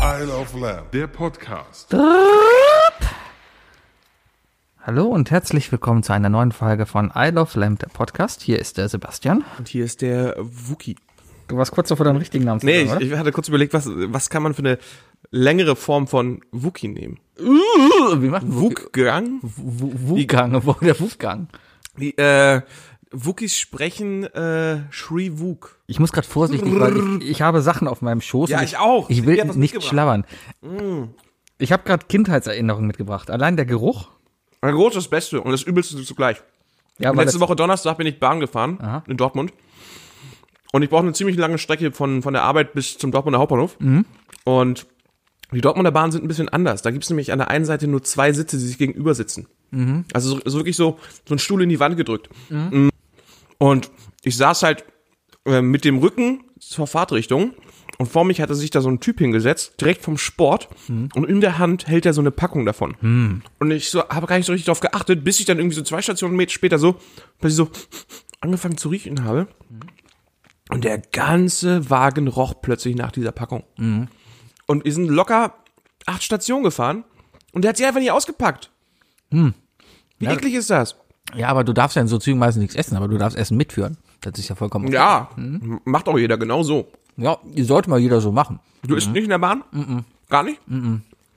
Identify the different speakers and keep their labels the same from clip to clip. Speaker 1: Isle of Lamb, der Podcast.
Speaker 2: Hallo und herzlich willkommen zu einer neuen Folge von I Love Lamp, der Podcast. Hier ist der Sebastian.
Speaker 3: Und hier ist der Wookie.
Speaker 2: Du warst kurz davor, deinen richtigen Namen zu
Speaker 3: Nee,
Speaker 2: sagen,
Speaker 3: ich, ich hatte kurz überlegt, was, was kann man für eine längere Form von Wookie nehmen?
Speaker 2: oder? Wir machen
Speaker 3: Wukgang?
Speaker 2: Wugang, wo der Wugang.
Speaker 3: Die, äh, Wookies sprechen äh, Shri Wook.
Speaker 2: Ich muss gerade vorsichtig, weil ich, ich habe Sachen auf meinem Schoß.
Speaker 3: Ja,
Speaker 2: und
Speaker 3: ich auch.
Speaker 2: Ich will
Speaker 3: Ich hab was
Speaker 2: nicht
Speaker 3: mitgebracht. Mm.
Speaker 2: schlabbern. Ich habe gerade Kindheitserinnerungen mitgebracht. Allein der Geruch.
Speaker 3: Ein großes Beste und das Übelste zugleich.
Speaker 2: Ja, aber
Speaker 3: Letzte Woche Donnerstag bin ich Bahn gefahren in Dortmund. Und ich brauche eine ziemlich lange Strecke von, von der Arbeit bis zum Dortmunder Hauptbahnhof. Und die Dortmunder Bahnen sind ein bisschen anders. Da gibt es nämlich an der einen Seite nur zwei Sitze, die sich gegenüber sitzen. Also so, so wirklich so, so ein Stuhl in die Wand gedrückt. Mhm. Und ich saß halt äh, mit dem Rücken zur Fahrtrichtung. Und vor mich hatte sich da so ein Typ hingesetzt, direkt vom Sport. Und in der Hand hält er so eine Packung davon. Und ich so, habe gar nicht so richtig drauf geachtet, bis ich dann irgendwie so zwei Stationen mit- später so, bis ich so angefangen zu riechen habe. Und der ganze Wagen roch plötzlich nach dieser Packung. Und wir sind locker acht Stationen gefahren. Und der hat sie einfach nicht ausgepackt. Wie eklig ist das?
Speaker 2: ja, aber du darfst ja in so Zügen meistens nichts essen, aber du darfst Essen mitführen. Das ist ja vollkommen okay.
Speaker 3: Ja, macht auch jeder genau so.
Speaker 2: Ja, sollte mal jeder so machen.
Speaker 3: Du isst nicht in der Bahn? Gar nicht?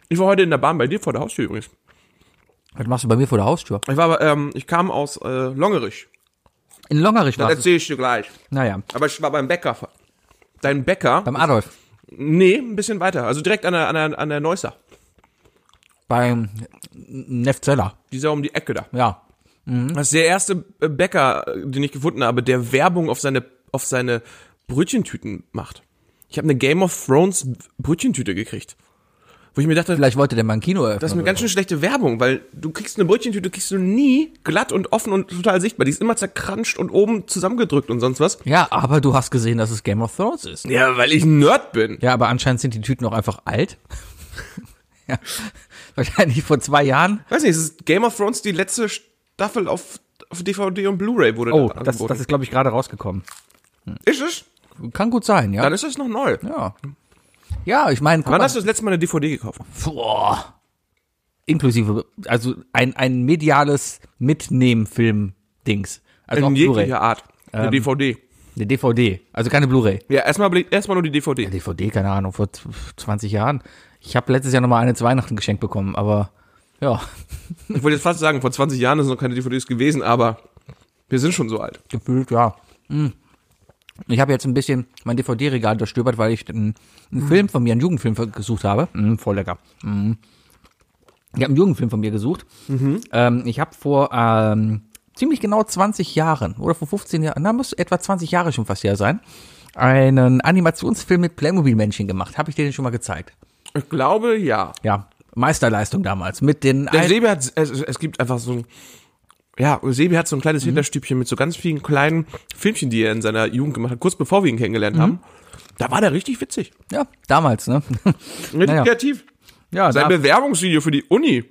Speaker 3: Ich war heute in der Bahn bei dir vor der Haustür übrigens.
Speaker 2: Was machst du bei mir vor der Haustür?
Speaker 3: Ich war, aber, ähm, ich kam aus äh, Longerich.
Speaker 2: In Longerich war
Speaker 3: Das
Speaker 2: es.
Speaker 3: erzähle ich dir gleich.
Speaker 2: Naja,
Speaker 3: Aber ich war beim Bäcker. Dein Bäcker?
Speaker 2: beim Adolf.
Speaker 3: Nee, ein bisschen weiter. Also direkt an der, an der, an der Neusser.
Speaker 2: Beim Nefzeller.
Speaker 3: Dieser um die Ecke da.
Speaker 2: Ja.
Speaker 3: Das ist der erste äh, Bäcker, äh, den ich gefunden habe, der Werbung auf seine, auf seine Brötchentüten macht. Ich habe eine Game of Thrones Brötchentüte gekriegt. Wo ich mir dachte,
Speaker 2: Vielleicht wollte der mal ein Kino eröffnen.
Speaker 3: das ist eine
Speaker 2: oder
Speaker 3: ganz schön schlechte Werbung, weil du kriegst eine Brötchentüte, kriegst du nie glatt und offen und total sichtbar. Die ist immer zerkranscht und oben zusammengedrückt und sonst was.
Speaker 2: so. ja, aber du hast gesehen, dass es Game of Thrones ist.
Speaker 3: Ja, weil ich ein Nerd bin.
Speaker 2: Ja, aber anscheinend sind die Tüten auch einfach alt. ja. Wahrscheinlich vor zwei Jahren.
Speaker 3: Weiß nicht, es ist Game of Thrones die letzte Staffel auf, auf DVD und Blu-ray wurde
Speaker 2: Oh,
Speaker 3: da
Speaker 2: das,
Speaker 3: angeboten.
Speaker 2: das ist, glaube ich, gerade rausgekommen.
Speaker 3: ist es?
Speaker 2: Kann gut sein, ja.
Speaker 3: Dann ist es noch neu.
Speaker 2: Ja. Ja, ich meine, guck
Speaker 3: Wann
Speaker 2: mal.
Speaker 3: hast du das letzte Mal eine DVD gekauft?
Speaker 2: Boah. Inklusive, also ein, ein mediales Mitnehmen-Film-Dings. Also
Speaker 3: In
Speaker 2: auch Blu-ray. Ähm.
Speaker 3: jeglicher Art. Eine DVD.
Speaker 2: Eine DVD. Also keine Blu-ray.
Speaker 3: Ja, erstmal ble- erstmal nur die DVD.
Speaker 2: DVD, keine Ahnung, vor z- 20 Jahren. Ich habe letztes Jahr nochmal eine zu Weihnachten geschenkt bekommen, aber ja,
Speaker 3: Ich wollte jetzt fast sagen, vor 20 Jahren sind noch keine DVDs gewesen, aber wir sind schon so alt.
Speaker 2: gefühlt, ja. Hm. Ich habe jetzt ein bisschen mein DVD-Regal durchstöbert, weil ich einen, einen Film von mir, einen Jugendfilm ver- gesucht habe. Hm, voll lecker. Hm. Ich habe einen Jugendfilm von mir gesucht. Ähm, ich habe vor ähm, ziemlich genau 20 Jahren oder vor 15 Jahren, na, muss etwa 20 Jahre schon fast her sein, einen Animationsfilm mit Playmobil-Männchen gemacht. Habe ich dir den schon mal gezeigt?
Speaker 3: Ich glaube, ja.
Speaker 2: Ja, Meisterleistung damals mit den
Speaker 3: Der
Speaker 2: ein-
Speaker 3: Sebi hat, es, es gibt einfach so ein, ja, Sebi hat so ein
Speaker 2: Mhm.
Speaker 3: kleines Hinterstübchen mit so ganz vielen kleinen Filmchen, die er in seiner Jugend gemacht hat, kurz bevor wir ihn kennengelernt
Speaker 2: Mhm.
Speaker 3: haben. Da war der richtig witzig.
Speaker 2: Ja, damals, ne?
Speaker 3: Richtig
Speaker 2: Naja.
Speaker 3: kreativ.
Speaker 2: Ja,
Speaker 3: Sein Bewerbungsvideo für die Uni.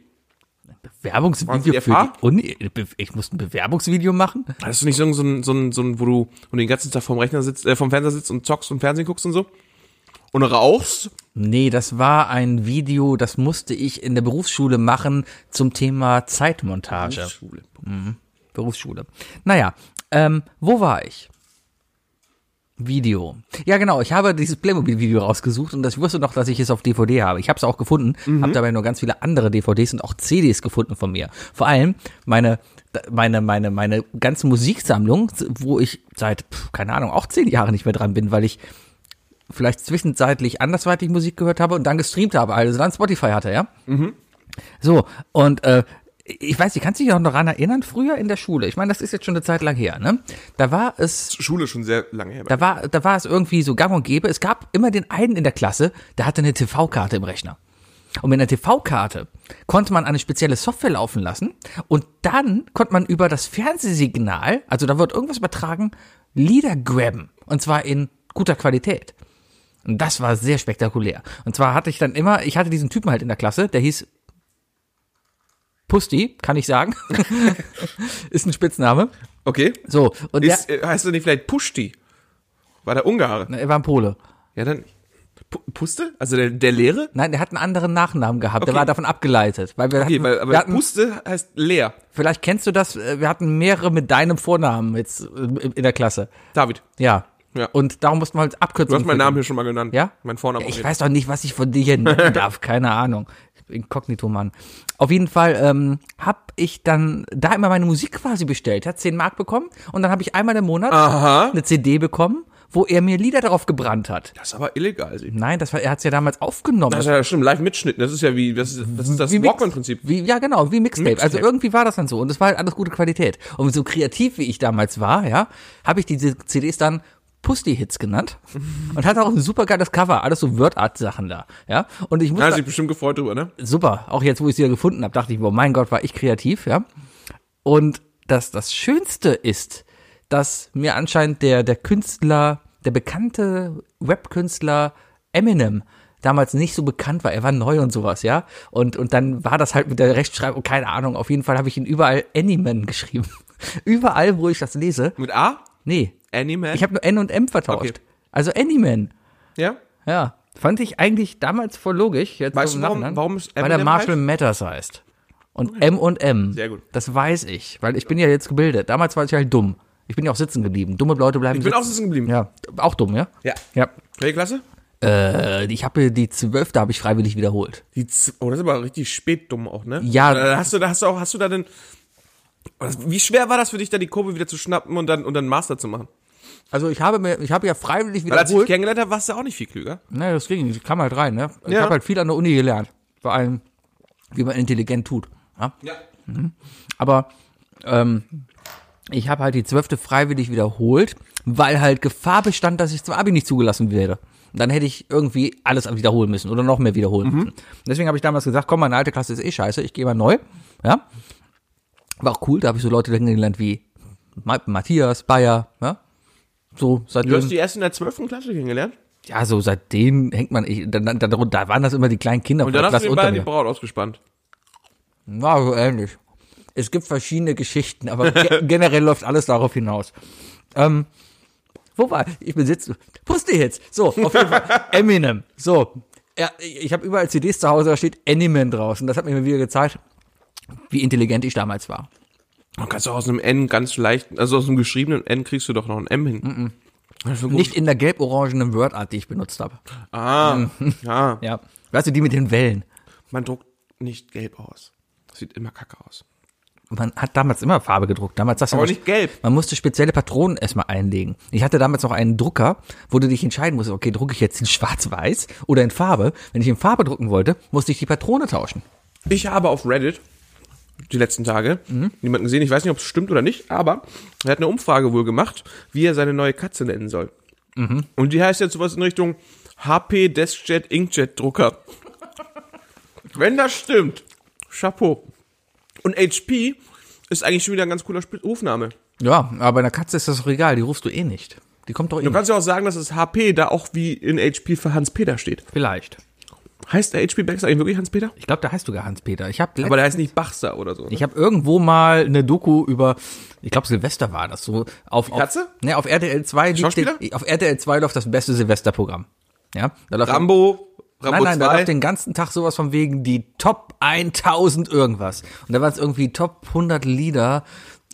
Speaker 2: Bewerbungsvideo
Speaker 3: Auf
Speaker 2: für
Speaker 3: IFA?
Speaker 2: die Uni. Be- Ich musste ein Bewerbungsvideo machen?
Speaker 3: Hast du nicht so ein, so ein, so ein, so ein wo du und den ganzen Tag vom Rechner sitzt, äh, vom Fernseher sitzt und zockst und Fernsehen guckst und so? Und rauchst?
Speaker 2: Nee, das war ein Video, das musste ich in der Berufsschule machen zum Thema Zeitmontage.
Speaker 3: Schule.
Speaker 2: Berufsschule. Naja, ähm, wo war ich? Video. Ja, genau. Ich habe dieses Playmobil-Video rausgesucht und ich wusste noch, dass ich es auf DVD habe. Ich habe es auch gefunden, habe dabei nur ganz viele andere DVDs und auch CDs gefunden von mir. Vor allem meine meine meine meine ganze Musiksammlung, wo ich seit pf, keine Ahnung auch zehn Jahre nicht mehr dran bin, weil ich vielleicht zwischenzeitlich andersweitig Musik gehört habe und dann gestreamt habe, also dann Spotify hatte, ja. So, und äh, ich weiß, ich kann dich auch noch daran erinnern, früher in der Schule, ich meine, das ist jetzt schon eine Zeit lang her, ne? Da war es,
Speaker 3: Schule schon sehr lange her.
Speaker 2: da war, da war es irgendwie so gang und gäbe, es gab immer den einen in der Klasse, der hatte eine TV-Karte im Rechner. Und mit einer TV-Karte konnte man eine spezielle Software laufen lassen und dann konnte man über das Fernsehsignal, also da wird irgendwas übertragen, Lieder grabben. Und zwar in guter Qualität. Und das war sehr spektakulär. Und zwar hatte ich dann immer, ich hatte diesen Typen halt in der Klasse, der hieß Pusti, kann ich sagen. Ist ein Spitzname.
Speaker 3: Okay.
Speaker 2: So, und
Speaker 3: Ist, äh, heißt er nicht vielleicht Pushti? War der Ungare?
Speaker 2: der, er war ein Pole.
Speaker 3: Ja, dann. Pu- Puste? Also der, der Leere?
Speaker 2: Nein, der hat einen anderen Nachnamen gehabt. Der
Speaker 3: Okay.
Speaker 2: war davon abgeleitet. Weil wir
Speaker 3: Okay,
Speaker 2: hatten,
Speaker 3: weil, aber
Speaker 2: wir hatten
Speaker 3: Puste heißt leer.
Speaker 2: vielleicht kennst du das, äh, wir hatten mehrere mit deinem Vornamen jetzt äh, in der Klasse.
Speaker 3: David,
Speaker 2: Ja.
Speaker 3: Ja.
Speaker 2: Und darum mussten wir halt
Speaker 3: du
Speaker 2: Abkürzungen.
Speaker 3: hast meinen
Speaker 2: finden.
Speaker 3: Namen hier schon mal genannt.
Speaker 2: Ja?
Speaker 3: Mein Vorname.
Speaker 2: Ja,
Speaker 3: auch
Speaker 2: ich
Speaker 3: jetzt.
Speaker 2: weiß doch nicht, was ich von dir hier nennen darf. Keine Ahnung. Ich bin Inkognito, Mann. Auf jeden Fall ähm, habe ich dann da immer meine Musik quasi bestellt. Hat 10 Mark bekommen und dann habe ich einmal im Monat eine CD bekommen, wo er mir Lieder darauf gebrannt hat.
Speaker 3: Das ist aber illegal. Sie.
Speaker 2: Nein, das war, er hat's ja damals aufgenommen.
Speaker 3: Das ist ja stimmt, Live-Mitschnitt. ne? Das ist ja wie, das ist das, ist das
Speaker 2: Mix-
Speaker 3: Walkman-Prinzip.
Speaker 2: Wie, ja, genau, wie Mixtape.
Speaker 3: Mixtape.
Speaker 2: Also irgendwie war das dann so. Und es war halt alles gute Qualität. Und so kreativ wie ich damals war, ja, habe ich diese CDs dann Pusti-Hits genannt. und hatte auch ein super geiles Cover. Alles so Wordart-Sachen da, ja. Und ich muss
Speaker 3: Da hat
Speaker 2: da-
Speaker 3: sich bestimmt gefreut drüber, ne?
Speaker 2: super. Auch jetzt, wo ich sie ja gefunden habe, dachte ich, oh mein Gott, war ich kreativ, ja. Und das, das Schönste ist, dass mir anscheinend der, der Künstler, der bekannte Webkünstler Eminem damals nicht so bekannt war. Er war neu und sowas, ja. Und, und dann war das halt mit der Rechtschreibung, keine Ahnung. Auf jeden Fall habe ich ihn überall Anyman geschrieben. überall, wo ich das lese.
Speaker 3: Mit A?
Speaker 2: Nee.
Speaker 3: Animal?
Speaker 2: Ich habe nur N und M vertauscht.
Speaker 3: Okay.
Speaker 2: Also Anyman.
Speaker 3: ja?
Speaker 2: Ja, fand ich eigentlich damals voll logisch. Jetzt
Speaker 3: Weißt
Speaker 2: so im
Speaker 3: du, warum-
Speaker 2: Nachhinein.
Speaker 3: warum es
Speaker 2: Weil
Speaker 3: Eminem
Speaker 2: der Marshall Matters heißt. Und M und M.
Speaker 3: Sehr gut.
Speaker 2: Das weiß ich, weil ich bin ja jetzt gebildet. Damals war ich halt dumm. Ich bin ja auch sitzen geblieben. Dumme Leute bleiben
Speaker 3: Ich bin auch
Speaker 2: sitzen.
Speaker 3: sitzen geblieben.
Speaker 2: ja, auch dumm, ja?
Speaker 3: Ja.
Speaker 2: Ja.
Speaker 3: Welche Klasse?
Speaker 2: Äh, ich habe die zwölfte habe ich freiwillig wiederholt.
Speaker 3: Die Z oh, das ist aber richtig spät dumm auch, ne?
Speaker 2: Ja.
Speaker 3: Da Hast du, da hast du auch, hast du da denn. Was- Wie schwer war das für dich, da die Kurve wieder zu schnappen und dann, und dann Master zu machen?
Speaker 2: Also ich habe mir, ich habe ja freiwillig
Speaker 3: Weil als ich dich
Speaker 2: wiederholt.
Speaker 3: kennengelernt habe, warst du auch nicht viel klüger.
Speaker 2: Ne, das ging, ich kam halt rein, ne? Ich
Speaker 3: Ja.
Speaker 2: habe halt viel an der Uni gelernt. Vor allem, wie man intelligent tut. Ja? Mhm.
Speaker 3: Ja.
Speaker 2: Aber ähm, ich habe halt die zwölfte freiwillig wiederholt, weil halt Gefahr bestand, dass ich zum Abi nicht zugelassen werde. Und Dann hätte ich irgendwie alles wiederholen müssen oder noch mehr wiederholen müssen. Und Deswegen habe ich damals gesagt, komm, meine alte Klasse ist eh scheiße, ich gehe mal neu. Ja, war auch cool, da habe ich so Leute kennengelernt wie Ma- Matthias, Bayer, ja. So,
Speaker 3: Du hast
Speaker 2: seitdem,
Speaker 3: die erst in der 12. Klasse kennengelernt.
Speaker 2: ja, so seitdem hängt man, ich, da, da, da, da waren das immer die kleinen Kinder
Speaker 3: Und
Speaker 2: der
Speaker 3: dann hast
Speaker 2: Klasse
Speaker 3: du den
Speaker 2: unter
Speaker 3: Ball in die
Speaker 2: mir.
Speaker 3: Braut ausgespannt.
Speaker 2: Na, so ähnlich. Es gibt verschiedene Geschichten, aber ge generell läuft alles darauf hinaus. Ähm, wo war ich? bin sitzt. Puste jetzt. So, auf jeden Fall. Eminem. So. Ja, ich habe überall CDs zu Hause, da steht Eminem draußen. Das hat mir wieder gezeigt, wie intelligent ich damals war.
Speaker 3: Man kannst du aus einem N ganz leicht, also aus einem geschriebenen N kriegst du doch noch ein M hin. Also gut.
Speaker 2: Nicht in der gelb-orangenen Wordart, die ich benutzt habe.
Speaker 3: Ah, ja.
Speaker 2: Mm. Ja. Weißt du, die mit den Wellen.
Speaker 3: Man druckt nicht gelb aus. Das sieht immer kacke aus.
Speaker 2: Man hat damals immer Farbe gedruckt. Damals das
Speaker 3: Aber nicht gelb.
Speaker 2: Man musste spezielle Patronen erstmal einlegen. Ich hatte damals noch einen Drucker, wo du dich entscheiden musst, okay, drucke ich jetzt in schwarz-weiß oder in Farbe. Wenn ich in Farbe drucken wollte, musste ich die Patrone tauschen.
Speaker 3: Ich habe auf Reddit die letzten Tage niemanden gesehen, ich weiß nicht, ob es stimmt oder nicht, aber er hat eine Umfrage wohl gemacht, wie er seine neue Katze nennen soll. Und die heißt jetzt sowas in Richtung HP Deskjet Inkjet Drucker. Wenn das stimmt, Chapeau. Und HP ist eigentlich schon wieder ein ganz cooler Sp Rufname.
Speaker 2: Ja, aber bei einer Katze ist das doch egal, die rufst du eh nicht. Die kommt doch eh
Speaker 3: Du kannst ja auch sagen, dass es HP da auch wie in HP für Hans-Peter steht.
Speaker 2: Vielleicht.
Speaker 3: Heißt der HP Baxter eigentlich wirklich Hans-Peter?
Speaker 2: Ich glaube, da heißt sogar Hans-Peter. Ich habe
Speaker 3: Aber der heißt nicht Bachster oder so. ne?
Speaker 2: Ich habe irgendwo mal eine Doku über, ich glaube Silvester war das so, auf
Speaker 3: Katze?
Speaker 2: Auf, ne, auf RTL 2 lief
Speaker 3: Schauspieler?
Speaker 2: den, auf RTL 2 läuft das beste Silvesterprogramm. Ja, da läuft
Speaker 3: Rambo, Rambo
Speaker 2: nein, nein, da
Speaker 3: 2.
Speaker 2: läuft den ganzen Tag sowas von wegen die Top 1000 irgendwas. Und da waren es irgendwie Top 100 Lieder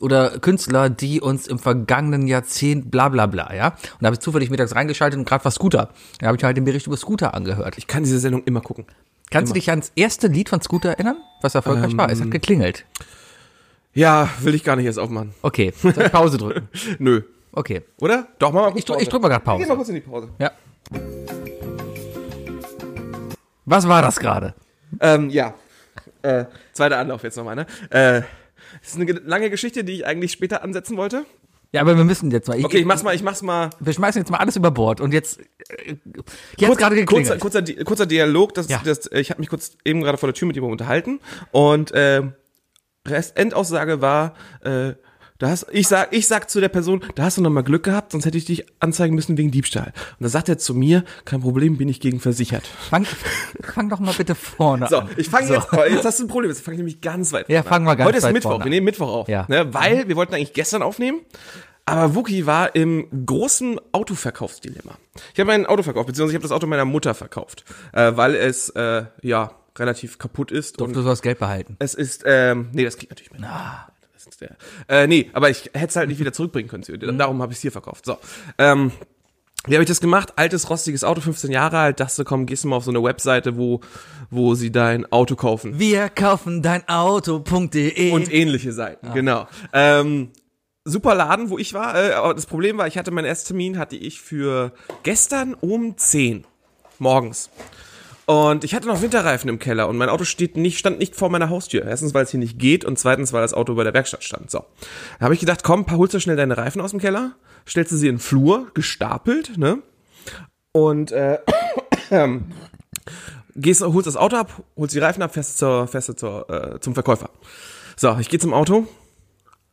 Speaker 2: oder Künstler, die uns im vergangenen Jahrzehnt bla bla bla, ja. Und da habe ich zufällig mittags reingeschaltet und gerade war Scooter. Da habe ich mir halt den Bericht über Scooter angehört.
Speaker 3: Ich kann diese Sendung immer gucken.
Speaker 2: Kannst du dich ans erste Lied von Scooter erinnern, was erfolgreich war? Es hat geklingelt.
Speaker 3: Ja, will ich gar nicht erst aufmachen.
Speaker 2: Okay, soll ich Pause drücken?
Speaker 3: Nö.
Speaker 2: Okay.
Speaker 3: Oder? Doch, mach mal kurz
Speaker 2: Ich drück- ich drück mal grad Pause.
Speaker 3: Geh mal kurz in die Pause.
Speaker 2: Ja. Was war das gerade?
Speaker 3: Ähm, ja. Äh, zweiter Anlauf jetzt nochmal, ne? Äh, das ist eine ge- lange Geschichte, die ich eigentlich später ansetzen wollte.
Speaker 2: Ja, aber wir müssen jetzt mal.
Speaker 3: Okay, ich mach's mal, ich mach's mal.
Speaker 2: Wir schmeißen jetzt mal alles über Bord und jetzt. äh, Jetzt gerade geklingelt.
Speaker 3: kurzer, kurzer, Di- kurzer Dialog. Das,
Speaker 2: Ja.
Speaker 3: das, ich habe mich kurz eben gerade vor der Tür mit jemandem unterhalten und ähm, Rest, Endaussage war, äh, da hast, ich sag, ich sag zu der Person, da hast du nochmal Glück gehabt, sonst hätte ich dich anzeigen müssen wegen Diebstahl. Und dann sagt er zu mir, kein Problem, bin ich gegen versichert.
Speaker 2: fang, fang doch mal bitte vorne
Speaker 3: So,
Speaker 2: an.
Speaker 3: ich fange jetzt, oh, jetzt hast du ein Problem, jetzt fange ich nämlich ganz weit
Speaker 2: Ja,
Speaker 3: vorne
Speaker 2: fangen wir
Speaker 3: an.
Speaker 2: ganz
Speaker 3: Heute ist
Speaker 2: weit
Speaker 3: Mittwoch,
Speaker 2: vorne
Speaker 3: wir
Speaker 2: an.
Speaker 3: nehmen Mittwoch auf,
Speaker 2: Ja.
Speaker 3: ne, weil wir wollten eigentlich gestern aufnehmen, aber Wookie war im großen Autoverkaufsdilemma. Ich habe mein Auto verkauft, beziehungsweise ich habe das Auto meiner Mutter verkauft, äh, weil es, äh, ja, relativ kaputt ist
Speaker 2: Ob du sollst Geld behalten.
Speaker 3: es ist, ähm, nee, das kriegt natürlich mit. Das ist der, äh, nee, aber ich hätte es halt nicht wieder zurückbringen können. zu ihr. Darum habe ich es hier verkauft. So. Ähm, wie habe ich das gemacht? Altes, rostiges Auto, 15 Jahre alt. Dachte, komm, gehst du mal auf so eine Webseite, wo, wo sie dein Auto kaufen.
Speaker 2: Wir kaufen dein Auto.de.
Speaker 3: Und ähnliche Seiten, genau. Ähm, super Laden, wo ich war. Äh, aber das Problem war, ich hatte meinen ersten Termin, hatte ich für gestern um 10 morgens. Und ich hatte noch Winterreifen im Keller und mein Auto steht nicht, stand nicht vor meiner Haustür. Erstens, weil es hier nicht geht und zweitens, weil das Auto bei der Werkstatt stand. So. Da habe ich gedacht, komm, pa- holst du schnell deine Reifen aus dem Keller, stellst du sie in den Flur, gestapelt, ne? Und äh, gehst, holst das Auto ab, holst die Reifen ab, fährst zur, fährst du zur, äh, zum Verkäufer. So, ich gehe zum Auto.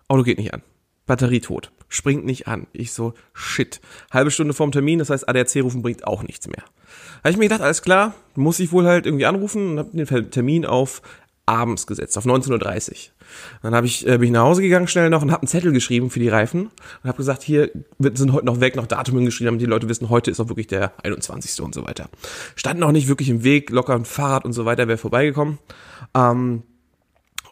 Speaker 3: Auto geht nicht an. Batterie tot. Springt nicht an. Ich so, shit. Halbe Stunde vorm Termin, das heißt, ADAC rufen bringt auch nichts mehr. Habe ich mir gedacht, alles klar, muss ich wohl halt irgendwie anrufen und habe den Termin auf abends gesetzt, auf 19.30 Uhr. Dann hab ich, äh, bin ich nach Hause gegangen schnell noch und habe einen Zettel geschrieben für die Reifen und habe gesagt, hier wird- sind heute noch weg, noch Datumen geschrieben, damit die Leute wissen, heute ist auch wirklich der 21. und so weiter. Stand noch nicht wirklich im Weg, locker ein Fahrrad und so weiter, wäre vorbeigekommen.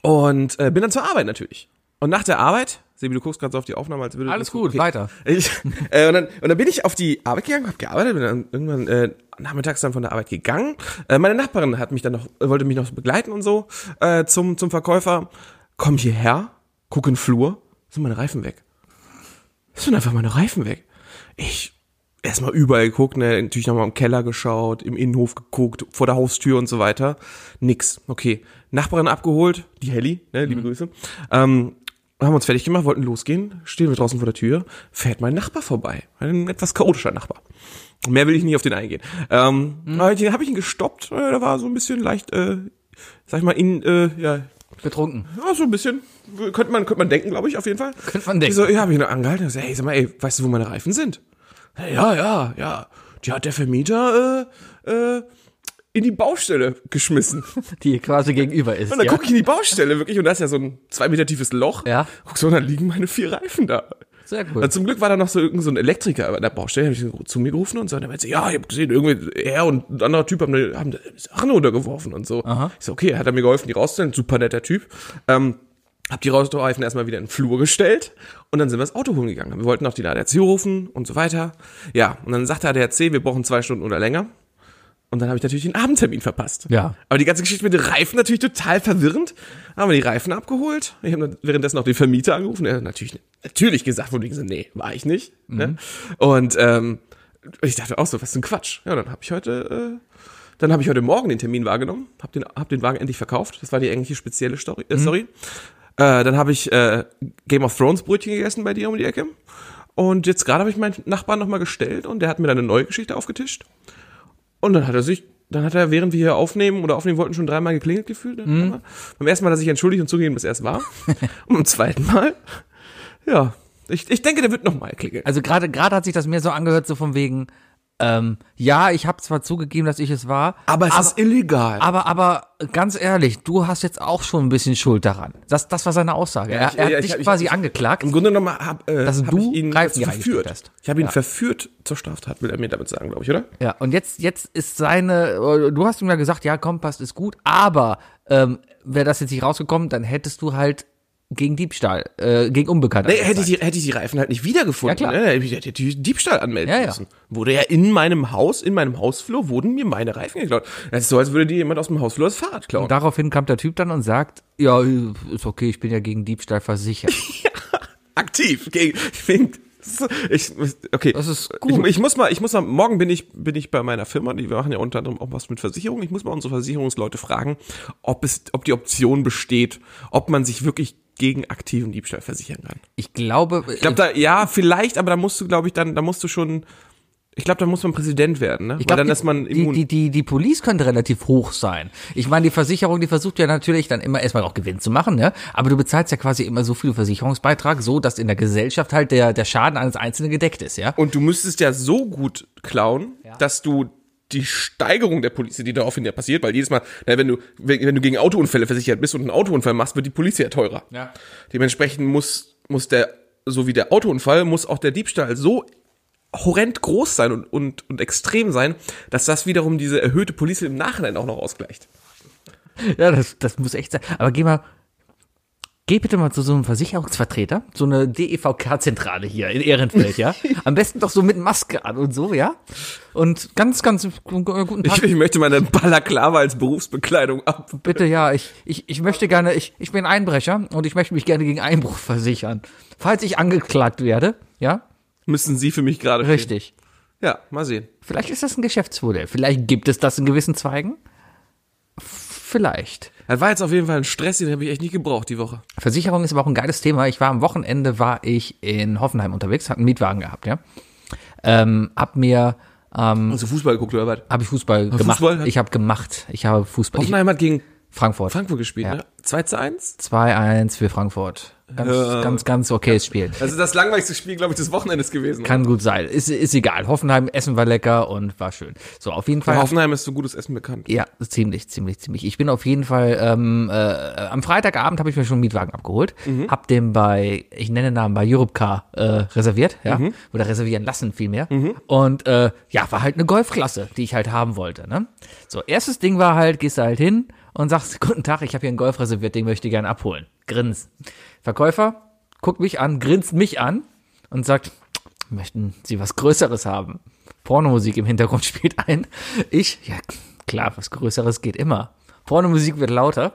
Speaker 3: Und äh, bin dann zur Arbeit natürlich. Und nach der Arbeit, Sebi, du guckst gerade so auf die Aufnahme, als würde
Speaker 2: Alles gut, weiter.
Speaker 3: Ich, äh, und, dann, und dann bin ich auf die Arbeit gegangen, habe gearbeitet, bin dann irgendwann äh, nachmittags dann von der Arbeit gegangen. Äh, meine Nachbarin hat mich dann noch, wollte mich noch begleiten und so äh, zum, zum Verkäufer. Komm hierher, guck in den Flur, sind meine Reifen weg. Es sind einfach meine Reifen weg. Ich erstmal überall geguckt, ne, natürlich nochmal im Keller geschaut, im Innenhof geguckt, vor der Haustür und so weiter. Nix. Okay. Nachbarin abgeholt, die Helly, ne, liebe Grüße. Ähm, haben uns fertig gemacht, wollten losgehen, stehen wir draußen vor der Tür, fährt mein Nachbar vorbei. Ein etwas chaotischer Nachbar. Mehr will ich nicht auf den eingehen. Ähm, Habe ich, hab ich ihn gestoppt, äh, da war so ein bisschen leicht, äh, sag ich mal, in, äh, ja,
Speaker 2: Betrunken.
Speaker 3: ja, so ein bisschen. Könnte man, könnte man denken, glaube ich, auf jeden Fall.
Speaker 2: Könnte man denken.
Speaker 3: Ich so, ja, habe ich noch angehalten. Ich so, hey, sag mal, ey, weißt du, wo meine Reifen sind? Ja, ja, ja. Die hat der Vermieter äh, äh, in die Baustelle geschmissen.
Speaker 2: Die quasi gegenüber ist.
Speaker 3: Und dann
Speaker 2: ja.
Speaker 3: guck ich in die Baustelle wirklich und da ist ja so ein zwei Meter tiefes Loch.
Speaker 2: Ja.
Speaker 3: Guck so, und dann liegen meine vier Reifen da.
Speaker 2: Sehr gut.
Speaker 3: Und zum Glück war da noch so irgendein so ein Elektriker an der Baustelle, hab ich ihn zu mir gerufen und so, und er meinte, ja, ich hab gesehen, irgendwie er und ein anderer Typ haben, da- haben da Sachen runtergeworfen und so. Ich so, okay, hat er mir geholfen, die rauszunehmen, super netter Typ. Ähm, hab die Reifen erstmal wieder in den Flur gestellt und dann sind wir das Auto holen gegangen. Wir wollten auch die ADAC rufen und so weiter. Ja, und dann sagte der ADAC, wir brauchen zwei Stunden oder länger. Und dann habe ich natürlich den Abendtermin verpasst.
Speaker 2: Ja.
Speaker 3: Aber die ganze Geschichte mit den Reifen natürlich total verwirrend. Haben wir die Reifen abgeholt. Ich habe währenddessen auch den Vermieter angerufen. Er hat natürlich, natürlich gesagt, von wegen so, nee, war ich nicht. Ne? Und ähm, ich dachte auch so, was für ein Quatsch. Ja, dann habe ich heute, äh, dann habe ich heute Morgen den Termin wahrgenommen, habe den, hab den Wagen endlich verkauft. Das war die eigentliche spezielle Story. Äh, Story. Äh, dann habe ich äh, Game of Thrones Brötchen gegessen bei dir um die Ecke. Und jetzt gerade habe ich meinen Nachbarn nochmal gestellt und der hat mir dann eine neue Geschichte aufgetischt. Und dann hat er sich, dann hat er, während wir hier aufnehmen oder aufnehmen wollten, schon dreimal geklingelt gefühlt. ne?
Speaker 2: Mhm.
Speaker 3: Aber Beim ersten Mal, dass ich entschuldigt und zugeben, dass er es war. und beim zweiten Mal, ja, ich, ich denke, der wird nochmal klingeln.
Speaker 2: Also gerade gerade hat sich das mir so angehört, so von wegen, ähm, ja, ich habe zwar zugegeben, dass ich es war,
Speaker 3: illegal.
Speaker 2: aber, aber ganz ehrlich, du hast jetzt auch schon ein bisschen Schuld daran. Das, das war seine Aussage. er,
Speaker 3: ich-
Speaker 2: er hat
Speaker 3: ja, ich
Speaker 2: dich
Speaker 3: hab- ich-
Speaker 2: quasi
Speaker 3: ich-
Speaker 2: angeklagt.
Speaker 3: Im Grunde genommen hab, äh,
Speaker 2: Dass
Speaker 3: hab
Speaker 2: du
Speaker 3: ich ihn
Speaker 2: Reifen hier
Speaker 3: verführt.
Speaker 2: eingestellt hast.
Speaker 3: Ich habe ihn
Speaker 2: Ja.
Speaker 3: verführt zur Straftat, will er mir damit sagen, glaube ich, oder?
Speaker 2: Ja, und jetzt, jetzt ist seine, äh, du hast ihm ja gesagt, ja, komm, passt, ist gut, aber ähm, wäre das jetzt nicht rausgekommen, dann hättest du halt gegen Diebstahl, äh, gegen Unbekannte.
Speaker 3: Nee, hätte ich, die, hätte ich die Reifen halt nicht wiedergefunden.
Speaker 2: Ja, klar.
Speaker 3: ne? Hätte ich hätte ich die Diebstahl anmelden
Speaker 2: Ja, ja.
Speaker 3: müssen. Wurde ja in meinem Haus, in meinem Hausflur, wurden mir meine Reifen geklaut. Das ist so, als würde dir jemand aus dem Hausflur das Fahrrad klauen.
Speaker 2: und daraufhin kam der Typ dann und sagt, ja, ist okay, ich bin ja gegen Diebstahl versichert.
Speaker 3: aktiv gegen, gegen ich, okay.
Speaker 2: Das ist gut.
Speaker 3: Ich, ich muss mal, ich muss mal, morgen bin ich, bin ich bei meiner Firma, die wir machen ja unter anderem auch was mit Versicherung. Ich muss mal unsere Versicherungsleute fragen, ob es, ob die Option besteht, ob man sich wirklich gegen aktiven Diebstahl versichern kann.
Speaker 2: Ich glaube, äh,
Speaker 3: Ich glaube, da, ja, vielleicht, aber da musst du, glaube ich, dann, da musst du schon, ich glaube, da muss man Präsident werden, ne?
Speaker 2: Ich glaub,
Speaker 3: Weil dann
Speaker 2: die,
Speaker 3: ist man
Speaker 2: die,
Speaker 3: immun.
Speaker 2: die, die, die Police könnte relativ hoch sein. Ich meine, die Versicherung, die versucht ja natürlich dann immer erstmal auch Gewinn zu machen, ne? Aber du bezahlst ja quasi immer so viel Versicherungsbeitrag, so dass in der Gesellschaft halt der, der Schaden eines Einzelnen gedeckt ist, ja?
Speaker 3: Und du müsstest ja so gut klauen, dass du die Steigerung der Polizei, die daraufhin ja passiert, weil jedes Mal, na, wenn du, wenn, wenn du gegen Autounfälle versichert bist und einen Autounfall machst, wird die Polizei ja teurer.
Speaker 2: Ja.
Speaker 3: Dementsprechend muss, muss der, so wie der Autounfall, muss auch der Diebstahl so horrend groß sein und, und, und extrem sein, dass das wiederum diese erhöhte Polizei im Nachhinein auch noch ausgleicht.
Speaker 2: Ja, das, das muss echt sein. Aber geh mal, geh bitte mal zu so einem Versicherungsvertreter, so eine DEVK-Zentrale hier in Ehrenfeld, ja? Am besten doch so mit Maske an und so, ja? Und ganz, ganz gu- gu- guten Tag.
Speaker 3: Ich, ich möchte meine Balaklava als Berufsbekleidung ab.
Speaker 2: Bitte, ja, ich, ich, ich möchte gerne, ich, ich bin Einbrecher und ich möchte mich gerne gegen Einbruch versichern. Falls ich angeklagt werde, ja,
Speaker 3: Müssen Sie für mich gerade stehen.
Speaker 2: richtig.
Speaker 3: Ja, mal sehen.
Speaker 2: Vielleicht ist das ein Geschäftsmodell. Vielleicht gibt es das in gewissen Zweigen. Vielleicht.
Speaker 3: Das war jetzt auf jeden Fall ein Stress, den habe ich echt nicht gebraucht die Woche.
Speaker 2: Versicherung ist aber auch ein geiles Thema. Ich war am Wochenende war ich in Hoffenheim unterwegs, hab einen Mietwagen gehabt, ja. Ähm, hab mir
Speaker 3: Hast du Fußball geguckt, Herbert?
Speaker 2: hab ich Fußball gemacht.
Speaker 3: Fußball?
Speaker 2: Ich habe gemacht. Ich habe Fußball. Ich,
Speaker 3: Hoffenheim hat gegen
Speaker 2: Frankfurt.
Speaker 3: Frankfurt gespielt,
Speaker 2: Ja.
Speaker 3: ne? 2 zu 1?
Speaker 2: 2-1 für Frankfurt. Ganz, ganz, ganz okayes Spiel.
Speaker 3: Das ist das langweiligste Spiel, glaube ich, des Wochenendes gewesen.
Speaker 2: Kann gut sein. Ist, ist egal. Hoffenheim, Essen war lecker und war schön. So, auf jeden Fall.
Speaker 3: Hoffenheim ist so gutes Essen bekannt.
Speaker 2: ja, ziemlich, ziemlich, ziemlich. Ich bin auf jeden Fall, ähm, äh, am Freitagabend habe ich mir schon einen Mietwagen abgeholt, hab den bei, ich nenne Namen, bei Europcar äh, reserviert, ja, oder reservieren lassen vielmehr. Und äh, ja, war halt eine Golfklasse, die ich halt haben wollte. Ne? So, erstes Ding war halt, gehst du halt hin und sagst, guten Tag, ich habe hier einen Golf reserviert, den möchte ich gerne abholen. Grins. Verkäufer guckt mich an, grinst mich an und sagt, möchten Sie was Größeres haben? Pornomusik im Hintergrund spielt ein. Ich, ja klar, was Größeres geht immer. Pornomusik wird lauter.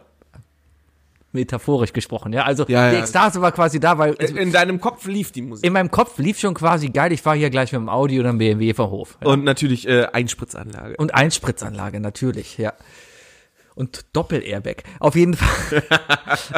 Speaker 2: Metaphorisch gesprochen, ja. Also
Speaker 3: Ja, Äh,
Speaker 2: die
Speaker 3: ja.
Speaker 2: Ekstase war quasi da, weil also,
Speaker 3: In deinem Kopf lief die Musik.
Speaker 2: in meinem Kopf lief schon quasi geil, ich fahre hier gleich mit dem Audi oder dem BMW vom Hof. Ja.
Speaker 3: Und natürlich äh, Einspritzanlage.
Speaker 2: Und Einspritzanlage, natürlich, ja. Und Doppel-Airbag. Auf jeden Fall,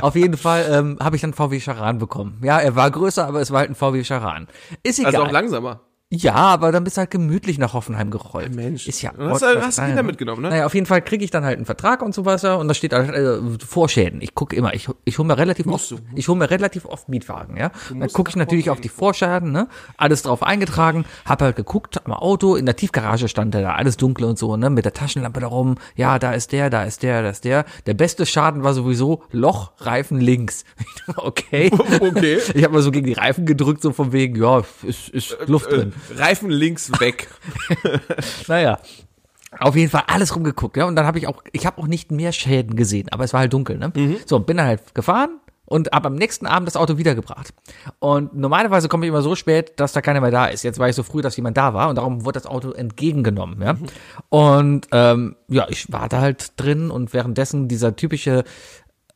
Speaker 2: auf jeden Fall ähm, habe ich dann VW Charan bekommen. Ja, er war größer, aber es war halt ein VW Charan. Ist egal.
Speaker 3: also auch langsamer.
Speaker 2: Ja, aber dann bist du halt gemütlich nach Hoffenheim gerollt.
Speaker 3: Mensch.
Speaker 2: Ist ja.
Speaker 3: Hast du-
Speaker 2: Gott,
Speaker 3: hast du
Speaker 2: was-
Speaker 3: Kinder mitgenommen, ne?
Speaker 2: Naja, auf jeden Fall kriege ich dann halt einen Vertrag und so weiter und da steht halt, äh, Vorschäden. Ich gucke immer, ich, ich hole mir relativ oft, ich hole mir relativ oft Mietwagen, ja. Dann gucke ich natürlich auf die Vorschäden, ne? Alles drauf eingetragen, hab halt geguckt am Auto, in der Tiefgarage stand der da, alles dunkel und so, ne? Mit der Taschenlampe da rum, ja, da ist der, da ist der, da ist der. Der beste Schaden war sowieso Loch, Reifen links. okay.
Speaker 3: Okay.
Speaker 2: Ich habe mal so gegen die Reifen gedrückt, so von wegen, ja, ist, ist Luft
Speaker 3: Äh,
Speaker 2: drin.
Speaker 3: Reifen links weg.
Speaker 2: Naja. Auf jeden Fall alles rumgeguckt, ja. Und dann habe ich auch, ich habe auch nicht mehr Schäden gesehen, aber es war halt dunkel, ne? So, bin dann halt gefahren und hab am nächsten Abend das Auto wiedergebracht. Und normalerweise komme ich immer so spät, dass da keiner mehr da ist. Jetzt war ich so früh, dass jemand da war und darum wurde das Auto entgegengenommen, ja. Und ähm, ja, ich war da halt drin und währenddessen dieser typische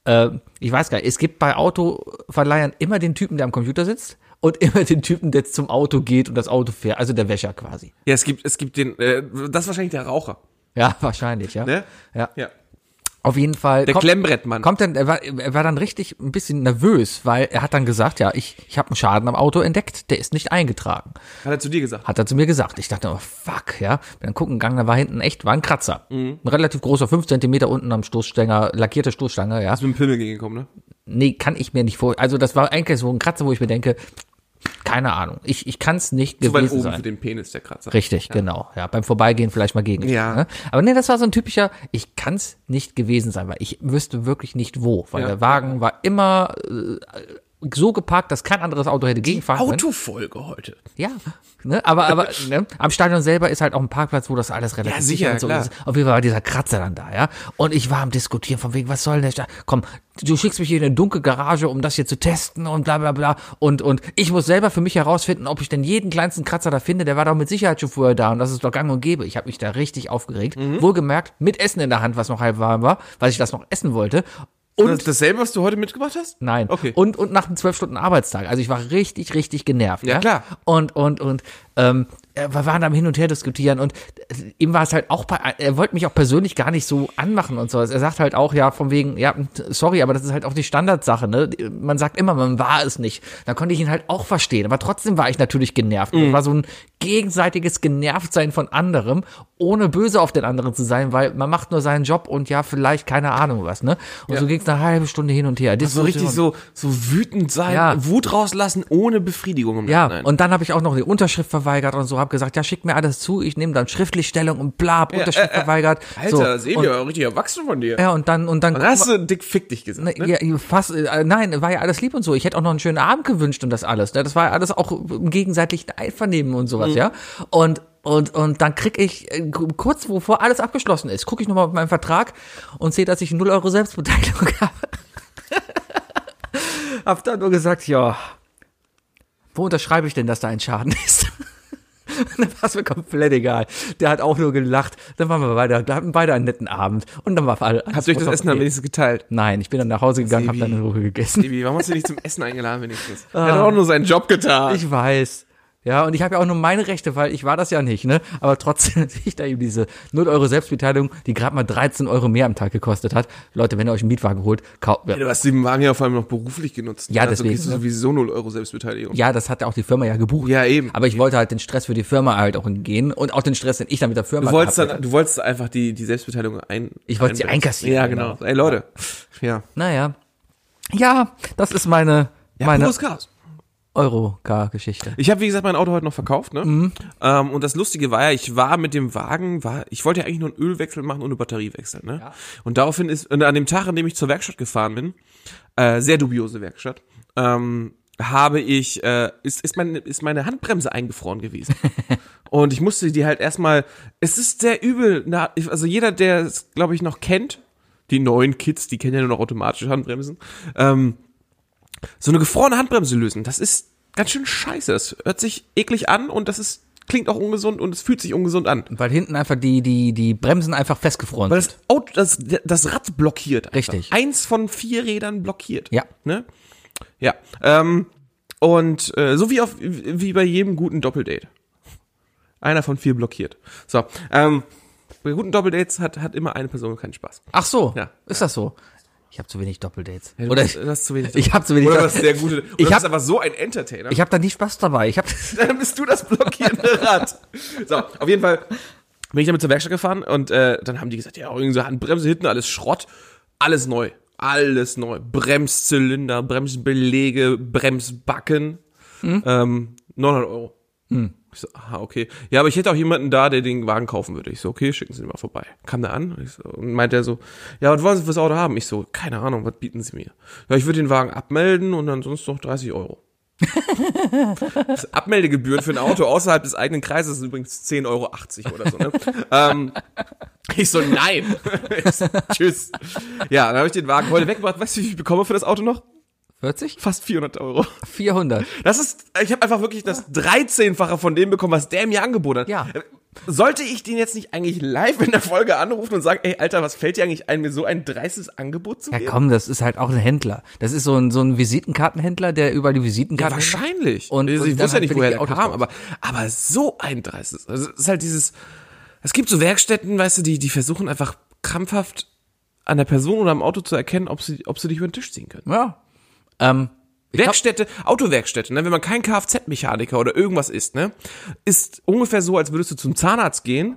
Speaker 2: äh, ich weiß gar nicht, es gibt bei Autoverleihern immer den Typen, der am Computer sitzt und immer den Typen, der zum Auto geht und das Auto fährt, also der Wäscher quasi.
Speaker 3: ja, es gibt, es gibt den, äh, das ist wahrscheinlich der Raucher,
Speaker 2: Ja, wahrscheinlich, ja.
Speaker 3: ne?
Speaker 2: Ja.
Speaker 3: Ja.
Speaker 2: Auf jeden Fall.
Speaker 3: Der
Speaker 2: kommt-
Speaker 3: Klemmbrettmann.
Speaker 2: Kommt dann, er war, er war dann richtig ein bisschen nervös, weil er hat dann gesagt, ja, ich, ich habe einen Schaden am Auto entdeckt, der ist nicht eingetragen.
Speaker 3: Hat er zu dir gesagt.
Speaker 2: Hat er zu mir gesagt. Ich dachte, oh fuck, ja. Bin dann gucken gegangen, da war hinten echt, war ein Kratzer.
Speaker 3: Mhm.
Speaker 2: Ein relativ großer, fünf Zentimeter unten am Stoßstänger, lackierte Stoßstange, ja.
Speaker 3: Ist mit dem Pimmel gegengekommen, ne?
Speaker 2: Nee, kann ich mir nicht vor. Also das war eigentlich so ein Kratzer, wo ich mir denke, keine Ahnung, ich, ich kann es nicht
Speaker 3: Zu weit
Speaker 2: gewesen
Speaker 3: oben
Speaker 2: sein.
Speaker 3: für den Penis, der Kratzer.
Speaker 2: Richtig, genau. Ja, beim Vorbeigehen vielleicht mal gegen.
Speaker 3: Ja.
Speaker 2: Ne? Aber nee, das war so ein typischer, ich kann es nicht gewesen sein, weil ich wüsste wirklich nicht wo, weil
Speaker 3: Ja.
Speaker 2: der Wagen war immer äh, so geparkt, dass kein anderes Auto hätte gegenfahren können.
Speaker 3: Autofolge heute.
Speaker 2: Ja, ne? aber, aber ne? am Stadion selber ist halt auch ein Parkplatz, wo das alles relativ
Speaker 3: Ja, sicher,
Speaker 2: und so
Speaker 3: klar.
Speaker 2: ist. Auf jeden Fall war dieser Kratzer dann da, ja. Und ich war am Diskutieren von wegen, was soll denn der Sta Komm, du schickst mich hier in eine dunkle Garage, um das hier zu testen und bla bla bla. Und, und ich muss selber für mich herausfinden, ob ich denn jeden kleinsten Kratzer da finde. Der war doch mit Sicherheit schon vorher da und das ist doch gang und gäbe. Ich habe mich da richtig aufgeregt.
Speaker 3: Mhm.
Speaker 2: Wohlgemerkt, mit Essen in der Hand, was noch halb warm war, weil ich das noch essen wollte. Und
Speaker 3: Das, dasselbe, was du heute mitgebracht hast?
Speaker 2: Nein.
Speaker 3: Okay.
Speaker 2: Und, und nach einem zwölf Stunden Arbeitstag. Also ich war richtig, richtig genervt.
Speaker 3: Ja, klar.
Speaker 2: Und, und, und Ähm, äh, wir waren am Hin und Her diskutieren und äh, ihm war es halt auch, bei- er wollte mich auch persönlich gar nicht so anmachen und sowas. Er sagt halt auch, ja, von wegen, ja, hm, sorry, aber das ist halt auch die Standardsache, ne? Man sagt immer, man war es nicht. Da konnte ich ihn halt auch verstehen, aber trotzdem war ich natürlich genervt.
Speaker 3: Mhm.
Speaker 2: Das war so ein gegenseitiges Genervtsein von anderem, ohne böse auf den anderen zu sein, weil man macht nur seinen Job und ja, vielleicht keine Ahnung was, ne? Und so ging es eine halbe Stunde hin und her.
Speaker 3: So richtig
Speaker 2: Diskussion.
Speaker 3: so, so wütend sein,
Speaker 2: Ja.
Speaker 3: Wut rauslassen ohne Befriedigung im
Speaker 2: Ja,
Speaker 3: Nachhinein.
Speaker 2: und dann habe ich auch noch die Unterschrift verweigert und so, habe gesagt, ja, schick mir alles zu, ich nehme dann schriftlich Stellung und bla, hab Unterschrift verweigert.
Speaker 3: Alter,
Speaker 2: so.
Speaker 3: seht
Speaker 2: und,
Speaker 3: ihr, richtig erwachsen von dir.
Speaker 2: Ja, und dann, und dann,
Speaker 3: Dann hast du dick fick dich gesagt.
Speaker 2: ne, ja, fast, äh, nein, war ja alles lieb und so. Ich hätte auch noch einen schönen Abend gewünscht und das alles. Ne? Das war ja alles auch im gegenseitigem Einvernehmen und
Speaker 3: Mhm.
Speaker 2: sowas, ja. Und, und, und dann krieg ich, äh, kurz bevor alles abgeschlossen ist, gucke ich nochmal auf meinen Vertrag und sehe, dass ich 0 Euro Selbstbeteiligung habe. hab dann nur gesagt, ja, wo unterschreibe ich denn, dass da ein Schaden ist? dann war es mir komplett egal. Der hat auch nur gelacht. Dann waren wir beide, da hatten beide einen netten Abend. Und dann war alles.
Speaker 3: Habt ihr euch das Essen am
Speaker 2: okay.
Speaker 3: wenigstens geteilt?
Speaker 2: Nein, ich bin dann nach Hause gegangen, habe
Speaker 3: Sebi.
Speaker 2: dann in Ruhe gegessen.
Speaker 3: Baby, warum hast du dich zum Essen eingeladen wenigstens? Er hat auch nur seinen Job getan.
Speaker 2: Ah. Ich weiß. Ja, und ich habe ja auch nur meine Rechte, weil ich war das ja nicht, ne? Aber trotzdem sehe ich da eben diese 0 Euro Selbstbeteiligung, die gerade mal 13 Euro mehr am Tag gekostet hat. Leute, wenn ihr euch einen Mietwagen holt, kauft.
Speaker 3: Ja, du hast den Wagen ja vor allem noch beruflich genutzt.
Speaker 2: Ja,
Speaker 3: also
Speaker 2: deswegen,
Speaker 3: kriegst du
Speaker 2: ne?
Speaker 3: sowieso 0 Euro Selbstbeteiligung.
Speaker 2: Ja, das hat ja auch die Firma ja gebucht.
Speaker 3: Ja, eben.
Speaker 2: Aber ich wollte halt den Stress für die Firma halt auch entgehen und auch den Stress, den ich dann mit der Firma
Speaker 3: Du wolltest,
Speaker 2: gehabt
Speaker 3: dann, du wolltest einfach die, die Selbstbeteiligung ein.
Speaker 2: Ich wollte sie
Speaker 3: einbremsen.
Speaker 2: einkassieren,
Speaker 3: Ja, genau. Ey, Leute. Ja.
Speaker 2: hätte. Naja. Ja, das ist meine, meine
Speaker 3: pures Chaos.
Speaker 2: Euro-Car-Geschichte.
Speaker 3: Ich habe, wie gesagt, mein Auto heute noch verkauft, ne? Ähm, und das Lustige war ja, ich war mit dem Wagen, war, ich wollte ja eigentlich nur einen Ölwechsel machen und eine Batterie wechseln, ne? Und daraufhin ist, und an dem Tag, an dem ich zur Werkstatt gefahren bin, äh, sehr dubiose Werkstatt, ähm, habe ich, äh, ist, ist, meine, ist meine Handbremse eingefroren gewesen. und ich musste die halt erstmal, es ist sehr übel, na, ich- also jeder, der es, glaube ich, noch kennt, die neuen Kids, die kennen ja nur noch automatische Handbremsen, ähm, so eine gefrorene Handbremse lösen, das ist ganz schön scheiße. Das hört sich eklig an und das ist, klingt auch ungesund und es fühlt sich ungesund an.
Speaker 2: Weil hinten einfach die, die, die Bremsen einfach festgefroren
Speaker 3: Weil
Speaker 2: sind.
Speaker 3: das Auto, das, das Rad blockiert. Einfach.
Speaker 2: Richtig.
Speaker 3: Eins von vier Rädern blockiert.
Speaker 2: Ja.
Speaker 3: Ne? Ja. Ähm, und äh, so wie, auf, wie bei jedem guten Doppeldate. Einer von vier blockiert. So. Ähm, bei guten Doppeldates hat, hat immer eine Person keinen Spaß.
Speaker 2: Ach so,
Speaker 3: Ja.
Speaker 2: ist das so? Ich habe zu wenig Doppeldates.
Speaker 3: Ja, du
Speaker 2: Oder
Speaker 3: bist- du hast zu wenig
Speaker 2: ich habe zu wenig
Speaker 3: Oder was sehr gute. Oder
Speaker 2: Ich
Speaker 3: du
Speaker 2: hab-
Speaker 3: bist aber so ein Entertainer.
Speaker 2: Ich habe da nicht Spaß dabei. Ich habe
Speaker 3: dann bist du das blockierende Rad. So, auf jeden Fall bin ich damit zur Werkstatt gefahren und äh, dann haben die gesagt, ja, irgendwie so Handbremse hinten, alles Schrott, alles neu, alles neu. Bremszylinder, Bremsbelege, Bremsbacken, ähm, 900 Euro. Ich so, aha, okay. Ja, aber ich hätte auch jemanden da, der den Wagen kaufen würde. Ich so, okay, schicken Sie ihn mal vorbei. Kam der an und, ich so, und meinte er so, ja, was wollen Sie fürs Auto haben? Ich so, keine Ahnung, was bieten Sie mir? Ja, ich würde den Wagen abmelden und dann sonst noch 30 Euro. Abmeldegebühren für ein Auto außerhalb des eigenen Kreises sind übrigens 10,80 Euro oder so. Ne? ähm, ich so, nein. Ich so, Tschüss. Ja, dann habe ich den Wagen heute weggebracht. Weißt du, wie viel ich bekomme für das Auto noch?
Speaker 2: 40,
Speaker 3: Fast 400 Euro.
Speaker 2: 400.
Speaker 3: Das ist, ich habe einfach wirklich das 13-fache von dem bekommen, was der mir angeboten hat.
Speaker 2: Ja.
Speaker 3: Sollte ich den jetzt nicht eigentlich live in der Folge anrufen und sagen, ey, Alter, was fällt dir eigentlich ein, mir so ein dreistes Angebot zu
Speaker 2: Ja
Speaker 3: geben?
Speaker 2: komm, das ist halt auch ein Händler. Das ist so ein, so ein Visitenkartenhändler, der über die
Speaker 3: Ja,
Speaker 2: Visitenkarten.
Speaker 3: wahrscheinlich.
Speaker 2: Und-
Speaker 3: ich
Speaker 2: und dann
Speaker 3: wusste ja
Speaker 2: halt
Speaker 3: nicht,
Speaker 2: billig
Speaker 3: woher
Speaker 2: die
Speaker 3: der
Speaker 2: Autos
Speaker 3: kam,
Speaker 2: raus.
Speaker 3: aber, aber so ein dreistes. Also es ist halt dieses, es gibt so Werkstätten, weißt du, die, die versuchen einfach krampfhaft an der Person oder am Auto zu erkennen, ob sie, ob sie dich über den Tisch ziehen können.
Speaker 2: ja. Ähm, ich glaub,
Speaker 3: Werkstätte, Autowerkstätte, ne, wenn man kein Kfz-Mechaniker oder irgendwas ist, ne, ist ungefähr so, als würdest du zum Zahnarzt gehen,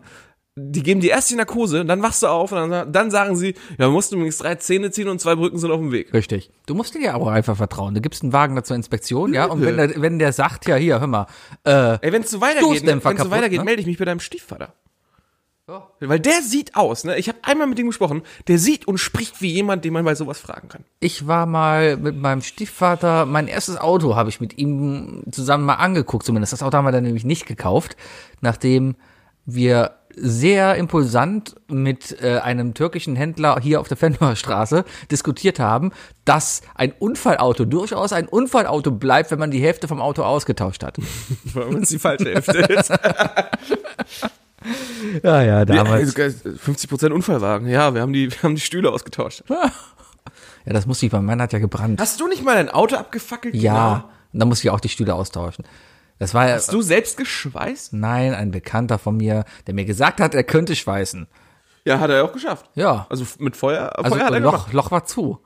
Speaker 3: die geben dir erst die Narkose, dann wachst du auf und dann, dann sagen sie, ja, wir mussten übrigens drei Zähne ziehen und zwei Brücken sind auf dem Weg.
Speaker 2: Richtig. Du musst dir ja auch einfach vertrauen. Du gibst einen Wagen da zur Inspektion, ja. Und wenn der, wenn der sagt, ja, hier, hör mal, äh,
Speaker 3: Ey, wenn es so weitergeht, wenn
Speaker 2: Stoßdämpfer
Speaker 3: so
Speaker 2: kaputt,
Speaker 3: weitergeht,
Speaker 2: ne?
Speaker 3: melde ich mich bei deinem Stiefvater. Weil der sieht aus, ne? Ich habe einmal mit dem gesprochen, der sieht und spricht wie jemand, den man bei sowas fragen kann.
Speaker 2: Ich war mal mit meinem Stiefvater, mein erstes Auto habe ich mit ihm zusammen mal angeguckt, zumindest. Das Auto haben wir dann nämlich nicht gekauft, nachdem wir sehr impulsant mit äh, einem türkischen Händler hier auf der Fenloher Straße diskutiert haben, dass ein Unfallauto durchaus ein Unfallauto bleibt, wenn man die Hälfte vom Auto ausgetauscht hat.
Speaker 3: Weil uns die falsche Hälfte ist.
Speaker 2: Ja, ja,
Speaker 3: Also, 50% Unfallwagen, ja, wir haben die, wir haben die Stühle ausgetauscht.
Speaker 2: Ja, das muss ich, mein Mann hat ja gebrannt.
Speaker 3: Hast du nicht mal dein Auto abgefackelt? Genau.
Speaker 2: Ja, und dann muss ich auch die Stühle austauschen. Das war ja,
Speaker 3: Hast du selbst geschweißt?
Speaker 2: nein, ein Bekannter von mir, der mir gesagt hat, er könnte schweißen.
Speaker 3: Ja, hat er ja auch geschafft.
Speaker 2: Ja.
Speaker 3: Also f- mit Feuer, äh,
Speaker 2: Also
Speaker 3: Feuer hat er gemacht.
Speaker 2: Loch, Loch war zu.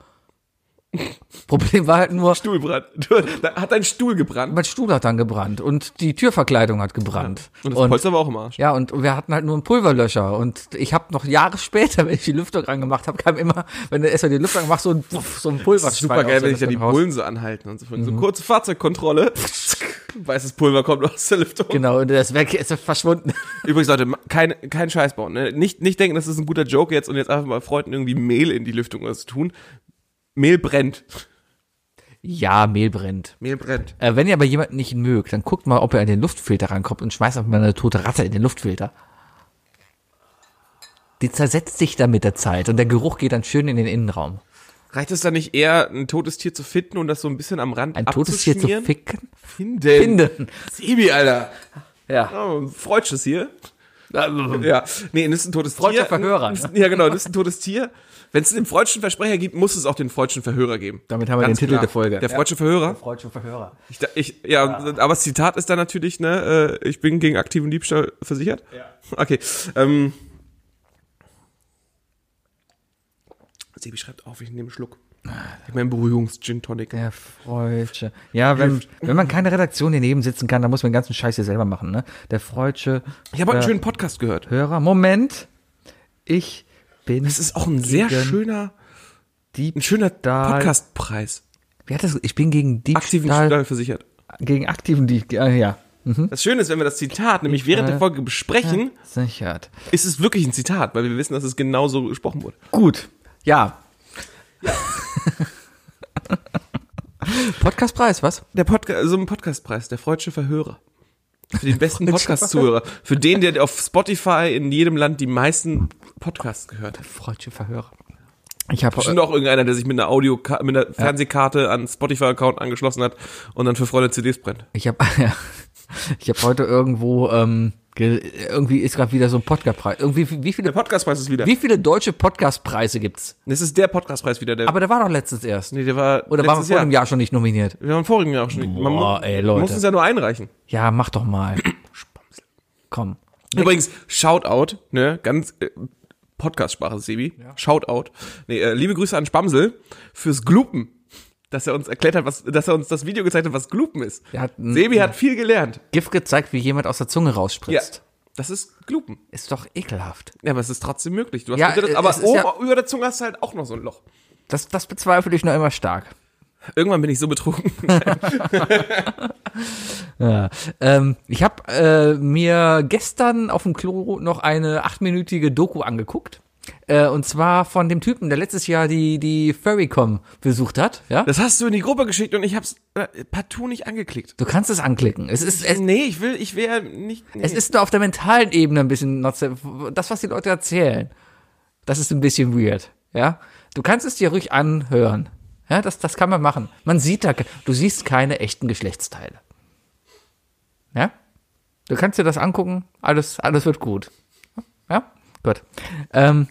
Speaker 2: Problem war halt nur,
Speaker 3: Stuhlbrand. Da hat ein Stuhl gebrannt.
Speaker 2: mein Stuhl hat dann gebrannt und die Türverkleidung hat gebrannt.
Speaker 3: Und das Polster war auch im Arsch.
Speaker 2: Ja, und wir hatten halt nur einen Pulverlöscher. Und ich habe noch Jahre später, wenn ich die Lüftung angemacht habe, kam immer, wenn du erstmal die Lüftung machst, so ein, puff, so ein Pulver.
Speaker 3: Super geil, wenn ich ja die Bullen so anhalten und so.
Speaker 2: Mhm.
Speaker 3: So kurze Fahrzeugkontrolle. Weißes Pulver kommt aus der Lüftung.
Speaker 2: Genau, und der ist weg, ist verschwunden.
Speaker 3: Übrigens, Leute, ma- kein, kein Scheiß bauen. Ne? Nicht, nicht denken, das ist ein guter Joke jetzt und jetzt einfach mal Freunden irgendwie Mehl in die Lüftung oder so tun. Mehl brennt.
Speaker 2: Ja, Mehl brennt.
Speaker 3: Mehl brennt.
Speaker 2: Äh, wenn ihr aber jemanden nicht mögt, dann guckt mal, ob er an den Luftfilter rankommt und schmeißt einfach mal eine tote Ratte in den Luftfilter. Die zersetzt sich dann mit der Zeit und der Geruch geht dann schön in den Innenraum.
Speaker 3: Reicht es da nicht eher, ein totes Tier zu finden und das so ein bisschen am Rand
Speaker 2: Ein totes Tier zu
Speaker 3: abzuschmieren?
Speaker 2: ficken?
Speaker 3: Finden.
Speaker 2: Finden.
Speaker 3: Sebi, Alter.
Speaker 2: Ja.
Speaker 3: Oh, Freutsch ist hier. Ja, nee, das ist ein totes
Speaker 2: Freudscher
Speaker 3: Tier.
Speaker 2: Verhörer, ne?
Speaker 3: Ja, genau, das ist ein totes Tier. Wenn es den freudschen Versprecher gibt, muss es auch den freudschen Verhörer geben.
Speaker 2: Damit haben wir den Titel der Folge.
Speaker 3: Der freudsche Verhörer.
Speaker 2: Freudsche Verhörer.
Speaker 3: Ich, da- ich, ja, aber das Zitat ist dann natürlich, ne, äh, ich bin gegen aktiven Diebstahl versichert. Ja. Okay. Ähm, Sebi schreibt auf, ich nehme einen Schluck. Ich mein Berührungs-Gin Tonic.
Speaker 2: Der Freudsche. Ja, wenn, wenn man keine Redaktion daneben sitzen kann, dann muss man den ganzen Scheiß hier selber machen, ne? Der Freudsche äh,
Speaker 3: Ich habe heute einen schönen Podcast gehört.
Speaker 2: Hörer. Moment. Ich bin.
Speaker 3: Das ist auch ein sehr
Speaker 2: gegen
Speaker 3: schöner,
Speaker 2: Dieb-
Speaker 3: ein schöner
Speaker 2: Da-
Speaker 3: Podcastpreis.
Speaker 2: Wie hat das? Ich bin gegen
Speaker 3: Aktiven
Speaker 2: Diebstahl.
Speaker 3: Diebstahl versichert.
Speaker 2: Gegen aktiven Diebstahl. äh, Ja.
Speaker 3: Das Schöne ist, wenn wir das Zitat nämlich während
Speaker 2: äh,
Speaker 3: der Folge besprechen,
Speaker 2: Sichert.
Speaker 3: ist es wirklich ein Zitat, weil wir wissen, dass es genauso gesprochen wurde.
Speaker 2: Gut. Ja. Podcastpreis, was?
Speaker 3: Der Podcast, so also ein Podcastpreis, der Freudsche Verhörer. Für den besten Podcast-Zuhörer. Für den, der auf Spotify in jedem Land die meisten Podcasts gehört. hat.
Speaker 2: Freudsche Verhörer. Ich habe
Speaker 3: Bestimmt auch irgendeiner, der sich mit einer Audio, mit einer Fernsehkarte an Spotify-Account angeschlossen hat und dann für Freunde CDs brennt.
Speaker 2: Ich habe ja, ich habe heute irgendwo ähm, ge, irgendwie ist gerade wieder so ein Podcastpreis. Irgendwie wie
Speaker 3: Der
Speaker 2: viele
Speaker 3: Podcastpreis ist wieder.
Speaker 2: wie viele deutsche Podcastpreise gibt's?
Speaker 3: Das ist der Podcastpreis wieder. Der,
Speaker 2: Aber der war doch letztens erst.
Speaker 3: nee, der war
Speaker 2: Oder war man
Speaker 3: letztes
Speaker 2: vor einem Jahr schon nicht nominiert?
Speaker 3: Wir waren im vorigen Jahr auch schon. Man
Speaker 2: Boah,
Speaker 3: mu-
Speaker 2: ey, Leute.
Speaker 3: muss es ja nur einreichen.
Speaker 2: Ja, mach doch mal. Komm.
Speaker 3: Übrigens, Shoutout, ne, ganz äh, Podcast-Sprache, Sebi. Shoutout. Nee, äh, liebe Grüße an Spamsel fürs Glupen. Dass er uns erklärt hat, was, dass er uns das Video gezeigt hat, was Glupen ist.
Speaker 2: Er hat ein-
Speaker 3: Sebi hat viel gelernt.
Speaker 2: Gift gezeigt, wie jemand aus der Zunge
Speaker 3: Ja.
Speaker 2: rausspritzt.
Speaker 3: Das ist Glupen.
Speaker 2: Ist doch ekelhaft.
Speaker 3: Ja, aber es ist trotzdem möglich. Du hast
Speaker 2: Ja,
Speaker 3: unter das,
Speaker 2: äh,
Speaker 3: aber
Speaker 2: es ist
Speaker 3: oben,
Speaker 2: ja-
Speaker 3: über der Zunge hast du halt auch noch so ein Loch.
Speaker 2: Das, das bezweifle ich noch immer stark.
Speaker 3: Irgendwann bin ich so betrunken.
Speaker 2: Ja. Ähm, ich habe äh, mir gestern auf dem Klo noch eine achtminütige Doku angeguckt. Äh, und zwar von dem Typen, der letztes Jahr die, die Furrycom besucht hat. Ja?
Speaker 3: das hast du in die Gruppe geschickt und ich hab's äh, partout nicht angeklickt.
Speaker 2: Du kannst es anklicken. Es ist, es,
Speaker 3: Nee, ich will, ich will ja nicht. Nee.
Speaker 2: es ist nur auf der mentalen Ebene ein bisschen, not so- das, was die Leute erzählen, das ist ein bisschen weird, ja. Du kannst es dir ruhig anhören, ja, das, das kann man machen. Man sieht da, ke- du siehst keine echten Geschlechtsteile, ja. Du kannst dir das angucken, alles, alles wird gut, ja, gut. Ähm,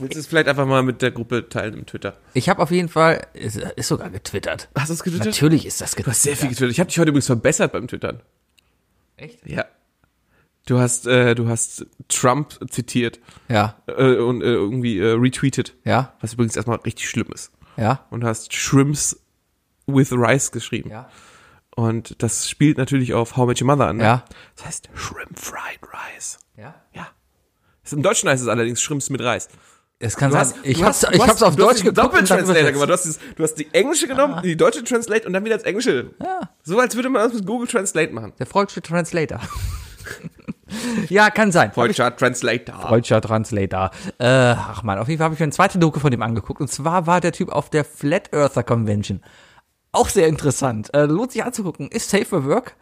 Speaker 3: Willst du es vielleicht einfach mal mit der Gruppe teilen im Twitter?
Speaker 2: ich habe auf jeden Fall, ist, ist sogar getwittert.
Speaker 3: Hast du es getwittert?
Speaker 2: Natürlich ist das
Speaker 3: Du hast sehr
Speaker 2: getwittert.
Speaker 3: viel getwittert. Ich habe dich heute übrigens verbessert beim Twittern.
Speaker 2: Echt?
Speaker 3: Ja. Du hast, äh, du hast Trump zitiert
Speaker 2: Ja,
Speaker 3: äh, und äh, irgendwie äh, retweetet.
Speaker 2: ja,
Speaker 3: Was übrigens erstmal richtig schlimm ist.
Speaker 2: ja,
Speaker 3: Und hast Shrimps with Rice geschrieben.
Speaker 2: ja.
Speaker 3: Und das spielt natürlich auf How Much Your Mother an. Ne?
Speaker 2: Ja.
Speaker 3: Das heißt Shrimp Fried Rice.
Speaker 2: Ja.
Speaker 3: Ja. Das- Im Deutschen heißt es allerdings Shrimps mit Reis.
Speaker 2: Es kann
Speaker 3: Du
Speaker 2: sein.
Speaker 3: hast-
Speaker 2: ich
Speaker 3: du
Speaker 2: hab's,
Speaker 3: hast-
Speaker 2: ich
Speaker 3: du
Speaker 2: hab's
Speaker 3: hast-
Speaker 2: auf
Speaker 3: du hast
Speaker 2: Deutsch geguckt.
Speaker 3: einen
Speaker 2: und dann
Speaker 3: Doppeltranslator
Speaker 2: übersetzt.
Speaker 3: gemacht. Du hast, dieses- du hast die englische genommen, die deutsche Translate und dann wieder ins Englische. Ja. So als würde man das mit Google Translate machen.
Speaker 2: Der freudsche Translator. ja, kann sein.
Speaker 3: Deutscher Translator.
Speaker 2: Freudscher Translator. Äh, ach man, auf jeden Fall habe ich mir eine zweite Doku von dem angeguckt. Und zwar war der Typ auf der Flat Earther Convention. Auch sehr interessant. Äh, lohnt sich anzugucken. Ist safe for work.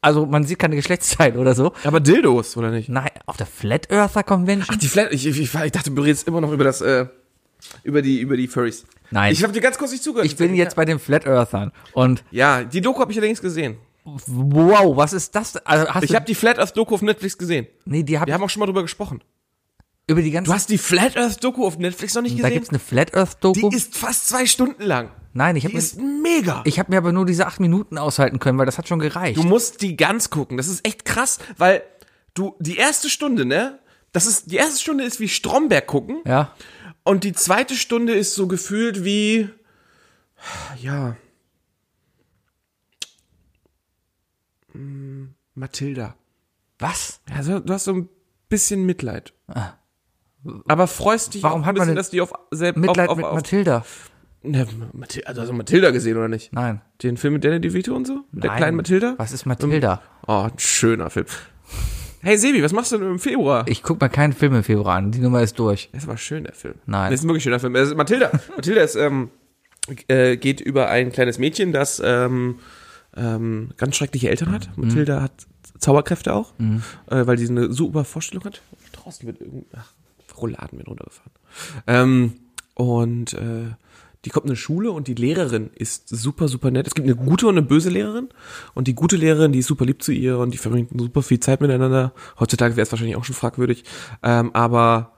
Speaker 2: Also man sieht keine Geschlechtsteile oder so.
Speaker 3: Aber Dildos, oder nicht?
Speaker 2: Nein, auf der Flat Earther Convention?
Speaker 3: Die Flat, ich, ich, ich dachte, du redest immer noch über das, äh, über die, über die Furries.
Speaker 2: Nein.
Speaker 3: Ich habe dir ganz kurz nicht zugehört.
Speaker 2: ich bin jetzt bei den Flat Earthern. Und
Speaker 3: Ja, die Doku habe ich allerdings gesehen.
Speaker 2: wow, was ist das? Also hast
Speaker 3: Ich
Speaker 2: du,
Speaker 3: habe die Flat Earth Doku auf Netflix gesehen.
Speaker 2: nee, die hab,
Speaker 3: Wir haben auch schon mal drüber gesprochen.
Speaker 2: über die ganze
Speaker 3: Du hast die Flat Earth Doku auf Netflix noch nicht
Speaker 2: Da
Speaker 3: gesehen?
Speaker 2: gibt's eine Flat Earth Doku.
Speaker 3: die ist fast zwei Stunden lang.
Speaker 2: Nein, ich
Speaker 3: Die
Speaker 2: habe
Speaker 3: ist mega.
Speaker 2: ich habe mir aber nur diese acht Minuten aushalten können, weil das hat schon gereicht.
Speaker 3: Du musst die ganz gucken. Das ist echt krass, weil du die erste Stunde, ne? Das ist die erste Stunde ist wie Stromberg gucken
Speaker 2: ja.
Speaker 3: und die zweite Stunde ist so gefühlt wie ja Hm, Matilda.
Speaker 2: Was?
Speaker 3: Also du hast so ein bisschen Mitleid. Aber freust dich
Speaker 2: Ah. Warum
Speaker 3: auch ein
Speaker 2: hat man
Speaker 3: bisschen,
Speaker 2: denn
Speaker 3: dass die auf selb-
Speaker 2: Mitleid
Speaker 3: auf,
Speaker 2: mit
Speaker 3: auf, auf
Speaker 2: Mathilda.
Speaker 3: ne, Mathilda, also hast du Matilda gesehen oder nicht?
Speaker 2: Nein.
Speaker 3: Den Film mit Danny DeVito und so? Der
Speaker 2: Nein.
Speaker 3: kleinen Matilda?
Speaker 2: Was ist Mathilda?
Speaker 3: Oh, ein schöner Film. Hey Sebi, was machst du denn im Februar?
Speaker 2: Ich guck mir keinen Film im Februar an. Die Nummer ist durch.
Speaker 3: Das war schön, der Film.
Speaker 2: Nein.
Speaker 3: Das ist ein wirklich schöner Film. Das ist Matilda. Matilda ist, ähm, äh, geht über ein kleines Mädchen, das ähm, ähm, ganz schreckliche Eltern hat. Matilda hat Zauberkräfte auch, äh, weil sie eine super Vorstellung hat. Draußen wird irgend- ach, Rolladen werden runtergefahren. Ähm, und äh, die kommt in eine Schule und die Lehrerin ist super, super nett. Es gibt eine gute und eine böse Lehrerin. Und die gute Lehrerin, die ist super lieb zu ihr und die verbringt super viel Zeit miteinander. Heutzutage wäre es wahrscheinlich auch schon fragwürdig. Ähm, aber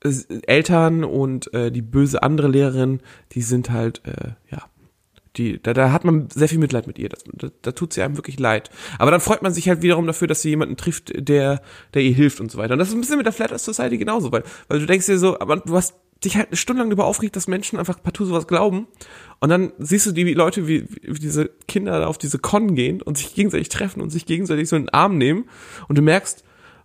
Speaker 3: es- Eltern und äh, die böse andere Lehrerin, die sind halt, äh, ja, die, da, da hat man sehr viel Mitleid mit ihr. Das, da, da tut sie einem wirklich leid. Aber dann freut man sich halt wiederum dafür, dass sie jemanden trifft, der, der ihr hilft und so weiter. Und das ist ein bisschen mit der Flat Earth Society genauso, weil, weil du denkst dir so, aber du hast dich halt eine Stunde lang darüber aufgeregt, dass Menschen einfach partout sowas glauben. Und dann siehst du die Leute, wie, wie diese Kinder da auf diese Con gehen und sich gegenseitig treffen und sich gegenseitig so in den Arm nehmen. Und du merkst,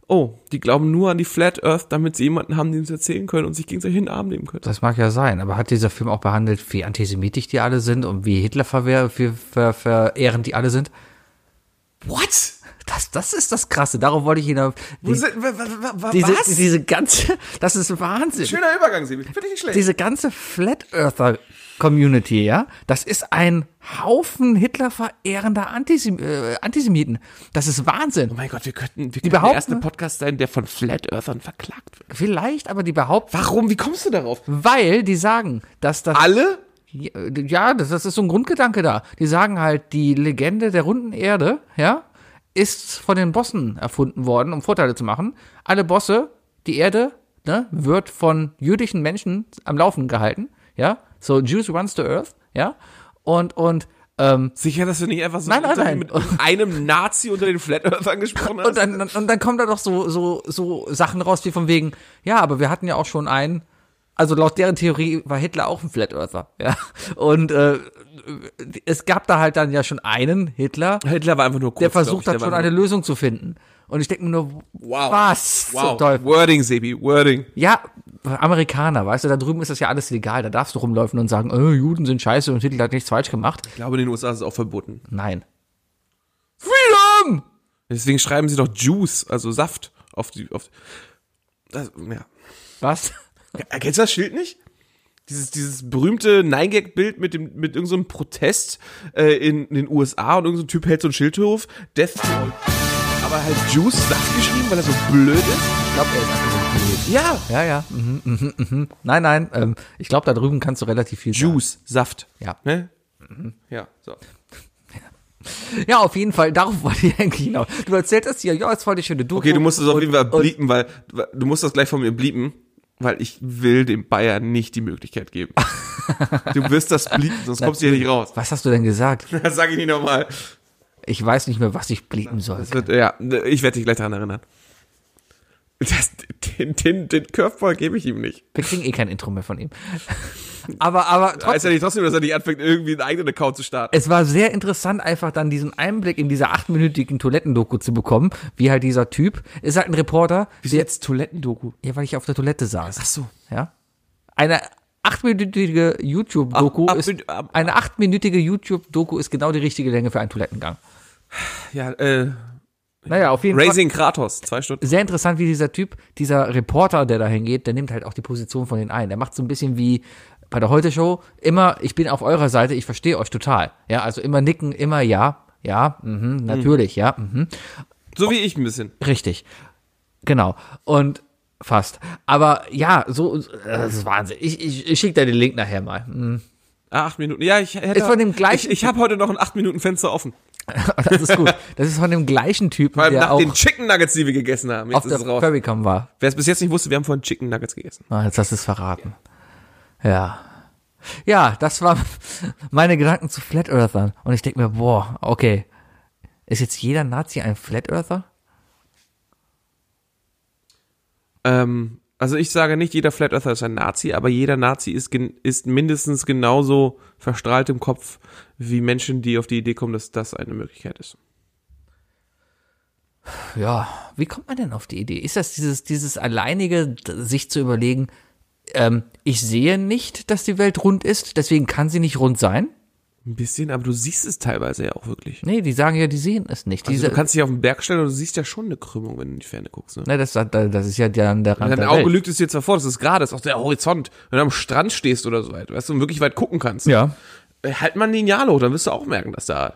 Speaker 3: oh, die glauben nur an die Flat Earth, damit sie jemanden haben, dem sie erzählen können und sich gegenseitig in den Arm nehmen können.
Speaker 2: Das mag ja sein, aber hat dieser Film auch behandelt, wie antisemitisch die alle sind und wie Hitler verwehr, wie ver, verehrend die alle sind?
Speaker 3: What?
Speaker 2: Das, das ist das Krasse. Darauf wollte ich hinauf. Die,
Speaker 3: Diese, was?
Speaker 2: diese, diese ganze, das ist Wahnsinn.
Speaker 3: Schöner Übergang, Sebi. Finde ich nicht schlecht.
Speaker 2: Diese ganze Flat Earther Community, ja, das ist ein Haufen Hitler verehrender Antisem äh, Antisemiten. Das ist Wahnsinn.
Speaker 3: oh mein Gott, wir könnten, wir könnten der
Speaker 2: behaupten-
Speaker 3: erste Podcast sein, der von Flat Earthern verklagt wird.
Speaker 2: Vielleicht, aber die behaupten,
Speaker 3: Warum? Wie kommst du darauf?
Speaker 2: weil die sagen, dass das
Speaker 3: Alle?
Speaker 2: Ja, das, das ist so ein Grundgedanke da. Die sagen halt, die Legende der runden Erde, ja, ist von den Bossen erfunden worden, um Vorteile zu machen. Alle Bosse, die Erde, ne, wird von jüdischen Menschen am Laufen gehalten, ja. So, Jews runs the earth, ja. Und, und, ähm,
Speaker 3: Sicher, dass du nicht einfach so
Speaker 2: Nein, nein, nein.
Speaker 3: mit einem Nazi unter den Flat Earthern gesprochen hast?
Speaker 2: und dann, dann- und dann kommen da doch so, so, so Sachen raus, wie von wegen, ja, aber wir hatten ja auch schon einen, also laut deren Theorie war Hitler auch ein Flat Earther, ja. Und, äh, es gab da halt dann ja schon einen Hitler,
Speaker 3: Hitler war einfach nur kurz,
Speaker 2: der versucht hat,
Speaker 3: glaub ich.
Speaker 2: schon
Speaker 3: war
Speaker 2: eine
Speaker 3: nur-
Speaker 2: Lösung zu finden. Und ich denke mir nur,
Speaker 3: Wow.
Speaker 2: was zum
Speaker 3: Wow.
Speaker 2: Teufel?
Speaker 3: Wording, Sebi, Wording.
Speaker 2: Ja, Amerikaner, weißt du, da drüben ist das ja alles legal. Da darfst du rumläufen und sagen, äh, Juden sind scheiße und Hitler hat nichts falsch gemacht.
Speaker 3: Ich glaube, in den USA ist es auch verboten.
Speaker 2: Nein. Freedom!
Speaker 3: Deswegen schreiben sie doch Juice, also Saft, auf die, auf, das, ja.
Speaker 2: Was?
Speaker 3: Erkennst du das Schild nicht? Dieses, dieses berühmte Nine-Gag-Bild mit, dem mit irgendeinem Protest äh, in, in den USA und irgendein Typ hält so ein Schild hoch, Death Roll. Aber halt Juice Saft geschrieben, weil er so blöd ist?
Speaker 2: Ich glaube, er ist antisemitisch.
Speaker 3: Ja.
Speaker 2: Ja, ja. Mhm, mhm, mhm. Nein, nein. Ähm, ich glaube, da drüben kannst du relativ viel sagen.
Speaker 3: Juice, Saft.
Speaker 2: Ja.
Speaker 3: Ne? Ja, so.
Speaker 2: Ja, auf jeden Fall. Darauf wollte ich eigentlich hinaus. Du erzähltest ja, ja, jetzt voll die schöne Doku.
Speaker 3: Okay, du musst das auf jeden Fall
Speaker 2: und-
Speaker 3: bliepen, weil, weil du musst das gleich von mir bliepen, weil ich will dem Bayern nicht die Möglichkeit geben. du wirst das bliepen, sonst kommst du hier nicht raus.
Speaker 2: Was hast du denn gesagt?
Speaker 3: Das sage ich nicht nochmal.
Speaker 2: Ich weiß nicht mehr, was ich blieben soll.
Speaker 3: Das wird, ja, ich werde dich gleich daran erinnern. Das, den, den, den Curveball gebe ich ihm nicht.
Speaker 2: Wir kriegen eh kein Intro mehr von ihm. Aber, aber trotzdem. Äh,
Speaker 3: Heißt ja nicht trotzdem, dass er nicht anfängt, irgendwie einen eigenen Account zu starten.
Speaker 2: es war sehr interessant, einfach dann diesen Einblick in diese achtminütigen Toilettendoku zu bekommen, wie halt dieser Typ, ist halt ein Reporter, der,
Speaker 3: jetzt Toilettendoku?
Speaker 2: ja, weil ich auf der Toilette saß.
Speaker 3: Ach so.
Speaker 2: Ja. Eine achtminütige YouTube-Doku
Speaker 3: Ab- ab-
Speaker 2: ist,
Speaker 3: ab-
Speaker 2: eine achtminütige YouTube-Doku ist genau die richtige Länge für einen Toilettengang.
Speaker 3: Ja, äh,
Speaker 2: Naja, auf jeden Fall.
Speaker 3: Raising Kratos, zwei Stunden.
Speaker 2: Sehr interessant, wie dieser Typ, dieser Reporter, der da hingeht, der nimmt halt auch die Position von den ein. Der macht so ein bisschen wie bei der Heute-Show immer, ich bin auf eurer Seite, ich verstehe euch total. Ja, also immer nicken, immer ja, ja, mhm, natürlich, ja, mhm.
Speaker 3: So wie ich ein bisschen.
Speaker 2: Richtig. Genau. Und fast. Aber ja, so, äh, das ist Wahnsinn. Ich, ich, ich schicke dir den Link nachher mal. Mhm.
Speaker 3: Ah, acht Minuten. Ja, ich hätte.
Speaker 2: Ist von dem gleichen-
Speaker 3: Ich, ich habe heute noch ein acht Minuten Fenster offen.
Speaker 2: Das ist gut. Das ist von dem gleichen Typen,
Speaker 3: Vor allem
Speaker 2: der
Speaker 3: nach
Speaker 2: auch
Speaker 3: den Chicken Nuggets, die wir gegessen haben.
Speaker 2: auf
Speaker 3: Jetzt
Speaker 2: der
Speaker 3: ist es raus.
Speaker 2: Furrycom war.
Speaker 3: Wer es bis jetzt nicht wusste, wir haben vorhin Chicken Nuggets gegessen.
Speaker 2: Ah, jetzt hast du es verraten. Ja. Ja, das war meine Gedanken zu Flat Earthern. Und ich denke mir, boah, okay. Ist jetzt jeder Nazi ein Flat Earther?
Speaker 3: Ähm, also ich sage nicht, jeder Flat Earther ist ein Nazi, aber jeder Nazi ist, gen- ist mindestens genauso verstrahlt im Kopf wie Menschen, die auf die Idee kommen, dass das eine Möglichkeit ist.
Speaker 2: Ja, wie kommt man denn auf die Idee? Ist das dieses, dieses alleinige, d- sich zu überlegen, ähm, ich sehe nicht, dass die Welt rund ist, deswegen kann sie nicht rund sein?
Speaker 3: Ein bisschen, aber du siehst es teilweise ja auch wirklich.
Speaker 2: Nee, die sagen ja, die sehen es nicht.
Speaker 3: Also
Speaker 2: Diese,
Speaker 3: du kannst dich auf den Berg stellen und du siehst ja schon eine Krümmung, wenn du in die Ferne guckst. Ne?
Speaker 2: ne, das, das ist ja dann der Rand
Speaker 3: Dein
Speaker 2: der
Speaker 3: Auge
Speaker 2: Welt.
Speaker 3: lügt es dir zwar vor, das ist gerade, das ist auch der Horizont. Wenn du am Strand stehst oder so weit, weißt du, und wirklich weit gucken kannst.
Speaker 2: Ja.
Speaker 3: Äh, Halt mal ein Lineal hoch, dann wirst du auch merken, dass da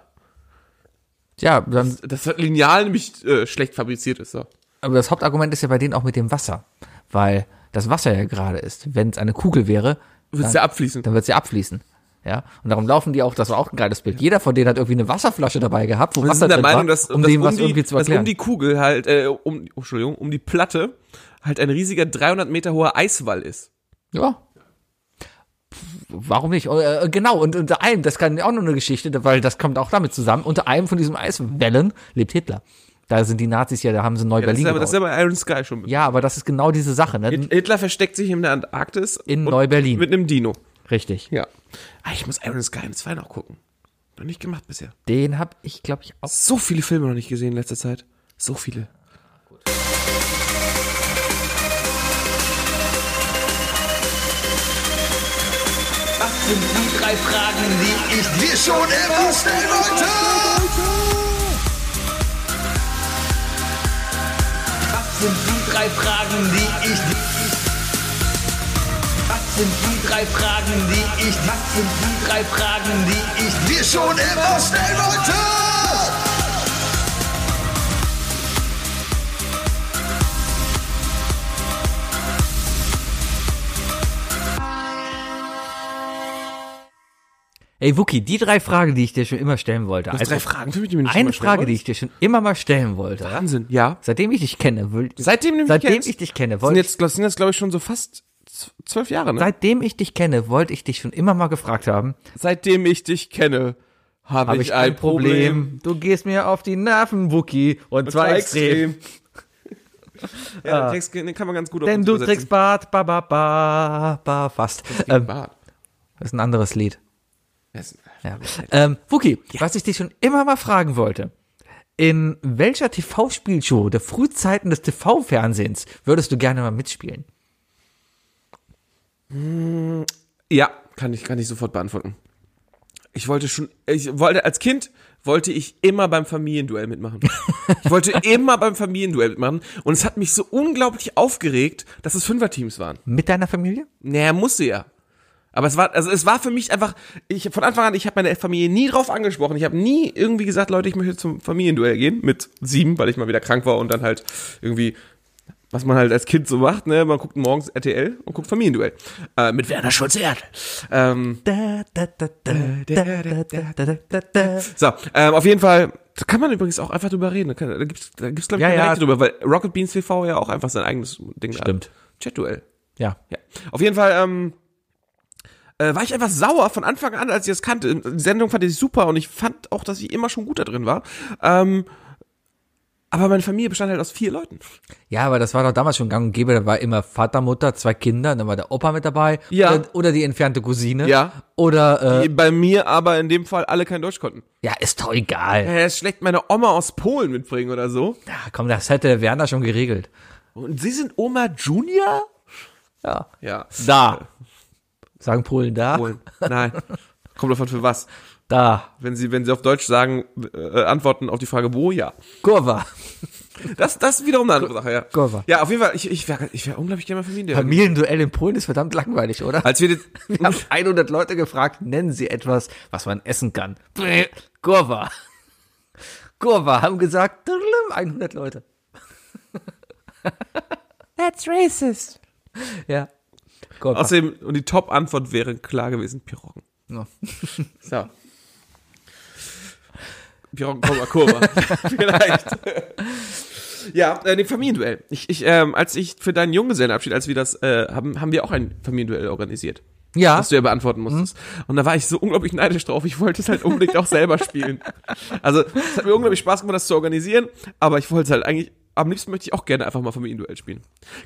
Speaker 2: Ja, dann,
Speaker 3: das Lineal nämlich äh, schlecht fabriziert ist. So.
Speaker 2: aber das Hauptargument ist ja bei denen auch mit dem Wasser, weil das Wasser ja gerade ist. Wenn es eine Kugel wäre,
Speaker 3: Wird es ja abfließen.
Speaker 2: dann wird sie abfließen. Ja, und darum laufen die auch, das war auch ein geiles Bild. Jeder von denen hat irgendwie eine Wasserflasche dabei gehabt, wo
Speaker 3: Wir
Speaker 2: Wasser
Speaker 3: sind der
Speaker 2: drin
Speaker 3: Meinung,
Speaker 2: war,
Speaker 3: dass,
Speaker 2: um
Speaker 3: dass
Speaker 2: dem was
Speaker 3: die,
Speaker 2: irgendwie zu
Speaker 3: dass um
Speaker 2: erklären.
Speaker 3: die Kugel halt, äh, um, oh, Entschuldigung, um die Platte halt ein riesiger 300 Meter hoher Eiswall ist.
Speaker 2: Ja. Pff, Warum nicht? Äh, genau, und unter einem, das kann auch noch eine Geschichte, weil das kommt auch damit zusammen, unter einem von diesen Eiswellen lebt Hitler. Da sind die Nazis ja, da haben sie
Speaker 3: Das
Speaker 2: Neu-Berlin
Speaker 3: ist,
Speaker 2: ja,
Speaker 3: aber,
Speaker 2: gebaut.
Speaker 3: das ist aber Iron Sky schon.
Speaker 2: ja, aber das ist genau diese Sache, ne?
Speaker 3: Hitler versteckt sich in der Antarktis.
Speaker 2: In
Speaker 3: und-
Speaker 2: Neu-Berlin.
Speaker 3: Mit einem Dino.
Speaker 2: Richtig.
Speaker 3: Ja. Ah, ich muss Iron Sky 2 noch gucken. Noch nicht gemacht bisher.
Speaker 2: Den hab ich, glaube ich, auch.
Speaker 3: So viele Filme noch nicht gesehen in letzter Zeit. So viele.
Speaker 4: Was sind die drei Fragen, die ich dir schon immer stellen wollte? Was sind die drei Fragen, die ich dir... Was sind die drei Fragen, die ich... Was sind die drei Fragen, die ich dir schon immer stellen wollte?
Speaker 2: Ey, Wookie, die drei Fragen, die ich dir schon immer stellen wollte.
Speaker 3: Das drei Fragen für mich, die mir nicht
Speaker 2: Also, Eine
Speaker 3: immer stellen
Speaker 2: Frage, die
Speaker 3: wolltest.
Speaker 2: ich dir schon immer mal stellen wollte. ja?
Speaker 3: Wahnsinn, ja.
Speaker 2: Seitdem ich dich kenne, will,
Speaker 3: Seitdem du mich
Speaker 2: seitdem
Speaker 3: kennst.
Speaker 2: ich dich kenne,
Speaker 3: Sind
Speaker 2: wollte
Speaker 3: jetzt, glaub- sind jetzt glaube ich, schon so fast z- zwölf Jahre, ne?
Speaker 2: seitdem ich dich kenne, wollte ich dich schon immer mal gefragt haben,
Speaker 3: Seitdem ich dich kenne, habe
Speaker 2: habe ich ein Problem. Du gehst mir auf die Nerven, Wookie, und, zwar extrem.
Speaker 3: ja, den Text den kann man ganz gut auf
Speaker 2: Denn
Speaker 3: uns
Speaker 2: du
Speaker 3: übersetzen.
Speaker 2: trägst Bart, ba, ba, ba, ba, fast. Ähm,
Speaker 3: Bart.
Speaker 2: das ist ein anderes Lied.
Speaker 3: Das-
Speaker 2: Ja. Ähm, Wookie, was ich dich schon immer mal fragen wollte. In welcher TV-Spielshow der Frühzeiten des TV-Fernsehens würdest du gerne mal mitspielen?
Speaker 3: Ja, kann ich, kann ich sofort beantworten. Ich wollte schon, ich wollte, als Kind wollte ich immer beim Familienduell mitmachen. Ich wollte immer beim Familienduell mitmachen. Und es hat mich so unglaublich aufgeregt, dass es Fünferteams waren.
Speaker 2: Mit deiner Familie?
Speaker 3: Naja, musste ja. Aber es war, also es war für mich einfach, ich von Anfang an, ich habe meine Familie nie drauf angesprochen. Ich habe nie irgendwie gesagt, Leute, ich möchte zum Familienduell gehen mit sieben, weil ich mal wieder krank war und dann halt irgendwie, was man halt als Kind so macht, ne, man guckt morgens RTL und guckt Familienduell äh, mit Werner Schulze Erdl. Ähm,
Speaker 2: Da, da, da, da, da, da, da, da, da, da.
Speaker 3: so, ähm, auf jeden Fall. Da kann man übrigens auch einfach drüber reden. Da, kann, da gibt's, da gibt's glaube
Speaker 2: Ja,
Speaker 3: ich, eine
Speaker 2: ja.
Speaker 3: Debatte drüber, weil Rocket Beans TV ja auch einfach sein eigenes Ding hat.
Speaker 2: Stimmt.
Speaker 3: Chat-Duell.
Speaker 2: Ja.
Speaker 3: Ja. Auf jeden Fall, ähm, äh, war ich einfach sauer von Anfang an, als ich das kannte. Die Sendung fand ich super und ich fand auch, dass ich immer schon gut da drin war. Ähm, aber meine Familie bestand halt aus vier Leuten.
Speaker 2: Ja, aber das war doch damals schon gang und gäbe. Da war immer Vater, Mutter, zwei Kinder, dann war der Opa mit dabei.
Speaker 3: Ja.
Speaker 2: Oder, oder die entfernte Cousine.
Speaker 3: Ja.
Speaker 2: Oder, äh,
Speaker 3: Bei mir aber in dem Fall alle kein Deutsch konnten.
Speaker 2: ja, ist doch egal.
Speaker 3: Er ist schlecht meine Oma aus Polen mitbringen oder so.
Speaker 2: Ja, komm, das hätte der Werner schon geregelt.
Speaker 3: Und Sie sind Oma Junior?
Speaker 2: Ja.
Speaker 3: Ja.
Speaker 2: Da. Sagen Polen da.
Speaker 3: Polen. Nein. Kommt davon für was?
Speaker 2: Da.
Speaker 3: Wenn Sie, wenn Sie auf Deutsch sagen, äh, antworten auf die Frage, wo ja.
Speaker 2: Kurva.
Speaker 3: Das, das ist wiederum eine andere Sache, ja.
Speaker 2: Kurve.
Speaker 3: Ja, auf jeden Fall, ich, ich wäre ich wär unglaublich gerne mal Familie.
Speaker 2: Familienduell in Polen ist verdammt langweilig, oder?
Speaker 3: Als wir den,
Speaker 2: Wir haben 100 Leute gefragt, nennen sie etwas, was man essen kann. Bäh, Kurva. Kurva haben gesagt, trrlm, 100 Leute.
Speaker 5: That's racist.
Speaker 2: Ja. Kurva.
Speaker 3: außerdem, und die Top-Antwort wäre klar gewesen, Piroggen.
Speaker 2: Ja.
Speaker 3: So. Pirogoma Kurva. Vielleicht. ja, äh, nee, Familienduell. Ich, ich, ähm, als ich für deinen Junggesellenabschied, als wir das äh, haben, haben wir auch ein Familienduell organisiert.
Speaker 2: Ja. Mhm.
Speaker 3: Was du ja beantworten musstest. Und da war ich so unglaublich neidisch drauf. Ich wollte es halt unbedingt auch selber spielen. Also, es hat mir unglaublich Spaß gemacht, das zu organisieren, aber ich wollte es halt eigentlich. Am liebsten möchte ich auch gerne einfach mal Familienduell spielen.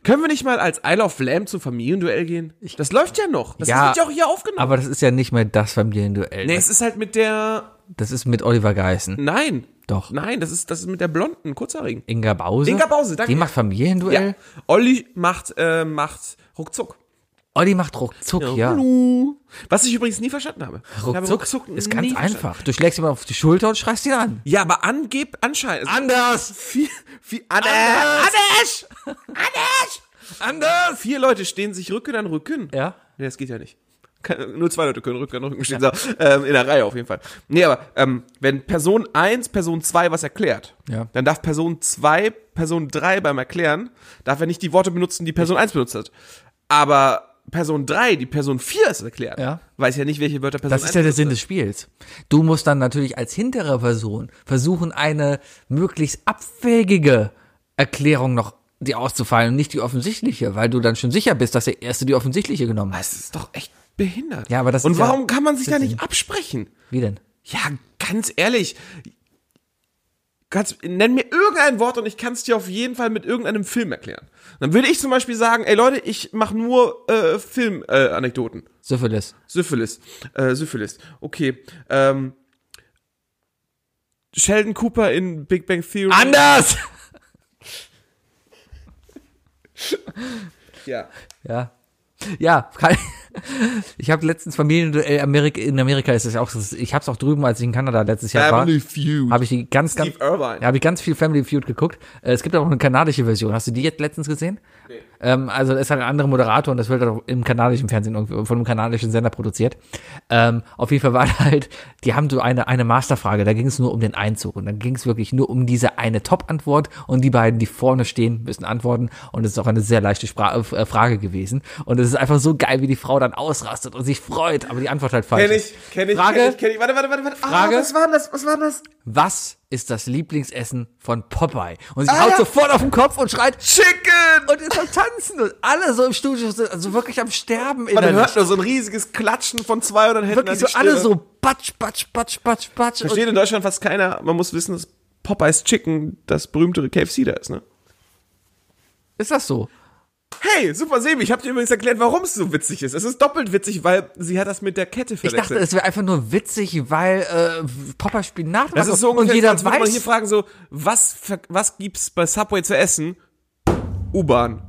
Speaker 3: Können wir nicht mal als Isle of Lamb zum Familienduell gehen? Das läuft ja noch. Das
Speaker 2: Ja,
Speaker 3: wird ja auch hier aufgenommen.
Speaker 2: Aber das ist ja nicht mehr das Familienduell.
Speaker 3: nee,
Speaker 2: das,
Speaker 3: es ist halt mit der
Speaker 2: das ist mit Oliver Geißen.
Speaker 3: Nein.
Speaker 2: Doch.
Speaker 3: Nein, das ist, das ist mit der blonden, kurzhaarigen.
Speaker 2: Inga Bause.
Speaker 3: Inga Bause, danke.
Speaker 2: Die macht Familienduell.
Speaker 3: Ja. Olli macht, äh, macht ruckzuck.
Speaker 2: Olli macht ruckzuck, ja.
Speaker 3: Hallo. Was ich übrigens nie verstanden habe. Ich habe
Speaker 2: Ruckzuck, ist ganz
Speaker 3: nie verstanden.
Speaker 2: einfach. Du schlägst ihm auf die Schulter und schreist ihn an.
Speaker 3: Ja, aber angeb, anscheinend.
Speaker 2: Anders!
Speaker 3: Viel, viel, anders. Anders.
Speaker 2: Anders!
Speaker 3: Vier Leute stehen sich Rücken an Rücken.
Speaker 2: Ja.
Speaker 3: Nee, das geht ja nicht. Keine- Nur zwei Leute können Rücken an Rücken stehen. So, ähm, in der Reihe auf jeden Fall. Nee, aber ähm, wenn Person 1, Person 2 was erklärt,
Speaker 2: Ja.
Speaker 3: dann darf Person 2, Person 3 beim Erklären, darf er nicht die Worte benutzen, die Person 1 benutzt hat. Aber Person 3, die Person 4 es erklärt,
Speaker 2: Ja.
Speaker 3: weiß ja nicht, welche Wörter Person
Speaker 2: Das
Speaker 3: 1
Speaker 2: ist ja der Sinn
Speaker 3: benutzt
Speaker 2: des Spiels. Du musst dann natürlich als hintere Person versuchen, eine möglichst abwegige Erklärung noch dir auszufallen und nicht die offensichtliche, weil du dann schon sicher bist, dass der Erste die offensichtliche genommen
Speaker 3: hat.
Speaker 2: hat.
Speaker 3: Das ist doch echt behindert.
Speaker 2: Ja, aber das
Speaker 3: Und
Speaker 2: ist ja-
Speaker 3: warum kann man sich
Speaker 2: das
Speaker 3: da
Speaker 2: ist-
Speaker 3: nicht absprechen?
Speaker 2: Wie denn?
Speaker 3: Ja, ganz ehrlich. Kannst, nenn mir irgendein Wort und ich kann es dir auf jeden Fall mit irgendeinem Film erklären. Dann würde ich zum Beispiel sagen, ey Leute, ich mache nur äh, Film-Anekdoten. Äh, Anekdoten.
Speaker 2: Syphilis.
Speaker 3: Syphilis. Äh, Syphilis. Okay. Ähm, Sheldon Cooper in Big Bang Theory.
Speaker 2: Anders!
Speaker 3: Ja.
Speaker 2: Ja. Ja, kann, ich habe letztens Familienduell Amerika, in Amerika ist es ja auch, so, ich habe es auch drüben, als ich in Kanada letztes Jahr war.
Speaker 3: Family Feud.
Speaker 2: Habe ich die ganz, ganz,
Speaker 3: Steve Irwine.
Speaker 2: ja, habe ich ganz viel Family Feud geguckt. Äh, Es gibt auch eine kanadische Version. Hast du die jetzt letztens gesehen? Nee. Ähm, also da ist halt ein anderer Moderator und das wird auch im kanadischen Fernsehen irgendwie von einem kanadischen Sender produziert. Ähm, auf jeden Fall war da halt, die haben so eine eine Masterfrage. Da ging es nur um den Einzug und dann ging es wirklich nur um diese eine Top-Antwort und die beiden, die vorne stehen, müssen antworten und es ist auch eine sehr leichte Spra äh, Frage gewesen. Und es ist einfach so geil, wie die Frau dann ausrastet und sich freut, aber die Antwort halt falsch.
Speaker 3: Kenn
Speaker 2: ist.
Speaker 3: ich, kenn ich,
Speaker 2: Frage,
Speaker 3: kenn ich, kenn ich. Warte, warte, warte, warte.
Speaker 2: Frage?
Speaker 3: Ah, was war denn das? Was war denn das?
Speaker 2: was ist das Lieblingsessen von Popeye? Und
Speaker 3: Ah,
Speaker 2: sie haut sofort auf den Kopf und schreit
Speaker 3: Chicken!
Speaker 2: und ist am Tanzen und alle so im Studio sind also wirklich am Sterben
Speaker 3: Man
Speaker 2: innerlich.
Speaker 3: hört nur so ein riesiges Klatschen von 200 Händen
Speaker 2: Wirklich
Speaker 3: an die
Speaker 2: so alle
Speaker 3: Stirn.
Speaker 2: so batsch, batsch, batsch, batsch, batsch. Und
Speaker 3: Versteht in Deutschland fast keiner. Man muss wissen, dass Popeyes Chicken das berühmtere KFC da ist, ne?
Speaker 2: ist das so?
Speaker 3: Hey, super Sebi, ich habe dir übrigens erklärt, warum es so witzig ist. Es ist doppelt witzig, weil sie hat das mit der Kette
Speaker 2: Ich dachte,
Speaker 3: verwechselt.
Speaker 2: es wäre einfach nur witzig, weil äh, Popeye spielt nach.
Speaker 3: das ist so
Speaker 2: und
Speaker 3: ungefähr,
Speaker 2: jeder
Speaker 3: als würde man hier
Speaker 2: weiß.
Speaker 3: fragen so, was ver- was gibt's bei Subway zu essen? U-Bahn,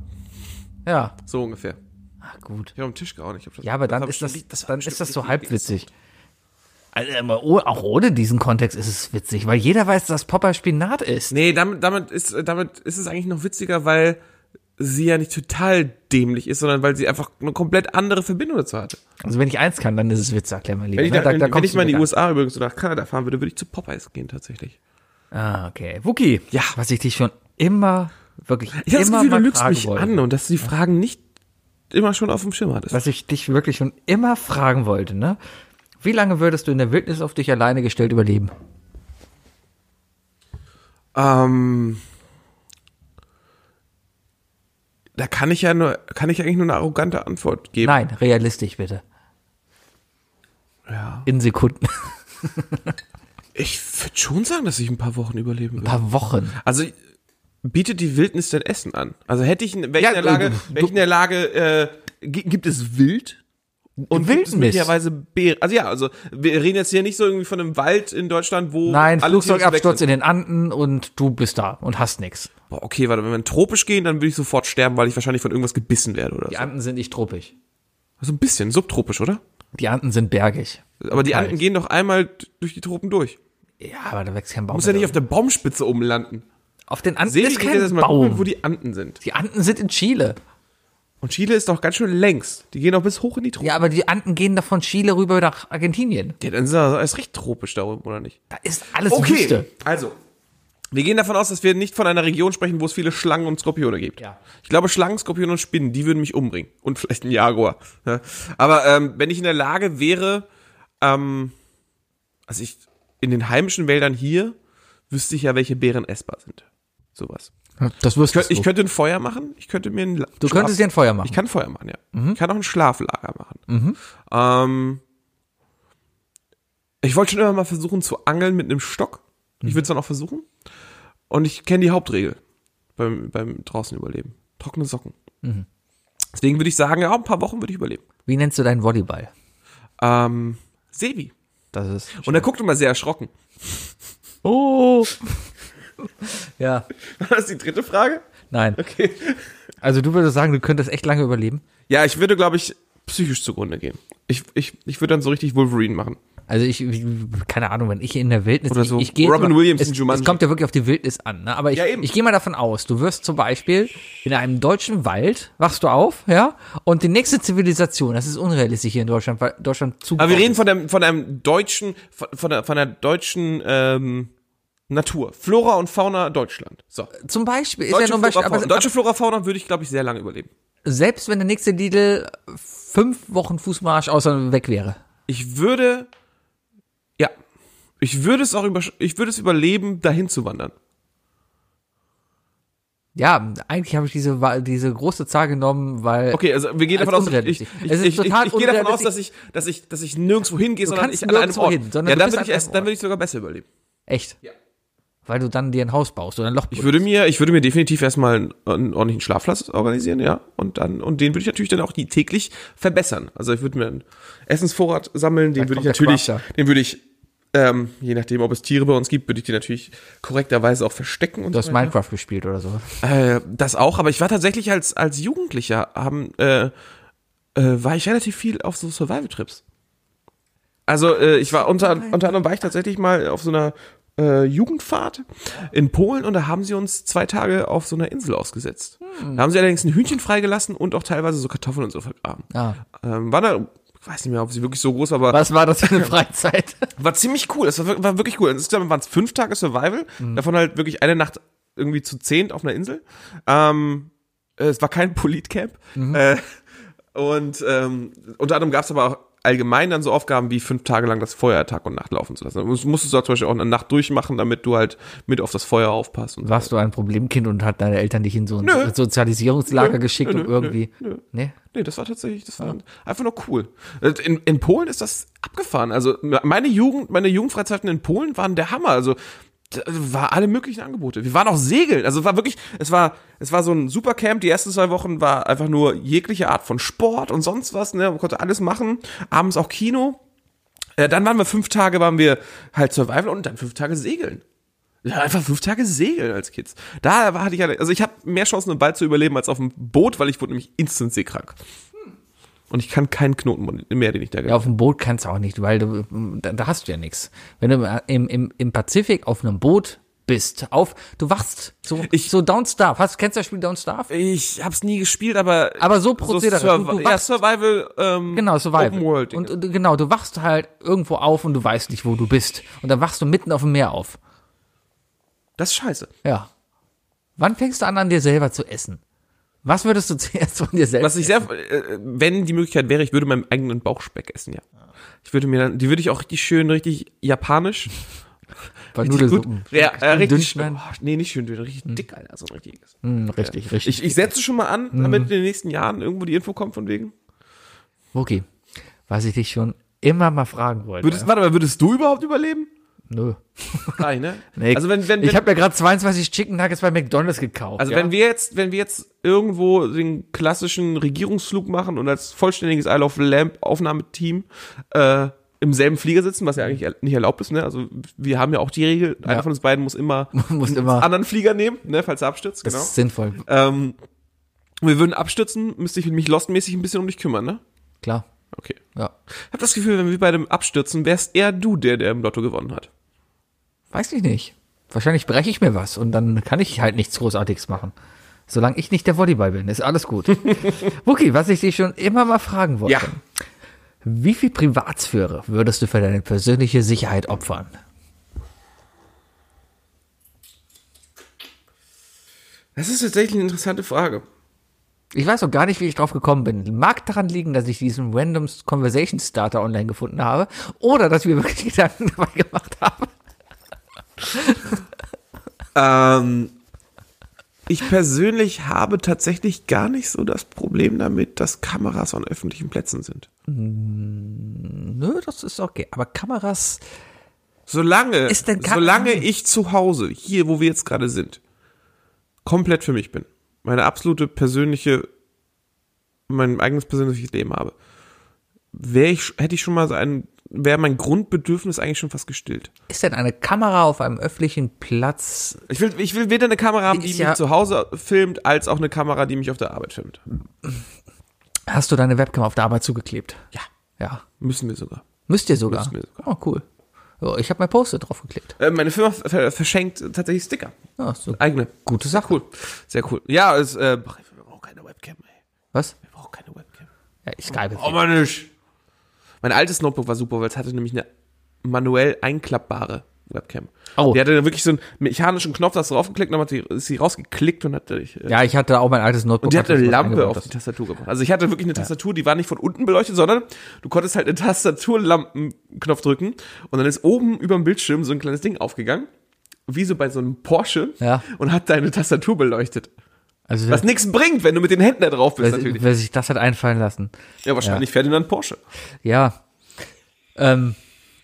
Speaker 2: Ja,
Speaker 3: so ungefähr.
Speaker 2: Ah, gut.
Speaker 3: Ich habe am Tisch gar nicht.
Speaker 2: Ja, aber dann ist das, dann ist das so halbwitzig. Also, ähm, oh, auch ohne diesen Kontext ist es witzig, weil jeder weiß, dass Popeye Spinat ist.
Speaker 3: Nee, damit damit ist äh, damit ist es eigentlich noch witziger, weil sie ja nicht total dämlich ist, sondern weil sie einfach eine komplett andere Verbindung dazu hatte.
Speaker 2: Also wenn ich eins kann, dann ist es Witze erklären, mein Lieber.
Speaker 3: Wenn ich,
Speaker 2: ne?
Speaker 3: da, wenn, wenn
Speaker 2: kommst
Speaker 3: ich mal
Speaker 2: du
Speaker 3: in die
Speaker 2: mit
Speaker 3: USA übrigens oder nach Kanada fahren würde, würde ich zu Popeyes gehen tatsächlich.
Speaker 2: an. Ah, okay. Wookie. Ja. Was ich dich schon immer, wirklich
Speaker 3: Ich habe das
Speaker 2: immer
Speaker 3: Gefühl, du
Speaker 2: mal
Speaker 3: lügst
Speaker 2: fragen
Speaker 3: mich
Speaker 2: wollte.
Speaker 3: an und dass du die Fragen nicht immer schon auf dem Schirm hattest.
Speaker 2: Was ich dich wirklich schon immer fragen wollte, ne? Wie lange würdest du in der Wildnis auf dich alleine gestellt überleben?
Speaker 3: Ähm, da kann ich ja nur, kann ich eigentlich nur eine arrogante Antwort geben.
Speaker 2: Nein, realistisch bitte.
Speaker 3: Ja.
Speaker 2: In Sekunden.
Speaker 3: Ich würde schon sagen, dass ich ein paar Wochen überleben
Speaker 2: Ein
Speaker 3: würde.
Speaker 2: paar Wochen.
Speaker 3: Also bietet die Wildnis denn Essen an? Also hätte ich, wäre ich
Speaker 2: Ja,
Speaker 3: in der Lage,
Speaker 2: du-
Speaker 3: wäre ich in der Lage, äh, gi- gibt es Wild? Und gibt es
Speaker 2: Wildnis.
Speaker 3: möglicherweise Beeren. Also ja, also wir reden jetzt hier nicht so irgendwie von einem Wald in Deutschland, wo
Speaker 2: Nein,
Speaker 3: alle Tiere schon weg
Speaker 2: Flugzeugabsturz
Speaker 3: sind.
Speaker 2: in den Anden und du bist da und hast nichts.
Speaker 3: Boah, okay, warte, wenn wir in tropisch gehen, dann würde ich sofort sterben, weil ich wahrscheinlich von irgendwas gebissen werde oder
Speaker 2: Die
Speaker 3: so.
Speaker 2: Anden sind nicht tropisch.
Speaker 3: So ein bisschen subtropisch, oder?
Speaker 2: Die Anden sind bergig.
Speaker 3: Aber die
Speaker 2: Kalt.
Speaker 3: Anden gehen doch einmal d- durch die Tropen durch.
Speaker 2: Ja, aber da wächst kein Baum.
Speaker 3: Muss ja
Speaker 2: mehr
Speaker 3: nicht auf der Baumspitze oben landen.
Speaker 2: drin. auf den Anden
Speaker 3: Sehe
Speaker 2: ist
Speaker 3: ich jetzt
Speaker 2: kein
Speaker 3: mal googeln, wo
Speaker 2: Baum.
Speaker 3: die Anden sind.
Speaker 2: Die Anden sind in Chile.
Speaker 3: Und Chile ist doch ganz schön längs. Die gehen auch bis hoch in die Tropen.
Speaker 2: Ja, aber die Anden gehen da von Chile rüber nach Argentinien.
Speaker 3: Ja, dann ist das ist recht tropisch da oben, oder nicht?
Speaker 2: Da ist alles
Speaker 3: Okay,
Speaker 2: Wüste.
Speaker 3: also. Wir gehen davon aus, dass wir nicht von einer Region sprechen, wo es viele Schlangen und Skorpione gibt.
Speaker 2: Ja.
Speaker 3: Ich glaube, Schlangen, Skorpione und Spinnen, die würden mich umbringen. Und vielleicht ein Jaguar. ne? Ja. Aber ähm, wenn ich in der Lage wäre, ähm, also ich, in den heimischen Wäldern hier wüsste ich ja, welche Beeren essbar sind. Sowas.
Speaker 2: Das wirst du.
Speaker 3: Ich könnte ein Feuer machen, ich könnte mir ein La-
Speaker 2: du könntest dir ein Feuer machen.
Speaker 3: Ich kann Feuer machen, ja. Ich kann auch ein Schlaflager machen. Ähm, ich wollte schon immer mal versuchen zu angeln mit einem Stock. Ich würde es dann auch versuchen. Und ich kenne die Hauptregel beim, beim draußen überleben. Trockene Socken. Deswegen würde ich sagen, ja, ein paar Wochen würde ich überleben.
Speaker 2: Wie nennst du deinen Volleyball?
Speaker 3: Ähm, Sevi.
Speaker 2: Das ist.
Speaker 3: Und er guckt immer sehr erschrocken.
Speaker 2: oh. ja,
Speaker 3: War das die dritte Frage?
Speaker 2: nein. Okay. Also du würdest sagen, du könntest echt lange überleben.
Speaker 3: Ja, ich würde, glaube ich, psychisch zugrunde gehen. Ich, ich, ich würde dann so richtig Wolverine machen.
Speaker 2: Also ich, ich- keine Ahnung, wenn ich in der Wildnis
Speaker 3: Oder so
Speaker 2: ich, ich gehe jetzt
Speaker 3: Robin
Speaker 2: mal-
Speaker 3: Williams
Speaker 2: es,
Speaker 3: in Jumanji.
Speaker 2: es kommt ja wirklich auf die Wildnis an, ne? Aber ich,
Speaker 3: Ja, eben.
Speaker 2: ich gehe mal davon aus, du wirst zum Beispiel in einem deutschen Wald wachst du auf, ja, und die nächste Zivilisation, das ist unrealistisch hier in Deutschland, weil Deutschland zu
Speaker 3: Aber wir
Speaker 2: groß
Speaker 3: reden
Speaker 2: ist.
Speaker 3: von, dem, von einem deutschen, von, von, der, von der deutschen ähm, Natur. Flora und Fauna Deutschland. So.
Speaker 2: zum Beispiel ist ja
Speaker 3: Deutsche,
Speaker 2: nur ein Beispiel,
Speaker 3: Flora,
Speaker 2: aber,
Speaker 3: Fauna. Deutsche Flora Fauna würde ich, glaube ich, sehr lange überleben.
Speaker 2: selbst wenn der nächste Lidl fünf Wochen Fußmarsch außer weg wäre.
Speaker 3: Ich würde, ja, ich würde es auch über, ich würde es überleben, dahin zu wandern.
Speaker 2: Ja, eigentlich habe ich diese, Wa- diese große Zahl genommen, weil
Speaker 3: Okay, also wir gehen
Speaker 2: Als
Speaker 3: davon aus, ich,
Speaker 2: unrealistisch.
Speaker 3: ich, ich,
Speaker 2: Es ist
Speaker 3: ich, ich,
Speaker 2: total
Speaker 3: gehe davon aus,
Speaker 2: unrealistisch.
Speaker 3: dass ich, dass ich, dass ich nirgendwo hingehe, sondern
Speaker 2: kannst
Speaker 3: ich an einem
Speaker 2: nirgendwo
Speaker 3: Ort.
Speaker 2: hin, sondern
Speaker 3: ja,
Speaker 2: du
Speaker 3: dann
Speaker 2: bist
Speaker 3: würde
Speaker 2: an
Speaker 3: ich erst,
Speaker 2: einem
Speaker 3: dann
Speaker 2: Ort.
Speaker 3: würde ich sogar besser überleben.
Speaker 2: echt. Weil du dann dir ein Haus baust oder ein Loch
Speaker 3: Ich würde mir, ich würde mir definitiv erstmal einen, einen ordentlichen Schlafplatz organisieren, ja. Und dann, und den würde ich natürlich dann auch die täglich verbessern. Also ich würde mir einen Essensvorrat sammeln, den
Speaker 2: Dann
Speaker 3: würde ich
Speaker 2: kommt der
Speaker 3: natürlich,
Speaker 2: Crafter.
Speaker 3: den würde ich, ähm, je nachdem, ob es Tiere bei uns gibt, würde ich die natürlich korrekterweise auch verstecken und
Speaker 2: Du hast
Speaker 3: so weiter.
Speaker 2: Minecraft gespielt oder so.
Speaker 3: Äh, das auch, aber ich war tatsächlich als, als Jugendlicher, haben, äh, äh, war ich relativ viel auf so Survival-Trips. Also äh, ich war unter, unter anderem war ich tatsächlich mal auf so einer äh, Jugendfahrt in Polen und da haben sie uns zwei Tage auf so einer Insel ausgesetzt. Da haben sie allerdings ein Hühnchen freigelassen und auch teilweise so Kartoffeln und so vergraben.
Speaker 2: Ah.
Speaker 3: Ähm, war da, ich weiß nicht mehr, ob sie wirklich so groß war, aber
Speaker 2: Was war das für eine Freizeit?
Speaker 3: war ziemlich cool. Das war, wir- war wirklich cool. Also Insgesamt waren es fünf Tage Survival, davon halt wirklich eine Nacht irgendwie zu zehnt auf einer Insel. Ähm, äh, es war kein Politcamp. Äh, und ähm, unter anderem gab es aber auch allgemein dann so Aufgaben wie fünf Tage lang das Feuer Tag und Nacht laufen zu lassen. Das musstest du auch zum Beispiel auch eine Nacht durchmachen, damit du halt mit auf das Feuer aufpasst. Und
Speaker 2: Warst du ein Problemkind und hat deine Eltern dich in so ein
Speaker 3: Nö.
Speaker 2: Sozialisierungslager
Speaker 3: Nö,
Speaker 2: geschickt
Speaker 3: nö,
Speaker 2: und
Speaker 3: nö,
Speaker 2: irgendwie.
Speaker 3: nö.
Speaker 2: Nee?
Speaker 3: Nee, das war tatsächlich, das war einfach nur cool. Äh, In, in Polen ist das abgefahren. Also meine Jugend, meine Jugendfreizeiten in Polen waren der Hammer. Also da war alle möglichen Angebote. Wir waren auch segeln. Also war wirklich, es war, es war so ein Supercamp. Die ersten zwei Wochen war einfach nur jegliche Art von Sport und sonst was. Ne, man konnte alles machen. Abends auch Kino. Äh, dann waren wir fünf Tage, waren wir halt Survival und dann fünf Tage segeln. Ja, einfach fünf Tage segeln als Kids. Da war- hatte ich ja, also ich habe mehr Chancen im Wald zu überleben als auf dem Boot, weil ich wurde nämlich instant seekrank. Und ich kann keinen Knoten mehr, den ich da
Speaker 2: Ja,
Speaker 3: ja.
Speaker 2: auf dem Boot kannst du auch nicht, weil du, da, da hast du ja nichts. Wenn du im, im, im Pazifik auf einem Boot bist, auf, du wachst so,
Speaker 3: Ich-
Speaker 2: so Don't Starve. Hast, kennst du das Spiel Don't Starve?
Speaker 3: Ich hab's nie gespielt, aber
Speaker 2: Aber so prozedere,
Speaker 3: Survi-
Speaker 2: du- du
Speaker 3: ja,
Speaker 2: wachst-
Speaker 3: Survival ähm,
Speaker 2: Genau, Survival.
Speaker 3: Open World.
Speaker 2: und, und genau, du wachst halt irgendwo auf und du weißt nicht, wo du bist. Und dann wachst du mitten auf dem Meer auf.
Speaker 3: das ist scheiße.
Speaker 2: Ja. Wann fängst du an, an dir selber zu essen? Was würdest du zuerst von dir selbst?
Speaker 3: Was ich sehr, äh, wenn die Möglichkeit wäre, ich würde meinen eigenen Bauchspeck essen, ja. Ich würde mir dann, die würde ich auch richtig schön, richtig japanisch,
Speaker 2: bei
Speaker 3: richtig gut,
Speaker 2: Nudelsuppen.
Speaker 3: ja, äh,
Speaker 2: dünn
Speaker 3: richtig,
Speaker 2: schneiden.
Speaker 3: oh, nee, nicht schön dünn, richtig dick, Alter, so ein richtiges.
Speaker 2: Hm, richtig, richtig.
Speaker 3: Ich, ich setze schon mal an, damit in den nächsten Jahren irgendwo die Info kommt von wegen.
Speaker 2: Mucki, was ich dich schon immer mal fragen wollte.
Speaker 3: Würdest, warte mal, würdest du überhaupt überleben?
Speaker 2: Nö.
Speaker 3: Nein, ne?
Speaker 2: Nee,
Speaker 3: also wenn, wenn,
Speaker 2: ich
Speaker 3: wenn,
Speaker 2: habe mir gerade 22 Chicken Nuggets bei McDonald's gekauft.
Speaker 3: also
Speaker 2: ja?
Speaker 3: wenn wir jetzt, wenn wir jetzt irgendwo den klassischen Regierungsflug machen und als vollständiges Isle of Lamp Aufnahmeteam äh, im selben Flieger sitzen, was ja eigentlich erl- nicht erlaubt ist, ne? Also wir haben ja auch die Regel, einer von uns beiden muss immer
Speaker 2: Muss
Speaker 3: einen
Speaker 2: immer-
Speaker 3: anderen Flieger nehmen, ne, falls er abstürzt,
Speaker 2: das
Speaker 3: genau.
Speaker 2: ist sinnvoll,
Speaker 3: Ähm, und wir würden abstürzen, müsste ich mich lostmäßig ein bisschen um dich kümmern, ne?
Speaker 2: klar.
Speaker 3: Okay.
Speaker 2: Ja.
Speaker 3: Ich habe das Gefühl, wenn wir beide abstürzen, wärst eher du der, der im Lotto gewonnen hat.
Speaker 2: Weiß ich nicht. Wahrscheinlich breche ich mir was und dann kann ich halt nichts Großartiges machen. Solange ich nicht der Volleyball bin, ist alles gut. Mucki, was ich dich schon immer mal fragen wollte.
Speaker 3: Ja.
Speaker 2: Wie viel Privatsphäre würdest du für deine persönliche Sicherheit opfern?
Speaker 3: Das ist tatsächlich eine interessante Frage.
Speaker 2: Ich weiß auch gar nicht, wie ich drauf gekommen bin. Mag daran liegen, dass ich diesen random Conversation Starter online gefunden habe oder dass wir wirklich Gedanken dabei gemacht haben.
Speaker 3: Ähm, ich persönlich habe tatsächlich gar nicht so das Problem damit, dass Kameras an öffentlichen Plätzen sind.
Speaker 2: Nö, das ist okay. Aber Kameras,
Speaker 3: Solange,
Speaker 2: Ist denn Ka-
Speaker 3: solange ich zu Hause, hier wo wir jetzt gerade sind, komplett für mich bin, meine absolute persönliche, mein eigenes persönliches Leben habe, wäre ich, hätte ich schon mal so einen, wäre mein Grundbedürfnis eigentlich schon fast gestillt.
Speaker 2: ist denn eine Kamera auf einem öffentlichen Platz?
Speaker 3: Ich will, ich will weder eine Kamera haben, die
Speaker 2: Ist
Speaker 3: mich
Speaker 2: ja-
Speaker 3: zu Hause filmt, als auch eine Kamera, die mich auf der Arbeit filmt.
Speaker 2: Hast du deine Webcam auf der Arbeit zugeklebt? Ja. Ja.
Speaker 3: Müssen wir sogar.
Speaker 2: Müsst ihr sogar.
Speaker 3: Müssen wir
Speaker 2: Oh, cool. Ja, ich habe mein Poster draufgeklebt.
Speaker 3: Äh, meine Firma ver verschenkt tatsächlich Sticker.
Speaker 2: Ja, Ah, so.
Speaker 3: Eigene.
Speaker 2: Gute Sache.
Speaker 3: Cool. Sehr cool. Ja, es, äh, wir brauchen keine Webcam, ey.
Speaker 2: Was?
Speaker 3: Wir brauchen keine Webcam.
Speaker 2: Ja, ich schreibe.
Speaker 3: Oh man nicht. Mein altes Notebook war super, weil es hatte nämlich eine manuell einklappbare Webcam.
Speaker 2: Oh.
Speaker 3: Die hatte dann wirklich so einen mechanischen Knopf, da hast du draufgeklickt, dann hat die, ist sie rausgeklickt und hat dich. äh,
Speaker 2: Ja, ich hatte auch mein altes Notebook.
Speaker 3: Und die hatte
Speaker 2: was
Speaker 3: eine Lampe
Speaker 2: eingebaut
Speaker 3: auf die
Speaker 2: ist.
Speaker 3: Tastatur gemacht. Also ich hatte wirklich eine Tastatur, die war nicht von unten beleuchtet, sondern du konntest halt einen Tastaturlampenknopf drücken und dann ist oben über dem Bildschirm so ein kleines Ding aufgegangen, wie so bei so einem Porsche
Speaker 2: Ja.
Speaker 3: und hat deine Tastatur beleuchtet.
Speaker 2: Also,
Speaker 3: Was nichts bringt, wenn du mit den Händen da drauf bist,
Speaker 2: wer,
Speaker 3: natürlich.
Speaker 2: wer sich das hat einfallen lassen.
Speaker 3: Ja, wahrscheinlich Ferdinand Porsche.
Speaker 2: Ja. Ähm,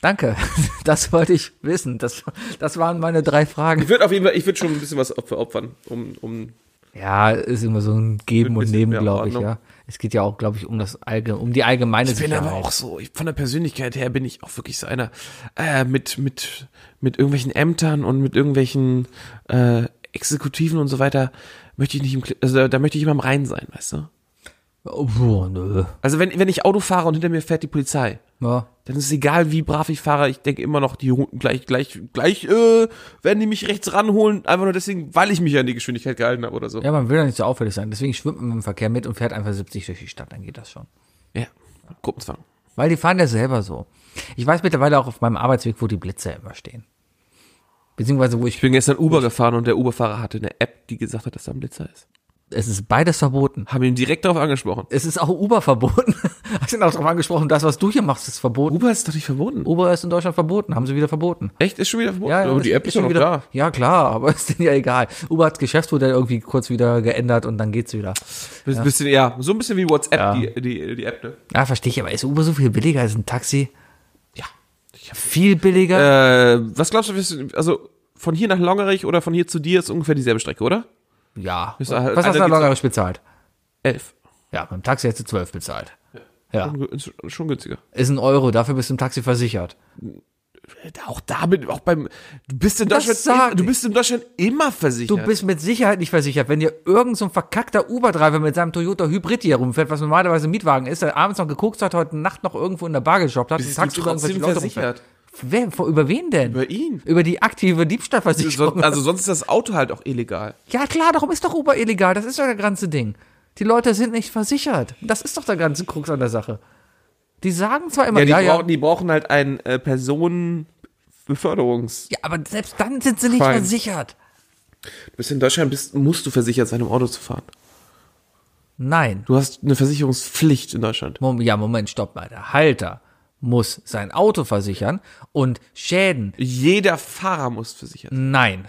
Speaker 2: danke. Das wollte ich wissen. Das, das waren meine drei Fragen.
Speaker 3: Ich würde auf jeden Fall, ich würde schon ein bisschen was für opfern, um, um
Speaker 2: Ja, ist immer so ein Geben
Speaker 3: Ein
Speaker 2: und
Speaker 3: bisschen
Speaker 2: Nehmen,
Speaker 3: mehr
Speaker 2: glaube ich,
Speaker 3: Ordnung.
Speaker 2: ja. Es geht ja auch, glaube ich, um das allge um die allgemeine
Speaker 3: Ich bin aber auch so, ich, von der Persönlichkeit her bin ich auch wirklich so einer äh, mit, mit, mit irgendwelchen Ämtern und mit irgendwelchen äh, Exekutiven und so weiter, möchte ich nicht im, Kl- also da möchte ich immer im Reinen sein, weißt du?
Speaker 2: Oh, boah, nö.
Speaker 3: Also wenn, wenn ich Auto fahre und hinter mir fährt die Polizei,
Speaker 2: Ja.
Speaker 3: dann ist es egal, wie brav ich fahre, ich denke immer noch, die hu- gleich, gleich, gleich, äh, werden die mich rechts ranholen, einfach nur deswegen, weil ich mich an die Geschwindigkeit gehalten habe oder so.
Speaker 2: ja, man will ja nicht so auffällig sein. Deswegen schwimmt man im Verkehr mit und fährt einfach 70 durch die Stadt, dann geht das schon.
Speaker 3: ja. Gruppenzwang.
Speaker 2: Weil die fahren ja selber so. Ich weiß mittlerweile auch auf meinem Arbeitsweg, wo die Blitzer immer stehen. Beziehungsweise, wo ich,
Speaker 3: Ich bin gestern Uber gefahren und der Uberfahrer hatte eine App, die gesagt hat, dass da ein Blitzer ist.
Speaker 2: es ist beides verboten.
Speaker 3: Haben ihn direkt darauf angesprochen.
Speaker 2: Es ist auch Uber verboten. Hast du ihn auch darauf angesprochen, das, was du hier machst, ist verboten.
Speaker 3: Uber ist doch nicht verboten.
Speaker 2: Uber ist in Deutschland verboten, haben sie wieder verboten.
Speaker 3: Echt? Ist schon wieder verboten? aber
Speaker 2: das
Speaker 3: die App ist Oh. ja
Speaker 2: schon
Speaker 3: noch
Speaker 2: wieder,
Speaker 3: da.
Speaker 2: Ja, klar, aber ist denen ja egal. Uber hat Geschäftsmodell irgendwie kurz wieder geändert und dann geht's wieder.
Speaker 3: Bis- Bisschen, ja, so ein bisschen wie WhatsApp, die, die, die App, ne?
Speaker 2: Ja, verstehe ich, aber ist Uber so viel billiger als ein Taxi?
Speaker 3: Ja.
Speaker 2: Viel billiger?
Speaker 3: Äh, was glaubst du, wirst du- also von hier nach Longerich oder von hier zu dir ist ungefähr dieselbe Strecke, oder?
Speaker 2: ja. Was
Speaker 3: ist halt-
Speaker 2: hast du da
Speaker 3: einer
Speaker 2: lange bezahlt?
Speaker 3: Elf.
Speaker 2: Ja, beim Taxi hättest du 12 bezahlt. Ja.
Speaker 3: Schon, ist schon günstiger.
Speaker 2: Ist ein Euro, dafür bist du im Taxi versichert.
Speaker 3: Auch Äh, da bin auch beim, du bist in
Speaker 2: Das sag
Speaker 3: Deutschland, du
Speaker 2: ich.
Speaker 3: bist in Deutschland immer
Speaker 2: Du
Speaker 3: versichert.
Speaker 2: bist mit Sicherheit nicht versichert, wenn dir irgend so ein verkackter Uber-Driver mit seinem Toyota Hybrid hier rumfährt, was normalerweise ein Mietwagen ist, der abends noch geguckt hat, heute Nacht noch irgendwo in der Bar geshoppt hat,
Speaker 3: Bist
Speaker 2: einen Tag
Speaker 3: du
Speaker 2: über irgendwelche
Speaker 3: trotzdem
Speaker 2: Leute
Speaker 3: versichert?
Speaker 2: rumfährt. Wer, vor- über wen denn?
Speaker 3: Über ihn.
Speaker 2: Über die aktive
Speaker 3: So,
Speaker 2: Diebstahlversicherung.
Speaker 3: also sonst ist das Auto halt auch illegal.
Speaker 2: ja klar, darum ist doch Uber illegal, das ist doch das ganze Ding. Die Leute sind nicht versichert. Das ist doch der ganze Krux an der Sache. Die sagen zwar immer,
Speaker 3: Ja, die,
Speaker 2: ja, ja,
Speaker 3: brauchen, die brauchen halt einen äh, Personenbeförderungs.
Speaker 2: ja, aber selbst dann sind sie nicht
Speaker 3: Fine.
Speaker 2: versichert.
Speaker 3: Du bist in Deutschland, bist, musst du versichert sein, um Auto zu fahren.
Speaker 2: Nein.
Speaker 3: Du hast eine Versicherungspflicht in Deutschland.
Speaker 2: Mom ja, Moment, stopp mal. Der Halter muss sein Auto versichern und Schäden,
Speaker 3: Jeder Fahrer muss versichert. sein.
Speaker 2: nein.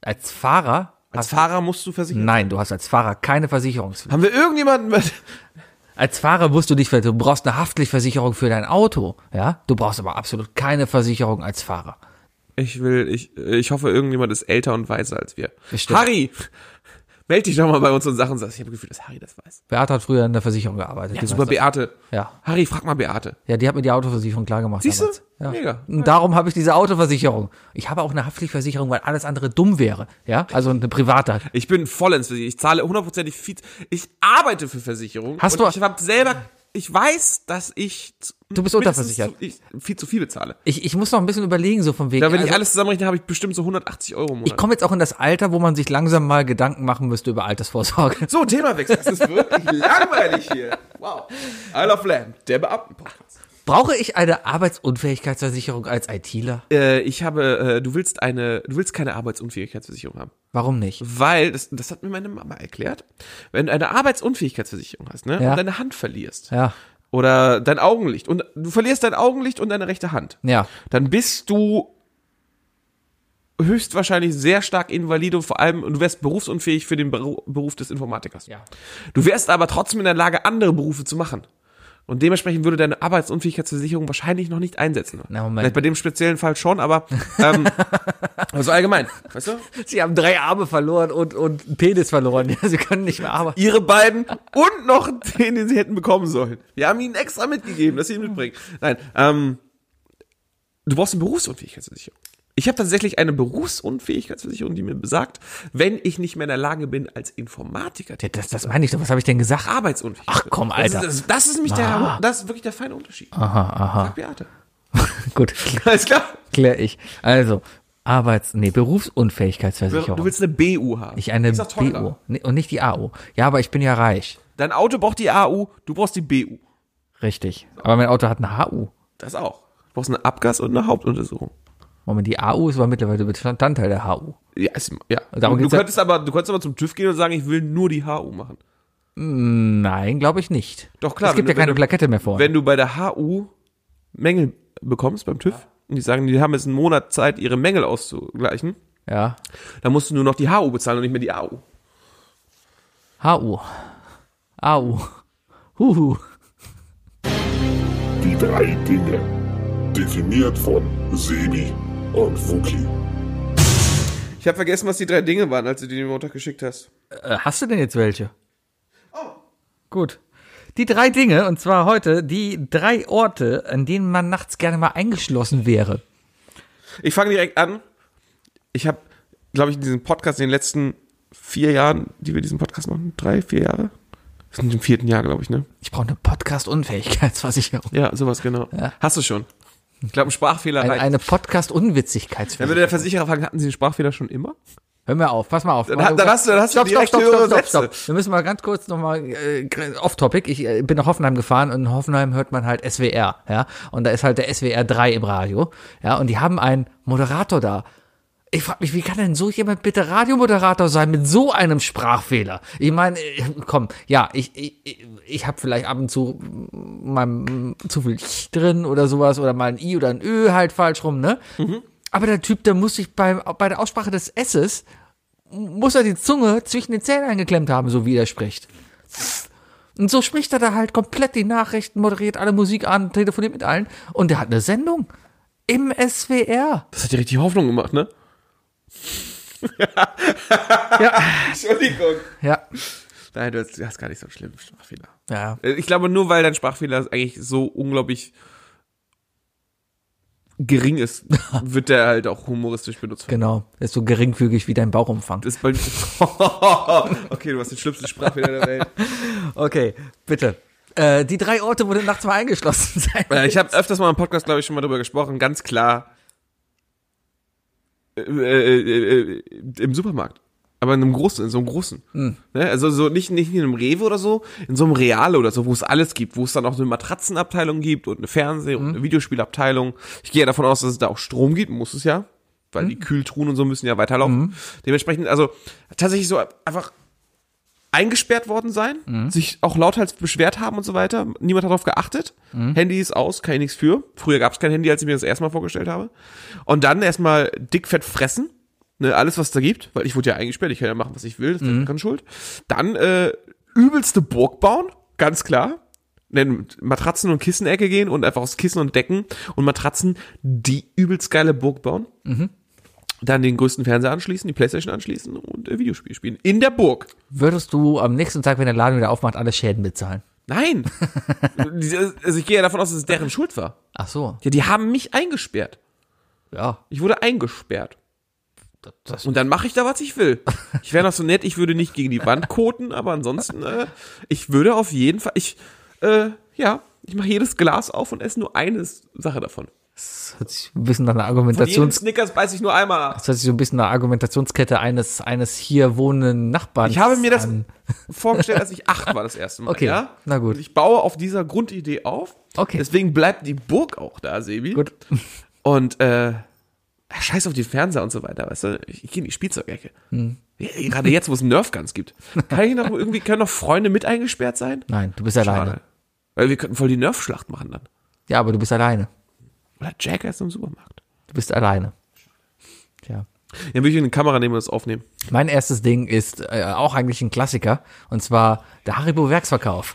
Speaker 2: Als Fahrer,
Speaker 3: Als Fahrer musst du versichert.
Speaker 2: nein, du hast als Fahrer keine Versicherungspflicht.
Speaker 3: Haben wir irgendjemanden? mit-
Speaker 2: Als Fahrer musst du dich, ver- du brauchst eine Haftpflichtversicherung für dein Auto, ja? Du brauchst aber absolut keine Versicherung als Fahrer.
Speaker 3: Ich will, ich, ich hoffe, irgendjemand ist älter und weiser als wir.
Speaker 2: Bestimmt.
Speaker 3: Harry, meld dich doch mal bei uns und Sachen. Ich habe Gefühl, dass Harry das weiß.
Speaker 2: Beate hat früher in der Versicherung gearbeitet. die
Speaker 3: Super
Speaker 2: weiß das.
Speaker 3: Beate.
Speaker 2: Ja.
Speaker 3: Harry, frag mal Beate.
Speaker 2: ja, die hat mir die Autoversicherung klar gemacht.
Speaker 3: Siehst du?
Speaker 2: damals. Ja.
Speaker 3: Mega.
Speaker 2: Und darum habe ich diese Autoversicherung. Ich habe auch eine Haftpflichtversicherung, weil alles andere dumm wäre, ja? Also eine private.
Speaker 3: Ich bin vollends versichert. Ich zahle hundertprozentig viel. Ich arbeite für Versicherungen.
Speaker 2: Hast
Speaker 3: und
Speaker 2: du-
Speaker 3: Ich habe selber. Ich weiß, dass ich. zu-
Speaker 2: Du bist
Speaker 3: mindestens
Speaker 2: unterversichert.
Speaker 3: Zu, ich viel zu viel bezahle.
Speaker 2: Ich, ich muss noch ein bisschen überlegen, so vom Weg.
Speaker 3: Da, wenn ich
Speaker 2: Also-
Speaker 3: alles zusammenrechne, habe ich bestimmt so 180 Euro
Speaker 2: Ich
Speaker 3: im Monat.
Speaker 2: komme jetzt auch in das Alter, wo man sich langsam mal Gedanken machen müsste über Altersvorsorge.
Speaker 3: So, Themawechsel. Das ist wirklich langweilig hier. Wow. I Love Lamb, der Beamtenpodcast.
Speaker 2: Brauche ich eine Arbeitsunfähigkeitsversicherung als ITler?
Speaker 3: Äh, ich habe, äh, du willst eine, du willst keine Arbeitsunfähigkeitsversicherung haben.
Speaker 2: Warum nicht?
Speaker 3: Weil, das, das hat mir meine Mama erklärt, wenn du eine Arbeitsunfähigkeitsversicherung hast, ne,
Speaker 2: Ja.
Speaker 3: und deine Hand verlierst,
Speaker 2: Ja.
Speaker 3: oder dein Augenlicht, und du verlierst dein Augenlicht und deine rechte Hand,
Speaker 2: Ja.
Speaker 3: dann bist du höchstwahrscheinlich sehr stark invalide und vor allem, und du wärst berufsunfähig für den Beru Beruf des Informatikers.
Speaker 2: Ja.
Speaker 3: Du wärst aber trotzdem in der Lage, andere Berufe zu machen. Und dementsprechend würde deine Arbeitsunfähigkeitsversicherung wahrscheinlich noch nicht einsetzen.
Speaker 2: Na, Moment.
Speaker 3: Vielleicht bei dem speziellen Fall schon, aber ähm, also allgemein, weißt du?
Speaker 2: Sie haben drei Arme verloren und, und einen Penis verloren. Ja, sie können nicht mehr arbeiten.
Speaker 3: Ihre beiden und noch den, den sie hätten bekommen sollen. Wir haben ihnen extra mitgegeben, dass sie ihn mitbringen. Nein, ähm, du brauchst eine Berufsunfähigkeitsversicherung. Ich habe tatsächlich eine Berufsunfähigkeitsversicherung, die mir besagt, wenn ich nicht mehr in der Lage bin, als Informatiker tätig
Speaker 2: Das, das meine ich doch. Was habe ich denn gesagt? Ah,
Speaker 3: Arbeitsunfähig.
Speaker 2: Ach komm, Alter.
Speaker 3: Das ist, das ist nämlich der, das ist wirklich der feine Unterschied.
Speaker 2: Aha, aha.
Speaker 3: Sag Beate.
Speaker 2: Gut,
Speaker 3: Alles klar.
Speaker 2: klär ich. Also, Arbeits-, nee, Berufsunfähigkeitsversicherung.
Speaker 3: Du willst eine BU haben.
Speaker 2: ich eine
Speaker 3: Die ist doch teurer.
Speaker 2: BU. Nee, und nicht die AU. Ja, aber ich bin ja reich.
Speaker 3: Dein Auto braucht die AU, du brauchst die BU.
Speaker 2: Richtig. Aber mein Auto hat eine HU.
Speaker 3: Das auch. Du brauchst eine Abgas- und eine Hauptuntersuchung.
Speaker 2: Moment, die AU ist aber mittlerweile Bestandteil der HU.
Speaker 3: Ja, ist, ja.
Speaker 2: Also Darum
Speaker 3: du,
Speaker 2: geht's
Speaker 3: du
Speaker 2: ja-
Speaker 3: könntest aber, du könntest aber zum TÜV gehen und sagen, ich will nur die HU machen.
Speaker 2: Nein, glaube ich nicht.
Speaker 3: Doch, klar,
Speaker 2: Es gibt
Speaker 3: wenn
Speaker 2: ja
Speaker 3: du-
Speaker 2: keine
Speaker 3: wenn du-
Speaker 2: Plakette mehr vorne.
Speaker 3: Wenn du bei der HU Mängel bekommst beim TÜV und die sagen, die haben jetzt einen Monat Zeit, ihre Mängel auszugleichen,
Speaker 2: ja.
Speaker 3: dann musst du nur noch die HU bezahlen und nicht mehr die AU.
Speaker 2: HU. AU. Huhu.
Speaker 6: Die drei Dinge. Definiert von Sebi und Fuki.
Speaker 3: Ich habe vergessen, was die drei Dinge waren, als du die den Montag geschickt hast.
Speaker 2: Äh, Hast du denn jetzt welche? Oh. Gut. Die drei Dinge, und zwar heute die drei Orte, an denen man nachts gerne mal eingeschlossen wäre.
Speaker 3: Ich fange direkt an. Ich habe, glaube ich, in diesem Podcast in den letzten vier Jahren, die wir diesen Podcast machen, drei, vier Jahre. Wir sind im vierten Jahr, glaube ich, ne?
Speaker 2: Ich brauche eine Podcast-Unfähigkeitsversicherung.
Speaker 3: Ja, sowas genau. Hast du schon. Ich glaube, ein Sprachfehler
Speaker 2: Eine,
Speaker 3: reicht.
Speaker 2: eine
Speaker 3: Dann
Speaker 2: Podcast-Unwitzigkeitsversicherung.
Speaker 3: würde der Versicherer fragen, hatten Sie einen Sprachfehler schon immer?
Speaker 2: Hör mir auf, pass mal auf. Also,
Speaker 3: Dann ha- dann hast du- dann hast du
Speaker 2: stopp, stopp,
Speaker 3: direkt
Speaker 2: stopp,
Speaker 3: höhere
Speaker 2: stopp, stopp, stopp.
Speaker 3: Sätze.
Speaker 2: Wir müssen mal ganz kurz nochmal äh, off-topic. Ich äh, bin nach Hoffenheim gefahren und in Hoffenheim hört man halt SWR, ja. Und da ist halt der SWR 3 im Radio, ja. Und die haben einen Moderator da. Ich frage mich, wie kann denn so jemand bitte Radiomoderator sein mit so einem Sprachfehler? Ich meine, äh, komm, ja, ich, ich, ich- ich habe vielleicht ab und zu mal zu viel Ich drin oder sowas oder mal ein I oder ein Ö halt falsch rum, ne?
Speaker 3: Mhm.
Speaker 2: Aber der Typ, der muss sich beim, bei der Aussprache des S's, muss er die Zunge zwischen den Zähnen eingeklemmt haben, so wie er spricht. Und so spricht er da halt komplett die Nachrichten, moderiert alle Musik an, telefoniert mit allen und der hat eine Sendung im SWR.
Speaker 3: Das hat dir richtig Hoffnung gemacht, ne? ja. Entschuldigung.
Speaker 2: Ja.
Speaker 3: Nein, du hast, du hast gar nicht so einen schlimmen Sprachfehler.
Speaker 2: Ja.
Speaker 3: Äh, Ich glaube nur, weil dein Sprachfehler eigentlich so unglaublich gering ist, wird der halt auch humoristisch benutzt.
Speaker 2: Genau. Ist so geringfügig wie dein Bauchumfang.
Speaker 3: Das ist bei okay, du hast den schlimmsten Sprachfehler der Welt.
Speaker 2: Okay, bitte. Äh, die drei Orte, wo du nachts mal eingeschlossen sein.
Speaker 3: Äh, Ich habe öfters mal im Podcast, glaube ich, schon mal drüber gesprochen. Ganz klar äh, äh, äh, im Supermarkt. Aber in einem großen, in so einem großen. Ne? Also so nicht, nicht in einem Rewe oder so, in so einem Reale oder so, wo es alles gibt, wo es dann auch eine Matratzenabteilung gibt und eine Fernseh- und eine Videospielabteilung. Ich gehe ja davon aus, dass es da auch Strom gibt, muss es ja. Weil die Kühltruhen und so müssen ja weiterlaufen. Dementsprechend, also tatsächlich so einfach eingesperrt worden sein, sich auch lauthals beschwert haben und so weiter. Niemand hat darauf geachtet. Handy ist aus, kann ich nichts für. Früher gab es kein Handy, als ich mir das erstmal vorgestellt habe. Und dann erstmal dickfett fressen. Ne, alles, was da gibt, weil ich wurde ja eingesperrt, ich kann ja machen, was ich will, das ist ja keine Schuld. Dann äh, übelste Burg bauen, ganz klar. Dann mit Matratzen und Kissenecke gehen und einfach aus Kissen und Decken und Matratzen die übelst geile Burg bauen. Dann den größten Fernseher anschließen, die Playstation anschließen und äh, Videospiel spielen. In der Burg.
Speaker 2: Würdest du am nächsten Tag, wenn der Laden wieder aufmacht, alle Schäden bezahlen?
Speaker 3: Nein. Diese- also ich gehe ja davon aus, dass es deren Schuld war.
Speaker 2: Ach so.
Speaker 3: Ja, die haben mich eingesperrt.
Speaker 2: Ja.
Speaker 3: Ich wurde eingesperrt.
Speaker 2: Das,
Speaker 3: Und dann mache ich da, was ich will. Ich wäre noch so nett, ich würde nicht gegen die Wand koten, aber ansonsten, äh, ich würde auf jeden Fall, ich, äh, ja, ich mache jedes Glas auf und esse nur eine Sache davon.
Speaker 2: Das hört sich ein bisschen nach einer
Speaker 3: Jeden
Speaker 2: Argumentations
Speaker 3: Snickers beiß ich nur einmal ab.
Speaker 2: das hört sich so ein bisschen nach einer Argumentationskette eines, eines hier wohnenden Nachbarn.
Speaker 3: Ich habe mir das
Speaker 2: an.
Speaker 3: vorgestellt, als ich acht war das erste Mal.
Speaker 2: Okay,
Speaker 3: ja?
Speaker 2: na gut.
Speaker 3: Und ich baue auf dieser Grundidee auf.
Speaker 2: Okay.
Speaker 3: Deswegen bleibt die Burg auch da, Sebi.
Speaker 2: Gut.
Speaker 3: Und äh, scheiß auf die Fernseher und so weiter, weißt du. Ich, ich gehe in die Spielzeugecke.
Speaker 2: Hm.
Speaker 3: Ja, Gerade jetzt, wo es Nerfguns gibt. Kann ich noch irgendwie, können noch Freunde mit eingesperrt sein?
Speaker 2: Nein, du bist
Speaker 3: Schade.
Speaker 2: alleine.
Speaker 3: Weil wir könnten voll die Nerfschlacht machen dann.
Speaker 2: Ja, aber du bist alleine.
Speaker 3: Oder Jackass im Supermarkt.
Speaker 2: Du bist alleine. Tja.
Speaker 3: Ja, würde ich eine Kamera nehmen und das aufnehmen.
Speaker 2: Mein erstes Ding ist äh, auch eigentlich ein Klassiker und zwar der Haribo Werksverkauf.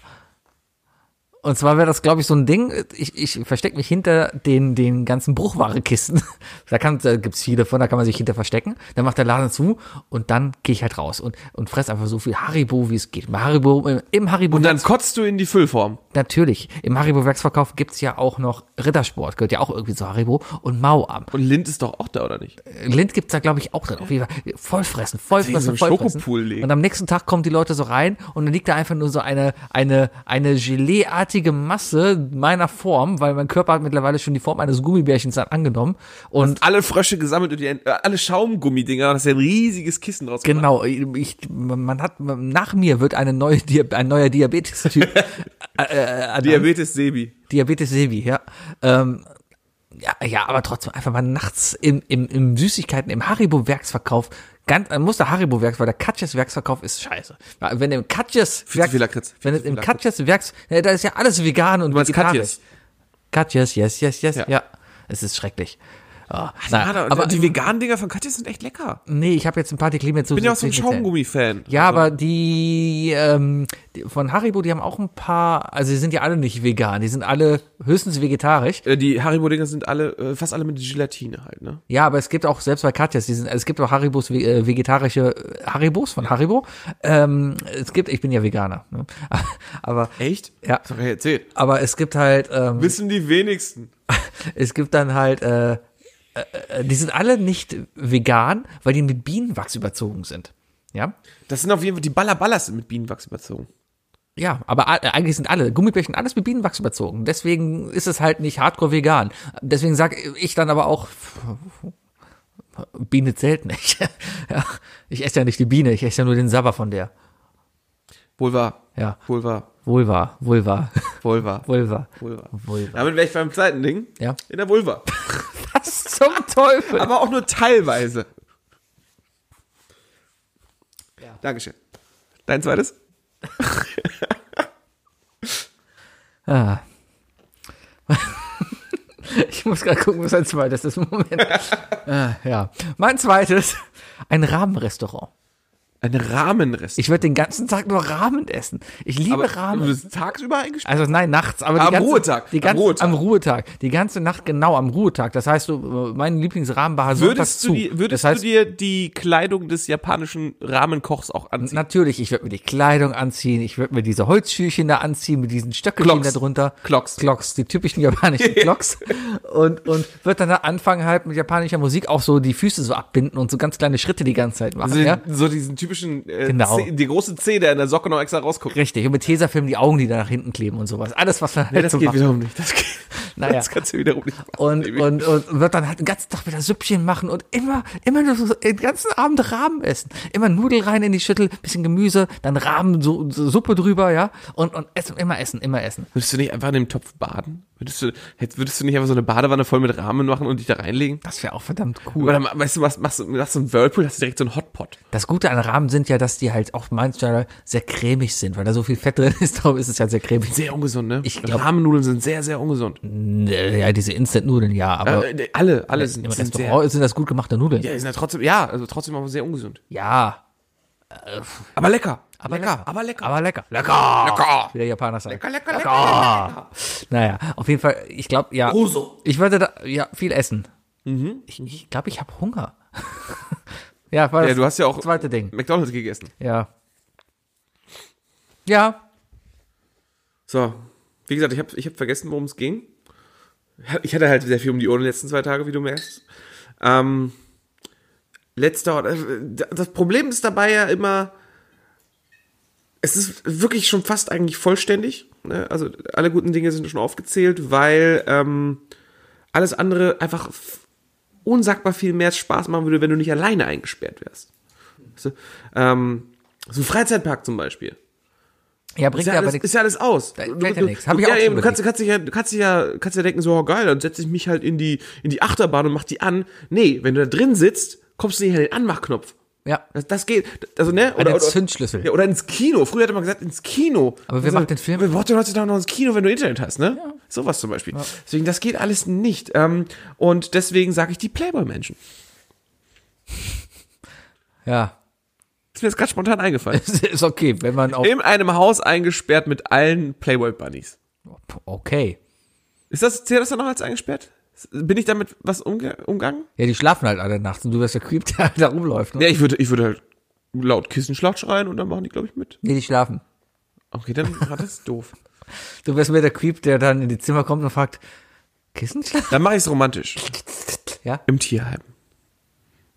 Speaker 2: Und zwar wäre das, glaube ich, so ein Ding. Ich, ich verstecke mich hinter den, den ganzen Bruchwarekisten. Da, kann, da gibt's viele von, da kann man sich hinter verstecken. Dann macht der Laden zu und dann gehe ich halt raus und, und fress einfach so viel Haribo, wie es geht. Im Haribo, im- im Haribo.
Speaker 3: Und dann kotzt du in die Füllform.
Speaker 2: natürlich. Im Haribo-Werksverkauf gibt's ja auch noch Rittersport, gehört ja auch irgendwie zu Haribo und Mauam.
Speaker 3: Und Lind ist doch auch da, oder nicht?
Speaker 2: Lind gibt's da, glaube ich, auch drin. Auf jeden Fall. Vollfressen,
Speaker 3: so
Speaker 2: vollfressen,
Speaker 3: einen
Speaker 2: vollfressen.
Speaker 3: Schokopool legen.
Speaker 2: Und am nächsten Tag kommen die Leute so rein und dann liegt da einfach nur so eine, eine, eine Geleeartige Masse meiner Form, weil mein Körper hat mittlerweile schon die Form eines Gummibärchens an- angenommen. Und
Speaker 3: Alle Frösche gesammelt und die, äh, alle Schaumgummidinger. Das ist ja ein riesiges Kissen draus gemacht.
Speaker 2: genau, ich, man hat, nach mir wird eine neue, Dia- ein neuer Diabetes-Typ. äh,
Speaker 3: Diabetes Sebi.
Speaker 2: Diabetes Sebi, ja. Ähm, ja, ja, aber trotzdem einfach mal nachts im, im, im Süßigkeiten, im Haribo-Werksverkauf. Ganz, äh, muss der Haribo-Werks, weil der Katjes-Werksverkauf ist scheiße. Ja, Wenn im Katjes,
Speaker 3: zu viel Lakritz, viel
Speaker 2: wenn
Speaker 3: zu
Speaker 2: es
Speaker 3: viel
Speaker 2: im
Speaker 3: Lakritz.
Speaker 2: Katjes-Werks, ja, da ist ja alles vegan und
Speaker 3: Du meinst
Speaker 2: vegetarisch.
Speaker 3: Katjes.
Speaker 2: Katjes, yes, yes, yes,
Speaker 3: Ja.
Speaker 2: ja. Es ist schrecklich. Oh, na,
Speaker 3: Ah, da-
Speaker 2: aber
Speaker 3: die veganen Dinger von Katjes sind echt lecker. Ich
Speaker 2: nee, ich habe jetzt ein paar Declim jetzt so.
Speaker 3: bin ja auch so ein Also Schaumgummi-Fan.
Speaker 2: Ja, aber die, ähm, die von Haribo, die haben auch ein paar, also die sind ja alle nicht vegan, die sind alle höchstens vegetarisch.
Speaker 3: Äh, Die Haribo-Dinger sind alle, äh, fast alle mit Gelatine halt, ne?
Speaker 2: Ja, aber es gibt auch, selbst bei Katjas, die sind, es gibt auch Haribos, ve- äh, vegetarische äh, Haribos von Haribo. Ähm, es gibt, ich bin ja Veganer, ne? aber,
Speaker 3: Echt?
Speaker 2: Ja.
Speaker 3: Das hab ich ja erzählt.
Speaker 2: aber es gibt halt, ähm,
Speaker 3: Wissen die wenigsten.
Speaker 2: es gibt dann halt, äh, äh, äh, die sind alle nicht vegan, weil die mit Bienenwachs überzogen sind. Ja?
Speaker 3: Das sind auf jeden Fall, die Ballaballas sind mit Bienenwachs überzogen.
Speaker 2: Ja, aber a- äh, eigentlich sind alle Gummibärchen alles mit Bienenwachs überzogen. Deswegen ist es halt nicht hardcore vegan. Deswegen sage ich dann aber auch, pff, Biene zählt nicht. ja, ich esse ja nicht die Biene, ich esse ja nur den Sabber von der.
Speaker 3: Wohl wahr.
Speaker 2: Ja,
Speaker 3: Wohl wahr.
Speaker 2: Vulva, Vulva,
Speaker 3: Wohl wahr.
Speaker 2: Vulva.
Speaker 3: Vulva.
Speaker 2: Vulva.
Speaker 3: Damit wäre ich beim zweiten Ding.
Speaker 2: Ja.
Speaker 3: In der Vulva.
Speaker 2: Was zum Teufel?
Speaker 3: Aber auch nur teilweise. Dankeschön. Dein zweites?
Speaker 2: Ah. Ich muss gerade gucken, was ein zweites ist. Moment. Ah, ja. Mein zweites, ein Rahmenrestaurant.
Speaker 3: Ein Rahmenrest.
Speaker 2: Ich würde den ganzen Tag nur Rahmen essen. Ich liebe
Speaker 3: Du
Speaker 2: Rahmen.
Speaker 3: bist tagsüber eingesperrt?
Speaker 2: Also nein, nachts, aber die
Speaker 3: Am
Speaker 2: ganze,
Speaker 3: Ruhetag,
Speaker 2: Die
Speaker 3: am
Speaker 2: ganze, am, Ruhetag.
Speaker 3: Ruhetag.
Speaker 2: Die ganze Nacht genau am Ruhetag. Das heißt, du, äh, mein Lieblingsrahmen war sonntags
Speaker 3: Würdest,
Speaker 2: zu.
Speaker 3: du, die, würdest
Speaker 2: das heißt,
Speaker 3: du dir die Kleidung des japanischen Rahmenkochs auch anziehen?
Speaker 2: natürlich, ich würde mir die Kleidung anziehen, ich würde mir diese Holzschürchen da anziehen, mit diesen Stöckelchen da
Speaker 3: Clocks.
Speaker 2: drunter.
Speaker 3: Clocks.
Speaker 2: Clocks, die typischen japanischen Clocks. Und, und wird dann da anfangen halt mit japanischer Musik auch so die Füße so abbinden und so ganz kleine Schritte die ganze Zeit machen,
Speaker 3: Also
Speaker 2: ja?
Speaker 3: So diesen typischen, äh,
Speaker 2: Genau.
Speaker 3: Zeh, die große Zeh, der in der Socke noch extra rausguckt.
Speaker 2: Richtig. Und mit Tesafilm die Augen, die da nach hinten kleben und sowas. Alles, was man halt so macht.
Speaker 3: wiederum nicht. Das, geht,
Speaker 2: Naja.
Speaker 3: das kannst du wiederum nicht machen.
Speaker 2: und,
Speaker 3: Baby.
Speaker 2: und, und wird dann halt den ganzen Tag wieder Süppchen machen und immer, immer nur so den ganzen Abend Rahmen essen. Immer Nudel rein in die Schüttel, bisschen Gemüse, dann Rahmen, so, so Suppe drüber, ja. Und, und essen, immer essen, immer essen.
Speaker 3: Würdest du nicht einfach in dem Topf baden? Würdest du, hätt- würdest du nicht einfach so eine Badewanne voll mit Rahmen machen und dich da reinlegen?
Speaker 2: Das wäre auch verdammt
Speaker 3: Oder
Speaker 2: cool.
Speaker 3: ma- weißt du, machst, machst, du- machst du einen Whirlpool, hast du direkt so einen Hotpot.
Speaker 2: Das Gute an Rahmen sind ja, dass die halt auch manchmal sehr cremig sind, weil da so viel Fett drin ist, darum ist es ja sehr cremig.
Speaker 3: Sehr ungesund, ne?
Speaker 2: Ich glaub-
Speaker 3: Rahmennudeln sind sehr, sehr ungesund.
Speaker 2: Äh, Ja, diese Instant-Nudeln, ja, aber
Speaker 3: Äh, alle, alle sind,
Speaker 2: im
Speaker 3: sind
Speaker 2: Restaurant
Speaker 3: sehr,
Speaker 2: sind das gut gemachte Nudeln.
Speaker 3: ja, sind ja trotzdem, ja, also trotzdem aber sehr ungesund.
Speaker 2: Ja.
Speaker 3: Aber lecker.
Speaker 2: Aber lecker.
Speaker 3: Aber lecker. Ah.
Speaker 2: Aber lecker. Lecker.
Speaker 3: lecker.
Speaker 2: Wie der Japaner sagt.
Speaker 3: Lecker, lecker, lecker,
Speaker 2: Naja, auf jeden Fall, ich glaube, ja.
Speaker 3: Russo.
Speaker 2: Ich würde da ja viel essen.
Speaker 3: Mhm.
Speaker 2: Ich glaube, ich, glaub, ich habe Hunger. ja, war das
Speaker 3: Ja, du hast ja auch
Speaker 2: zweite Ding.
Speaker 3: McDonalds gegessen.
Speaker 2: Ja. Ja.
Speaker 3: So, wie gesagt, ich habe ich hab vergessen, worum es ging. Ich hatte halt sehr viel um die Ohren die letzten zwei Tage, wie du merkst. Ähm, letzter, äh, das Problem ist dabei ja immer, es ist wirklich schon fast eigentlich vollständig. Ne? Also alle guten Dinge sind schon aufgezählt, weil ähm, alles andere einfach f- unsagbar viel mehr Spaß machen würde, wenn du nicht alleine eingesperrt wärst. Weißt du? ähm, so ein Freizeitpark zum Beispiel.
Speaker 2: Ja, bringt
Speaker 3: Ist ja,
Speaker 2: ja aber
Speaker 3: alles,
Speaker 2: nichts.
Speaker 3: ist ja alles aus.
Speaker 2: Da
Speaker 3: Du-
Speaker 2: fällt ja
Speaker 3: du-
Speaker 2: nichts.
Speaker 3: du-
Speaker 2: Hab ich auch
Speaker 3: ja,
Speaker 2: schon
Speaker 3: eben, du kannst, kannst, dich ja, du kannst dich ja, kannst ja denken, so, oh, geil, dann setze ich mich halt in die, in die Achterbahn und mach die an. Nee, wenn du da drin sitzt, kommst du nicht an den Anmachknopf.
Speaker 2: Ja.
Speaker 3: Das, das geht. Also, ne?
Speaker 2: den Zündschlüssel.
Speaker 3: Ja, oder ins Kino. Früher hatte man gesagt, ins Kino.
Speaker 2: Aber wer
Speaker 3: Also,
Speaker 2: macht den Film?
Speaker 3: Wer braucht denn heutzutage noch ins Kino, wenn du Internet hast, ne? Ja. Sowas zum Beispiel. Deswegen, das geht alles nicht. Ähm, und deswegen sage ich die Playboy-Menschen.
Speaker 2: Ja.
Speaker 3: Ist mir jetzt gerade spontan eingefallen.
Speaker 2: ist okay, wenn man auch.
Speaker 3: In einem Haus eingesperrt mit allen Playboy-Bunnies.
Speaker 2: Okay.
Speaker 3: Ist das, zählt das dann noch als eingesperrt? Bin ich damit was umge umgangen?
Speaker 2: Ja, die schlafen halt alle nachts und du wirst der Creep, der da rumläuft. Ne?
Speaker 3: Ja, ich würde, ich würde halt laut Kissenschlacht schreien und dann machen die, glaube ich, mit.
Speaker 2: Nee, die schlafen.
Speaker 3: Okay, dann war das doof.
Speaker 2: Du wirst mir der Creep, der dann in die Zimmer kommt und fragt, Kissenschlaf?
Speaker 3: Dann mache ich es romantisch.
Speaker 2: Ja?
Speaker 3: Im Tierheim.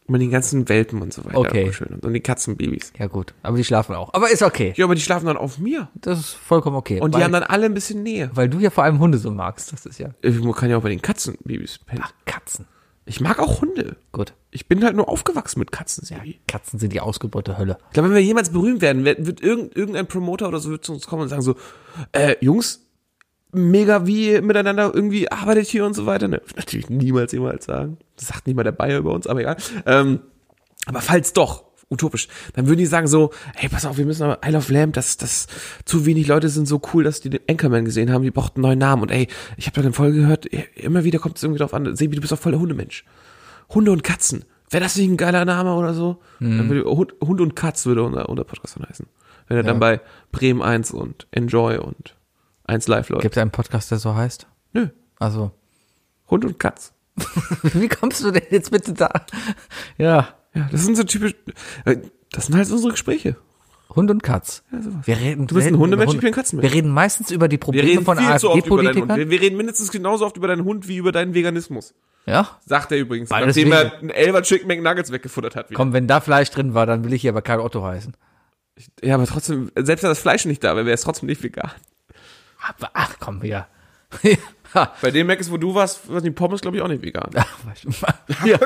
Speaker 3: Mit den ganzen Welpen und so weiter.
Speaker 2: Okay.
Speaker 3: Und, schön. und, und den Katzenbabys.
Speaker 2: Ja gut, aber die schlafen auch. Aber ist okay.
Speaker 3: Ja, aber die schlafen dann auf mir.
Speaker 2: Das ist vollkommen okay.
Speaker 3: Und
Speaker 2: weil,
Speaker 3: die haben dann alle ein bisschen Nähe.
Speaker 2: weil du ja vor allem Hunde so magst. Das ist ja.
Speaker 3: Ich kann ja auch bei den Katzenbabys pennen.
Speaker 2: Ach, Katzen.
Speaker 3: Ich mag auch Hunde.
Speaker 2: Gut.
Speaker 3: Ich bin halt nur aufgewachsen mit Katzen, Sebi.
Speaker 2: Katzen sind die ausgebeute Hölle.
Speaker 3: Ich glaube, wenn wir jemals berühmt werden, wird, wird irgend, irgendein Promoter oder so wird zu uns kommen und sagen so, äh, Jungs, mega wie ihr miteinander irgendwie arbeitet hier und so weiter. Ne? Natürlich niemals jemals sagen. Das sagt nicht mal der Bayer über uns, aber egal. Ähm, aber falls doch, utopisch, dann würden die sagen so, hey, pass auf, wir müssen aber Isle of Lamb, das, das, zu wenig Leute sind so cool, dass die den Anchorman gesehen haben, die brauchten einen neuen Namen. Und ey, ich habe da eine Folge gehört, e, immer wieder kommt es irgendwie drauf an, Sebi, du bist doch voll der Hundemensch. Hunde und Katzen. Wäre das nicht ein geiler Name oder so? Dann würde, Hund, Hund und Katz würde unser, unser Podcast dann heißen. Wenn er dann bei Bremen 1 und Enjoy und 1 Live läuft.
Speaker 2: Gibt es einen Podcast, der so heißt?
Speaker 3: Nö,
Speaker 2: Also.
Speaker 3: Hund und Katz.
Speaker 2: Wie kommst du denn jetzt bitte da? Ja.
Speaker 3: Ja, das sind so typisch, äh, das sind halt so unsere Gespräche.
Speaker 2: Hund und Katz.
Speaker 3: sowas.
Speaker 2: wir reden,
Speaker 3: Du bist ein
Speaker 2: selten
Speaker 3: Hundemensch,
Speaker 2: über
Speaker 3: ich bin ein Katzenmensch.
Speaker 2: Wir reden meistens über die
Speaker 3: Wir
Speaker 2: Probleme
Speaker 3: reden
Speaker 2: von
Speaker 3: viel zu oft über deinen Hund.
Speaker 2: AfD-Politikern.
Speaker 3: Wir, wir reden mindestens genauso oft über deinen Hund wie über deinen Veganismus.
Speaker 2: Ja.
Speaker 3: Sagt er übrigens,
Speaker 2: Beides
Speaker 3: nachdem er
Speaker 2: wichtig.
Speaker 3: einen Elver Chicken McNuggets weggefuttert hat. wieder.
Speaker 2: Komm, wenn da Fleisch drin war, dann will ich hier aber Karl Otto heißen.
Speaker 3: Ja, aber trotzdem, selbst wenn das Fleisch nicht da wäre, wäre es trotzdem nicht vegan.
Speaker 2: Aber, ach, komm, ja.
Speaker 3: Bei dem Mac ist, wo du warst, waren die Pommes, glaube ich, auch nicht vegan.
Speaker 2: ja.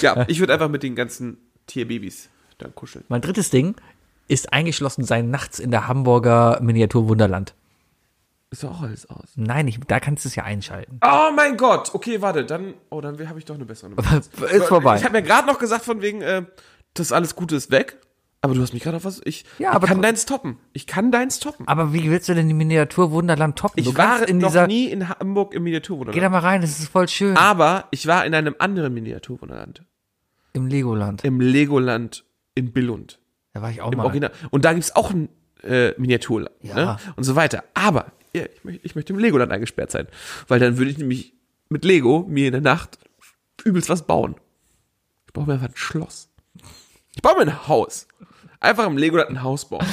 Speaker 3: Ja, ich würde einfach mit den ganzen Tierbabys dann kuscheln.
Speaker 2: Mein drittes Ding ist eingeschlossen sein nachts in der Hamburger Miniaturwunderland.
Speaker 3: Ist doch auch alles aus.
Speaker 2: Nein, ich, da kannst du es ja einschalten.
Speaker 3: Oh mein Gott. Okay, warte, dann oh, dann habe ich doch eine bessere Nummer.
Speaker 2: Ist vorbei.
Speaker 3: Ich habe mir gerade noch gesagt von wegen äh, das alles Gute ist weg, aber du hast mich gerade auf was ich,
Speaker 2: Ja,
Speaker 3: ich
Speaker 2: aber
Speaker 3: kann
Speaker 2: tr-
Speaker 3: deins toppen. Ich kann deins toppen.
Speaker 2: Aber wie willst du denn die Miniaturwunderland toppen?
Speaker 3: Ich
Speaker 2: du
Speaker 3: war
Speaker 2: kannst in
Speaker 3: noch
Speaker 2: dieser. Genau.
Speaker 3: nie Ah. in Hamburg im
Speaker 2: Geh da
Speaker 3: Miniaturwunderland.
Speaker 2: mal rein, das ist voll schön.
Speaker 3: Aber ich war in einem anderen Miniaturwunderland,
Speaker 2: Im Legoland.
Speaker 3: im Legoland in Billund.
Speaker 2: Da war ich auch
Speaker 3: Im
Speaker 2: mal.
Speaker 3: Original. Und da gibt's auch ein äh, Miniatur ne?
Speaker 2: Ja.
Speaker 3: und so weiter. Aber ja, ich, möcht, ich möchte im Legoland eingesperrt sein, weil dann würde ich nämlich mit Lego mir in der Nacht übelst was bauen. Ich brauche mir einfach ein Schloss. Ich baue mir ein Haus. Einfach im Legoland ein Haus bauen.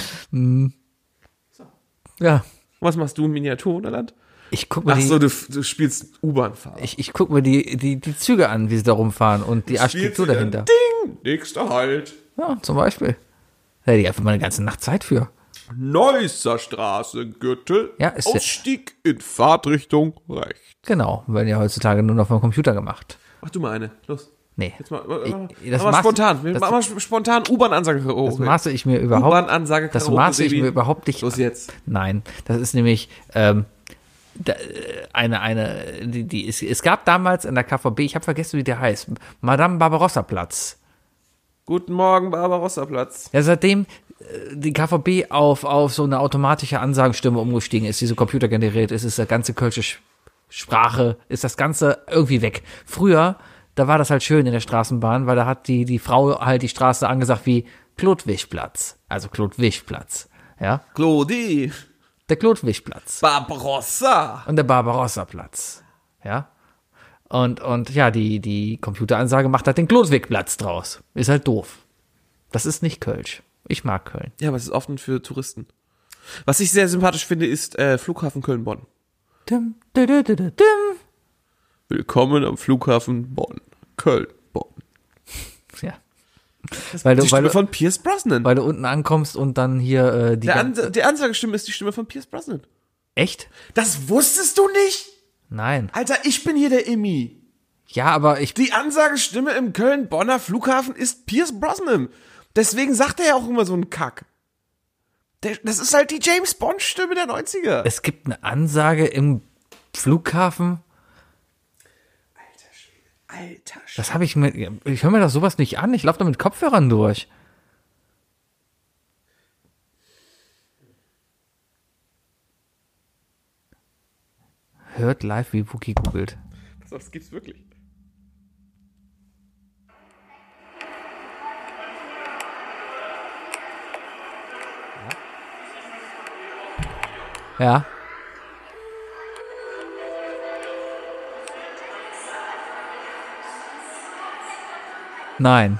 Speaker 2: Ja.
Speaker 3: Und was machst du im Miniaturwunderland?
Speaker 2: Ich guck mal
Speaker 3: Ach
Speaker 2: die,
Speaker 3: so, du, f- du spielst U-Bahn-Fahrer.
Speaker 2: ich, ich guck mir die, die, die Züge an, wie sie da rumfahren und die Architektur
Speaker 3: sie
Speaker 2: dahinter.
Speaker 3: Ding! Nächster Halt.
Speaker 2: Ja, zum Beispiel. Da hätte ich einfach mal eine ganze Nacht Zeit für.
Speaker 3: Neusser Straße, Gürtel.
Speaker 2: Ja, ist der-
Speaker 3: Ausstieg in Fahrtrichtung rechts.
Speaker 2: Genau, werden ja heutzutage nur noch vom Computer gemacht.
Speaker 3: Mach du mal eine. Los.
Speaker 2: Nee.
Speaker 3: Jetzt mal, mal, mal,
Speaker 2: Ich- das
Speaker 3: mal
Speaker 2: machst-
Speaker 3: spontan. Wir
Speaker 2: das-
Speaker 3: machen mal sp- spontan U-Bahn-Ansage.
Speaker 2: Das maße ich mir überhaupt.
Speaker 3: U-Bahn-Ansage
Speaker 2: Das
Speaker 3: Karaoke,
Speaker 2: maße ich
Speaker 3: Sebi.
Speaker 2: mir überhaupt nicht.
Speaker 3: Los
Speaker 2: an.
Speaker 3: jetzt.
Speaker 2: Nein, das ist nämlich ähm, da, äh, eine eine die, die es, es gab damals in der KVB, ich habe vergessen, wie der heißt, Madame Barbarossa Platz.
Speaker 3: Guten Morgen, Barbarossa-Platz.
Speaker 2: Ja, seitdem äh, die KVB auf, auf so eine automatische Ansagenstimme umgestiegen ist, die so computergeneriert ist, ist der ganze kölsche Sch- Sprache, ist das Ganze irgendwie weg. Früher, da war das halt schön in der Straßenbahn, weil da hat die, die Frau halt die Straße angesagt wie Klotwischplatz, also Klotwischplatz, ja,
Speaker 3: Claudie.
Speaker 2: der Klotwischplatz
Speaker 3: Barbarossa.
Speaker 2: und der Barbarossa-Platz, ja. Und, und ja, die, die Computeransage macht halt den Klotwigplatz draus. Ist halt doof. Das ist nicht Kölsch. Ich mag Köln.
Speaker 3: Ja, aber es ist offen für Touristen. Was ich sehr sympathisch finde, ist äh, Flughafen Köln-Bonn.
Speaker 2: Dim, dim, dim, dim, dim.
Speaker 3: Willkommen am Flughafen Bonn. Köln-Bonn.
Speaker 2: Ja. Weil
Speaker 3: Die
Speaker 2: du, weil,
Speaker 3: Stimme
Speaker 2: du,
Speaker 3: von Pierce Brosnan.
Speaker 2: weil du unten ankommst und dann hier äh, die.
Speaker 3: Der
Speaker 2: gan-
Speaker 3: Ans die Ansagestimme ist die Stimme von Pierce Brosnan.
Speaker 2: Echt?
Speaker 7: Das wusstest du nicht?
Speaker 2: Nein.
Speaker 7: Alter, ich bin hier der Emmy.
Speaker 2: Ja, aber ich.
Speaker 7: Die Ansagestimme im Köln-Bonner Flughafen ist Pierce Brosnan. Deswegen sagt er ja auch immer so einen Kack. Der, das ist halt die James Bond-Stimme der 90er.
Speaker 2: Es gibt eine Ansage im Flughafen.
Speaker 7: Alter Sch
Speaker 2: Das habe ich mir. Ich höre mir das sowas nicht an. Ich laufe da mit Kopfhörern durch. Hört live, wie Wookie googelt.
Speaker 3: Pass auf, Das gibt's wirklich.
Speaker 2: Ja. Nein.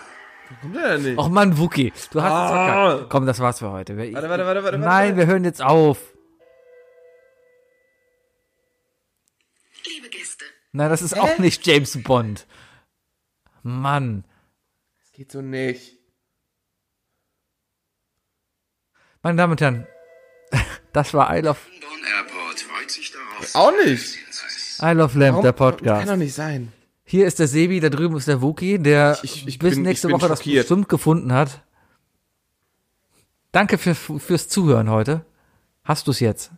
Speaker 7: Kommt er denn nicht?
Speaker 2: Och Mann, Wookie, du hast es
Speaker 7: Ah.
Speaker 2: verkackt. Komm, das war's für heute. Wir-
Speaker 7: Warte, warte, warte, warte,
Speaker 2: Nein, wir hören jetzt auf.
Speaker 8: Liebe Gäste,
Speaker 2: Nein, das ist auch nicht James Bond. Mann.
Speaker 7: Das geht so nicht.
Speaker 2: Meine Damen und Herren, das war I Love,
Speaker 8: London Airport freut sich darauf.
Speaker 7: Auch nicht.
Speaker 2: I Love Lamp, der Podcast.
Speaker 7: Kann doch nicht sein.
Speaker 2: Hier ist der Sebi, da drüben ist der Wookie, der
Speaker 7: Ich- ich
Speaker 2: bis
Speaker 7: bin-
Speaker 2: nächste
Speaker 7: ich bin
Speaker 2: Woche das
Speaker 7: schockiert.
Speaker 2: bestimmt gefunden hat. Danke für, fürs Zuhören heute. Hast du es jetzt?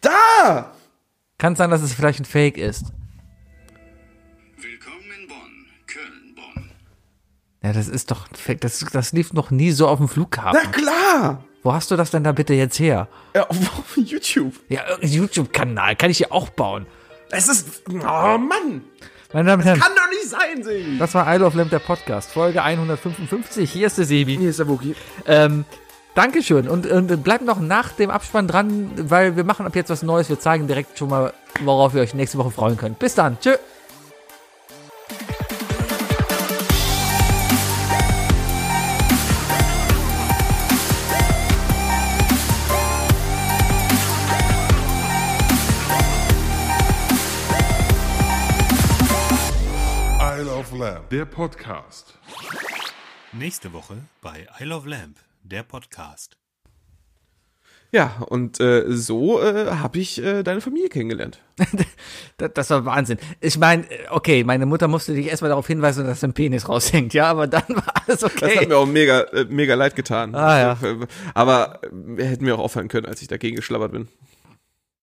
Speaker 7: Da!
Speaker 2: Kann sein, dass es vielleicht ein Fake ist.
Speaker 8: Willkommen in Bonn, Köln, Bonn.
Speaker 2: Ja, das ist doch ein Fake. Das, das lief noch nie so auf dem Flughafen.
Speaker 7: Na klar!
Speaker 2: Wo hast du das denn da bitte jetzt her?
Speaker 7: Ja, auf, auf YouTube.
Speaker 2: Ja, irgendein YouTube-Kanal kann ich hier auch bauen.
Speaker 7: Es ist. Oh Mann!
Speaker 2: Meine Damen und Herren,
Speaker 7: Kann doch nicht sein, Sebi!
Speaker 2: das war I Love Lamp, der Podcast, Folge 155. Hier ist der Sebi.
Speaker 7: Hier ist der Wookie.
Speaker 2: Ähm, Dankeschön. Und, und bleibt noch nach dem Abspann dran, weil wir machen ab jetzt was Neues. Wir zeigen direkt schon mal, worauf ihr euch nächste Woche freuen könnt. Bis dann. Tschö.
Speaker 1: Isle of Lamb, der Podcast.
Speaker 9: Nächste Woche bei I Love Lamp, der Podcast.
Speaker 3: Ja, und äh, so äh, habe ich äh, deine Familie kennengelernt.
Speaker 2: Das, das war Wahnsinn. Ich meine, okay, meine Mutter musste dich erstmal darauf hinweisen, dass dein Penis raushängt, ja, aber dann war alles
Speaker 3: Das hat
Speaker 2: okay.
Speaker 3: mir auch mega, äh, mega leid getan.
Speaker 2: Ah, ja.
Speaker 3: Aber äh, hätten wir auch aufhören können, als ich dagegen geschlabbert bin.